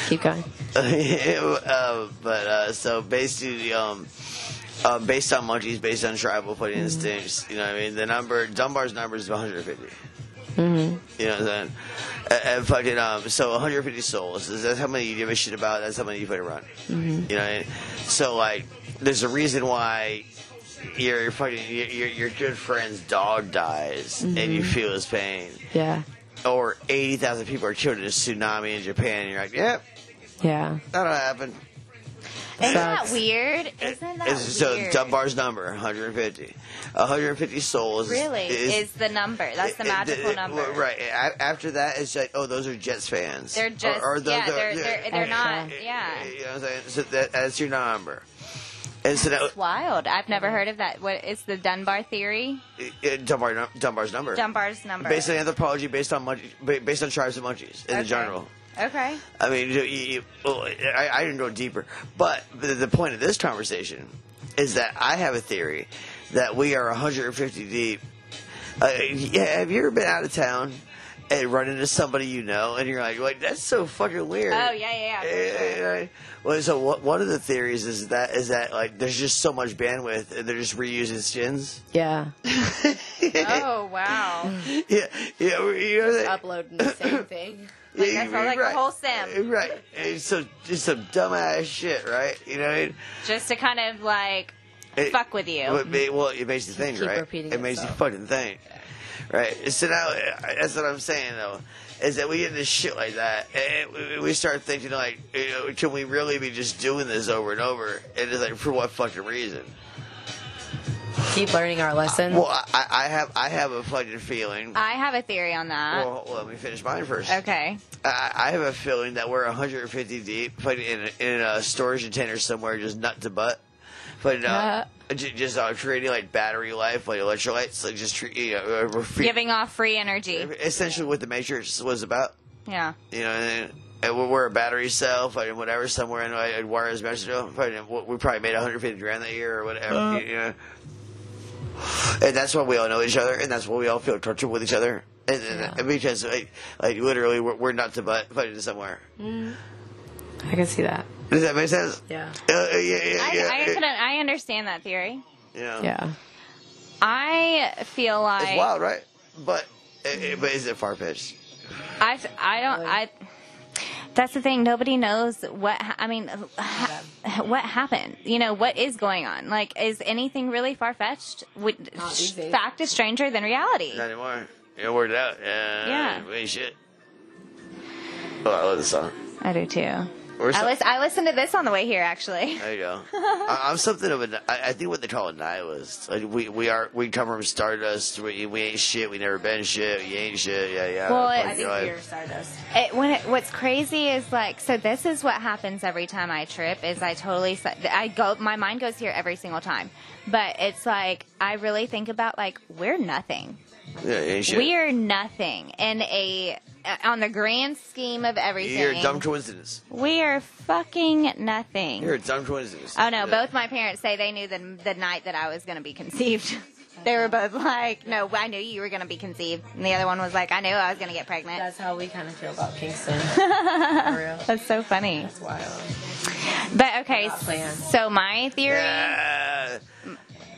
Speaker 4: Keep going.
Speaker 1: [laughs] uh, but uh, so basically, um, uh, based on monkeys, based on tribal foot instincts, you know, what I mean, the number Dunbar's number is 150. You know what I'm saying? And, and fucking um, so 150 souls. That's how many you give a shit about. That's how many you put around. You know, what I mean? so like, there's a reason why your fucking your, your, your good friend's dog dies and you feel his pain.
Speaker 4: Yeah.
Speaker 1: or 80,000 people are killed in a tsunami in Japan, and you're like, yep,
Speaker 4: Yeah.
Speaker 1: that'll happen.
Speaker 2: Isn't that
Speaker 4: Sucks.
Speaker 2: weird? Isn't that
Speaker 1: It's- So
Speaker 2: weird?
Speaker 1: Dunbar's number, 150. 150 souls. is-
Speaker 2: really is, the number. That's the
Speaker 1: it- it-
Speaker 2: magical
Speaker 1: it-
Speaker 2: number.
Speaker 1: Right. A- After that, it's like, oh, those are Jets fans.
Speaker 2: They're just
Speaker 1: the-
Speaker 2: yeah,
Speaker 1: the- Uh,
Speaker 2: they're, they're, they're, not
Speaker 4: Okay.
Speaker 2: yeah.
Speaker 1: You know what I'm saying? So that, that's your number. And so that,
Speaker 2: It's wild. I've never heard of that. What is the Dunbar theory?
Speaker 1: uh, Dunbar, num- Dunbar's number.
Speaker 2: Dunbar's number.
Speaker 1: Based on anthropology, based on monkey, ba- based on tribes of monkeys in
Speaker 2: Okay.
Speaker 1: general.
Speaker 2: Okay.
Speaker 1: I mean, you, you, well, I, I didn't go deeper, but the, the point of this conversation is that I have a theory that we are 150 deep. Uh, yeah, have you ever been out of town and run into somebody you know, and you're like, like that's so fucking weird.
Speaker 2: Oh, yeah, yeah, yeah.
Speaker 1: Eh, Well, so what, one of the theories is that is that like there's just so much bandwidth, and they're just reusing skins. [laughs]
Speaker 4: Yeah.
Speaker 2: Oh wow.
Speaker 1: Yeah, yeah, you know that-
Speaker 4: Uploading the same thing.
Speaker 2: Like, that sounds like a whole sim.
Speaker 1: Right. It's so just some dumbass shit, right? You know what I mean?
Speaker 2: Just to kind of like
Speaker 1: It-
Speaker 2: fuck with you.
Speaker 1: Well, it, ma- well, it makes you think,
Speaker 4: keep
Speaker 1: right?
Speaker 4: repeating
Speaker 1: it makes
Speaker 4: itself.
Speaker 1: you fucking think, right? So now uh, that's what I'm saying though, is that we get into shit like that, and we- we start thinking like, you know, can we really be just doing this over and over? And it's like, for what fucking reason?
Speaker 4: Keep learning our
Speaker 2: Mm.
Speaker 4: lesson.
Speaker 1: Well, I- I, I have I have a fucking feeling.
Speaker 2: I have a theory on that.
Speaker 1: well, let me finish mine first.
Speaker 2: Uh-huh. okay.
Speaker 1: I, I have a feeling that we're 150 deep, put in a, in a storage container somewhere, just nut to butt. But uh, ju- just uh, creating like battery life, like electrolytes, like just treat, you know, uh, we're feed-
Speaker 2: Giving off free energy.
Speaker 1: essentially what the Matrix was about.
Speaker 2: Yeah.
Speaker 1: You know, and, and we're, we're a battery cell, fucking whatever, somewhere in like, Juarez, Mexico. Fucking, what- we probably made 150 grand that year or whatever. you, you know. And that's why we all know each other, and that's why we all feel comfortable with each other. And, and, and because, like, like literally, we're, we're not to butt fucking somewhere.
Speaker 4: I can see that.
Speaker 1: Does that make sense?
Speaker 4: Yeah.
Speaker 1: Uh, yeah, yeah,
Speaker 2: I,
Speaker 1: yeah.
Speaker 2: I,
Speaker 1: it-
Speaker 2: couldn't- I understand that theory.
Speaker 1: you know.
Speaker 4: Yeah.
Speaker 2: I feel like
Speaker 1: It's wild, right? But it, it- but is it far fetched?
Speaker 2: I, I don't I. That's the thing. Nobody knows what ha- I mean. Ha- what happened? You know what is going on? Like, is anything really far fetched?
Speaker 4: easy.
Speaker 2: Fact is stranger than reality.
Speaker 1: Not anymore. It worked out. Uh,
Speaker 2: Yeah.
Speaker 1: We shit. Oh, I love this song.
Speaker 2: I do too.
Speaker 1: Or
Speaker 2: I,
Speaker 1: some-
Speaker 2: lis- I listened to this on the way here, actually.
Speaker 1: There you
Speaker 2: [laughs]
Speaker 1: go. I, I'm something of a. I, I think what they call a nihilist. Like we we are we come from stardust. We, we ain't shit. We never been shit. You ain't shit. Yeah yeah.
Speaker 2: Well,
Speaker 1: Fuck
Speaker 2: I
Speaker 5: I think
Speaker 1: your life.
Speaker 5: you're Stardust.
Speaker 2: It, when it, what's crazy is like, so this is what happens every time I trip is I totally, se- I go, my mind goes here every single time. But it's like, I really think about like, we're nothing.
Speaker 1: yeah, you ain't shit.
Speaker 2: We are nothing in a, on the grand scheme of everything.
Speaker 1: You're a dumb coincidence.
Speaker 2: we are fucking nothing.
Speaker 1: You're a dumb coincidence.
Speaker 2: Oh
Speaker 1: Yeah.
Speaker 2: no! Both my parents say they knew the the night that I was going to be conceived. [laughs] they were both like, "No, I knew you were going to be conceived," and the other one was like, "I knew I was going to get pregnant." That's,
Speaker 5: That's how we kind of feel about Kingston.
Speaker 4: [laughs]
Speaker 5: For real.
Speaker 2: so funny.
Speaker 5: It's wild.
Speaker 2: But okay,
Speaker 5: Not planned.
Speaker 2: so my theory,
Speaker 1: Yeah.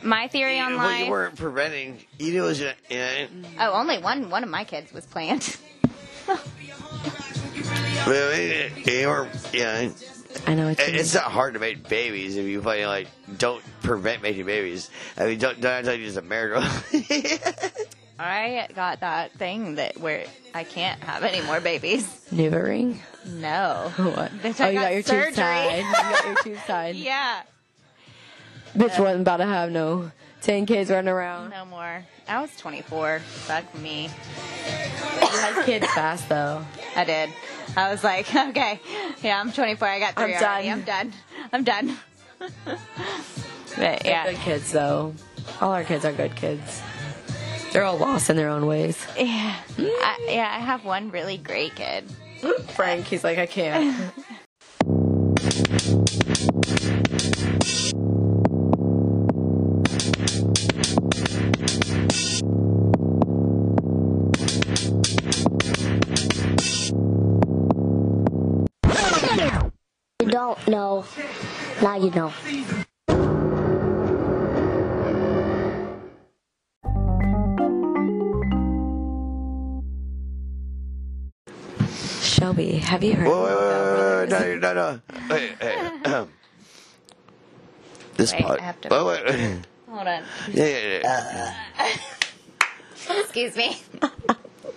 Speaker 2: my theory on
Speaker 1: Well, you
Speaker 2: life.
Speaker 1: weren't preventing. You knew it was gonna end.
Speaker 2: Oh, only one one of my kids was planned. [laughs]
Speaker 1: Well, you- You weren't. Yeah.
Speaker 3: I know what you
Speaker 1: It- Eh, It's not hard to make babies if you fucking like don't prevent making babies. I mean, don't don't act like it's a [laughs] miracle.
Speaker 2: I got that thing that where I can't have any more babies.
Speaker 3: mean. Nuva ring?
Speaker 5: [laughs]
Speaker 2: No.
Speaker 3: What?
Speaker 2: Bitch,
Speaker 3: oh,
Speaker 2: I
Speaker 3: you
Speaker 2: got
Speaker 3: got your
Speaker 2: surgery.
Speaker 3: tube tied. You got your
Speaker 2: [laughs]
Speaker 3: tube tied.
Speaker 2: Yeah.
Speaker 3: Bitch wasn't about to have no 10 kids running around.
Speaker 2: No more. I was 24. Fuck me.
Speaker 4: You had kids fast though.
Speaker 2: I did. I was like, [laughs] okay, yeah, I'm 24. I got three
Speaker 3: I'm
Speaker 2: already.
Speaker 3: done.
Speaker 2: I'm done. I'm done. [laughs] but
Speaker 4: They're
Speaker 2: yeah,
Speaker 4: Good kids though. All our kids are good kids. They're all lost in their own ways.
Speaker 2: yeah, I, yeah. I have one really great kid.
Speaker 4: Frank, he's like, I
Speaker 2: [laughs]
Speaker 4: can't.
Speaker 6: You don't know. Now you know.
Speaker 4: Shelby, have you heard?
Speaker 1: Whoa, wait, wait, wait, wait, no, no, no. Wait, hey, um, this
Speaker 2: Wait,
Speaker 1: part.
Speaker 2: I have to-
Speaker 1: Oh, wait, wait. [laughs]
Speaker 2: Hold on.
Speaker 1: Yeah, yeah, yeah.
Speaker 2: Excuse me.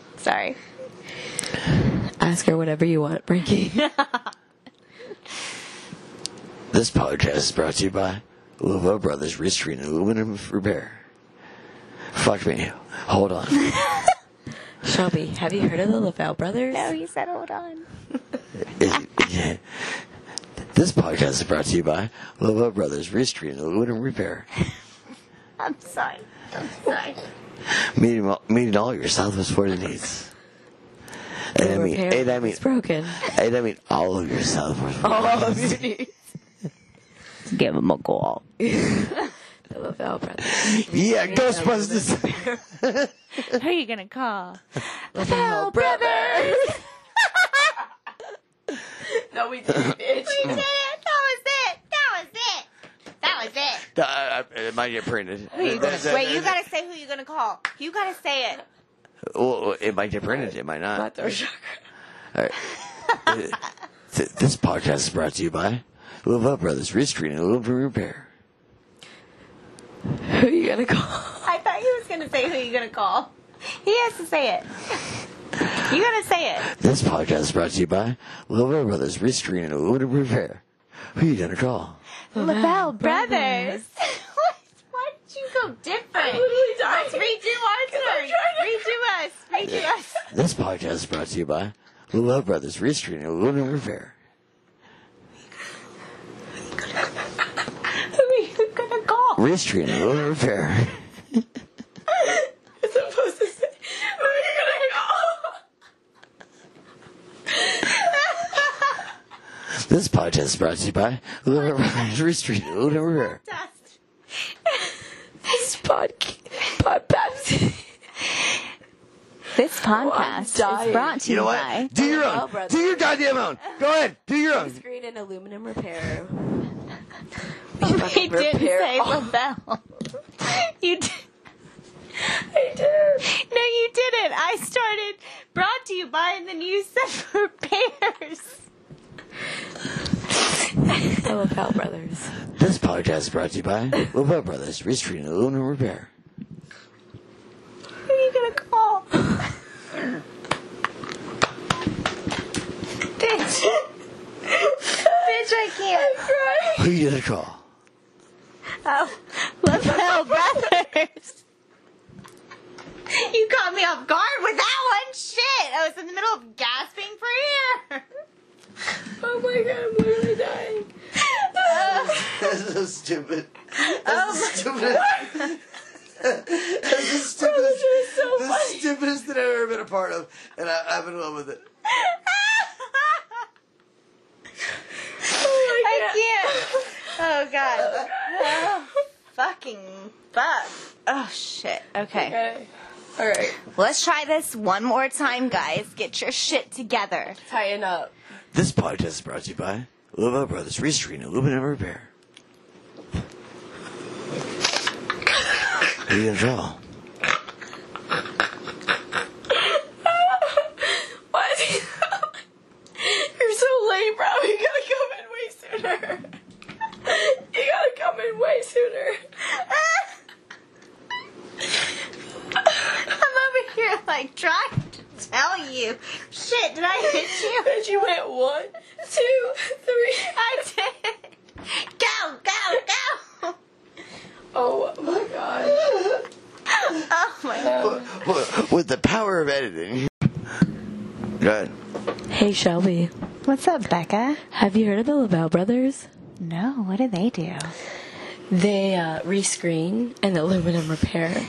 Speaker 2: [laughs] Sorry.
Speaker 4: Ask her whatever you
Speaker 2: [laughs]
Speaker 4: want, Frankie.
Speaker 1: This podcast is brought to you by Luvo Brothers Restoring Aluminum Repair. Fuck me. Hold on.
Speaker 4: Shelby, have you heard of the LaFell brothers?
Speaker 2: he said, hold on.
Speaker 1: this podcast is brought to you by Luvo Brothers Restoring Aluminum Repair.
Speaker 2: I'm sorry. I'm sorry.
Speaker 1: Meeting all, meeting all your Southwest Florida needs. And I mean,
Speaker 4: Repair
Speaker 1: and I
Speaker 4: is
Speaker 1: mean,
Speaker 4: broken.
Speaker 2: [laughs]
Speaker 1: and I mean all of your Southwest Florida
Speaker 2: Give him a call.
Speaker 4: The LaFell brothers.
Speaker 1: Yeah, Ghostbusters.
Speaker 2: Who are you gonna [laughs] call?
Speaker 4: LaFell brothers.
Speaker 2: [laughs]
Speaker 4: no, we didn't, bitch.
Speaker 2: that was it. That was it. That was it.
Speaker 1: [laughs] No, I, I, it might get printed.
Speaker 2: Who you gonna,
Speaker 1: That's-
Speaker 2: wait, you
Speaker 1: that's-
Speaker 2: gotta say who you gonna call. You gotta say it.
Speaker 1: Well, it might get printed. It might not.
Speaker 4: Throat chakra.
Speaker 1: Th- this podcast is brought to you by Love Up Brothers Restoring and Love Repair.
Speaker 4: Who you gonna call?
Speaker 2: I thought he was gonna say who you gonna call. He has to say it. You gotta say it.
Speaker 1: This podcast is brought to you by Love Up Brothers Restoring and Love Repair. Who you gonna call?
Speaker 2: LaBelle Brothers. [laughs] What? Why did you go different? Let's redo our story. Redo us. [laughs] Redo us.
Speaker 1: This podcast is brought to you by Love Up Brothers Restoring and Love Repair.
Speaker 2: Who are you gonna call?
Speaker 1: Restoring and Love Repair. This podcast is brought to you by Love Up Brothers Restoring and Love Repair.
Speaker 2: Dust.
Speaker 4: This podcast. Pod Pepsi.
Speaker 2: This podcast
Speaker 4: dying.
Speaker 2: is brought to Oh, you,
Speaker 1: You know
Speaker 2: by
Speaker 1: what? Do your
Speaker 4: Love
Speaker 1: own.
Speaker 4: Brothers.
Speaker 1: Do your goddamn own. Go ahead. Do your own.
Speaker 4: Screen and aluminum repair.
Speaker 2: He didn't
Speaker 4: Repair
Speaker 2: say
Speaker 4: all-
Speaker 2: LaBelle. You did. I did. No, you didn't. I started brought to you by, and then you said repairs.
Speaker 4: The
Speaker 3: Oh,
Speaker 4: LaFell brothers.
Speaker 1: This podcast is brought to you by Love Up Brothers Restoring and Love Repair.
Speaker 2: Who are you gonna call? [laughs] Bitch, I can't.
Speaker 1: Who you gonna call?
Speaker 2: Oh, Lapel Brothers. You caught me off guard with that one. Shit, I was in the middle of gasping for air.
Speaker 4: Oh my god, I'm literally dying.
Speaker 2: Uh,
Speaker 1: This is so stupid. That's the stupidest. That's the stupidest. the stupidest that I've ever been a part of, and I, I'm in love with it.
Speaker 2: I can't. Oh god. Oh, fucking fuck. Oh shit. Okay.
Speaker 5: Okay. All right.
Speaker 2: Let's try this one more time, guys. Get your shit together.
Speaker 5: Tighten up.
Speaker 1: This podcast is brought to you by Luba Brothers Restoring Aluminum Repair. Who you gonna call?
Speaker 5: What? [laughs] You're so late, bro. You gotta come in way sooner. You gotta come in way sooner.
Speaker 2: I'm over here like trying to tell you. Shit, did I hit
Speaker 5: [laughs]
Speaker 2: you?
Speaker 5: Bitch, you went one, two, three.
Speaker 2: I did. Go, go, go.
Speaker 5: Oh my god.
Speaker 2: Oh my god.
Speaker 1: With the power of editing. Good.
Speaker 3: Hey, Shelby.
Speaker 2: What's up, Becca?
Speaker 3: Have you heard of the Lavelle brothers?
Speaker 2: No, what do they do?
Speaker 3: They uh, rescreen and aluminum repair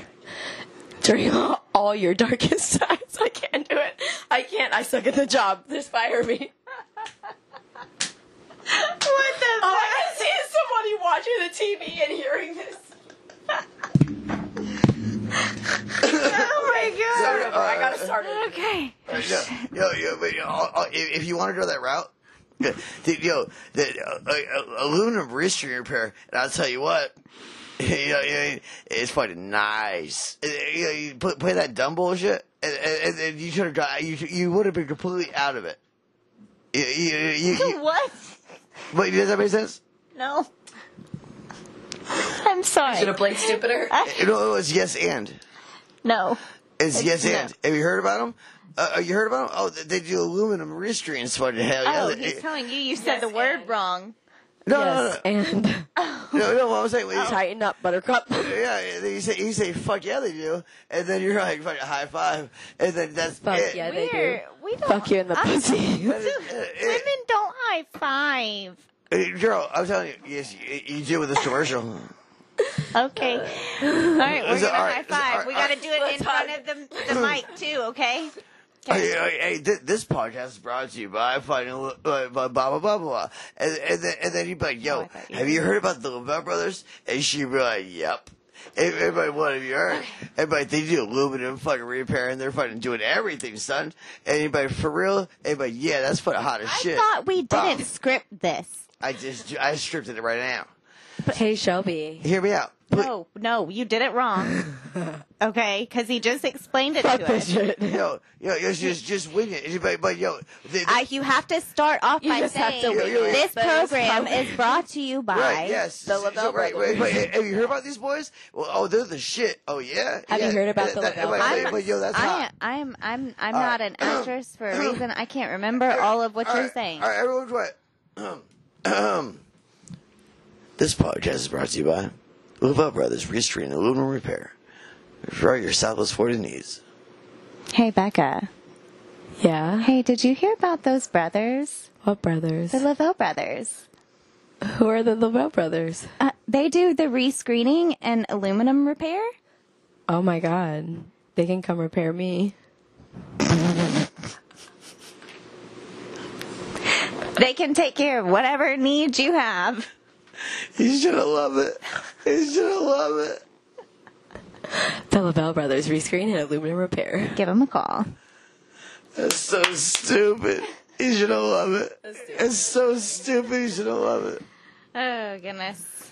Speaker 3: during all your darkest [laughs] times. I can't do it. I can't. I suck at the job. Just fire me.
Speaker 2: What the
Speaker 5: All I can see is somebody watching the TV and hearing this.
Speaker 2: Oh my
Speaker 5: Whatever, I gotta start
Speaker 3: Uh,
Speaker 5: it.
Speaker 2: Okay.
Speaker 1: Yo, yo, yo, but, yo, I'll- I'll- if if you want to go that route, yeah, dude, yo, the uh, uh, aluminum wrist repair, and I'll tell you what, [laughs] you know, you- it's fucking nice. Uh, You, know, you put, play that dumb bullshit, and, and, and- and you should have got, you, should- you would have been completely out of it. You, you, you,
Speaker 2: [laughs]
Speaker 1: you,
Speaker 2: What?
Speaker 1: wait, does that make sense?
Speaker 2: No. I'm
Speaker 5: Should
Speaker 2: sorry.
Speaker 5: have played stupider.
Speaker 1: No, it's yes and.
Speaker 2: No.
Speaker 1: It's yes
Speaker 2: no.
Speaker 1: and. Have you heard about them? Uh, uh, you heard about them? Oh, they do aluminum wrist rings, fucking hell yeah.
Speaker 2: Oh,
Speaker 1: They-
Speaker 2: he's telling you you said the word wrong.
Speaker 1: no,
Speaker 3: Yes, and [laughs]
Speaker 1: no, no, no, no, what I'm saying,
Speaker 2: Oh.
Speaker 3: tighten up, Buttercup.
Speaker 1: Yeah, and then you say you say fuck yeah they do, and then you're like fucking high five, and then that's
Speaker 3: Fuck
Speaker 1: it. [laughs] uh,
Speaker 3: yeah, they do.
Speaker 2: We're, we don't.
Speaker 3: Fuck you in the
Speaker 2: I'm-
Speaker 3: pussy.
Speaker 2: Women don't high five.
Speaker 1: Hey, uh, Girl, I'm telling you, yes, you, you do with this
Speaker 2: [laughs]
Speaker 1: commercial.
Speaker 2: Okay. All [sighs] right, we're
Speaker 1: Is it-
Speaker 2: gonna
Speaker 1: all right,
Speaker 2: high
Speaker 1: is it- all
Speaker 2: five.
Speaker 1: right,
Speaker 2: we
Speaker 1: all
Speaker 2: gotta
Speaker 1: right.
Speaker 2: do it in front of
Speaker 1: [clears throat]
Speaker 2: the, the mic too, okay?
Speaker 1: Hey, hey, hey, thi- this podcast is brought to you by fucking uh, blah blah blah blah blah, and, and then and then you'd be like,
Speaker 2: Oh,
Speaker 1: yo,
Speaker 2: I thought you
Speaker 1: have you heard about the Lavelle Brothers? And she'd be like, yep. Hey, Everybody, what have you
Speaker 2: [sighs]
Speaker 1: heard? Everybody, they do aluminum fucking repair, and they're fucking doing everything, son. Anybody for real? Everybody, yeah, that's fucking hot as
Speaker 2: I
Speaker 1: shit.
Speaker 2: thought we
Speaker 1: Wow.
Speaker 2: didn't script this.
Speaker 1: I just I scripted it right now.
Speaker 3: [laughs] hey, Shelby.
Speaker 1: Hear me out. Pl-
Speaker 2: No, Oh, no, you did it wrong.
Speaker 1: [laughs]
Speaker 2: Okay, because he just explained it
Speaker 3: Fuck
Speaker 2: to
Speaker 3: this
Speaker 2: us.
Speaker 3: shit.
Speaker 1: Yo, yo, yo, just, just wing it. Anybody, but yo, the, the,
Speaker 2: I, you have to start off
Speaker 3: You
Speaker 2: by
Speaker 3: just have to
Speaker 2: saying
Speaker 1: wait. Yeah, yeah, yeah.
Speaker 2: this
Speaker 3: But it's
Speaker 2: program
Speaker 3: probably-
Speaker 2: is brought to you by.
Speaker 1: right, yes,
Speaker 3: the
Speaker 1: So,
Speaker 3: Lavelle
Speaker 1: right, right,
Speaker 3: brothers.
Speaker 1: right. Hey, Have you heard about these boys? Well, oh, they're the shit. Oh yeah.
Speaker 3: Have you
Speaker 1: yeah.
Speaker 3: heard about the
Speaker 1: that,
Speaker 3: Lavelle
Speaker 1: but-
Speaker 3: brothers?
Speaker 1: But, yo, that's
Speaker 2: I,
Speaker 1: hot.
Speaker 2: I'm I'm I'm
Speaker 1: All
Speaker 2: not
Speaker 1: right.
Speaker 2: an actress for a reason.
Speaker 1: [clears throat]
Speaker 2: I can't remember all of what
Speaker 1: All
Speaker 2: you're
Speaker 1: right,
Speaker 2: saying.
Speaker 1: All right, everyone, quiet. Um, um, [clears throat] this podcast is brought to you by Lavelle Brothers Restoring and Aluminum Repair for all your Southwest Florida needs.
Speaker 2: Hey Becca.
Speaker 3: Yeah.
Speaker 2: Hey, did you hear about those brothers,
Speaker 3: What brothers?
Speaker 2: the Lavelle brothers?
Speaker 3: Who are the Lavelle brothers?
Speaker 2: Uh, they do the rescreening and aluminum repair.
Speaker 3: Oh my god. They can come repair me.
Speaker 2: They can take care of whatever needs you have.
Speaker 1: You should have loved it. You should have loved it.
Speaker 3: The Lavelle brothers rescreen and aluminum repair.
Speaker 2: Give them a call.
Speaker 1: That's so stupid. You should have loved it. It's so stupid. You should have loved it.
Speaker 2: Oh goodness.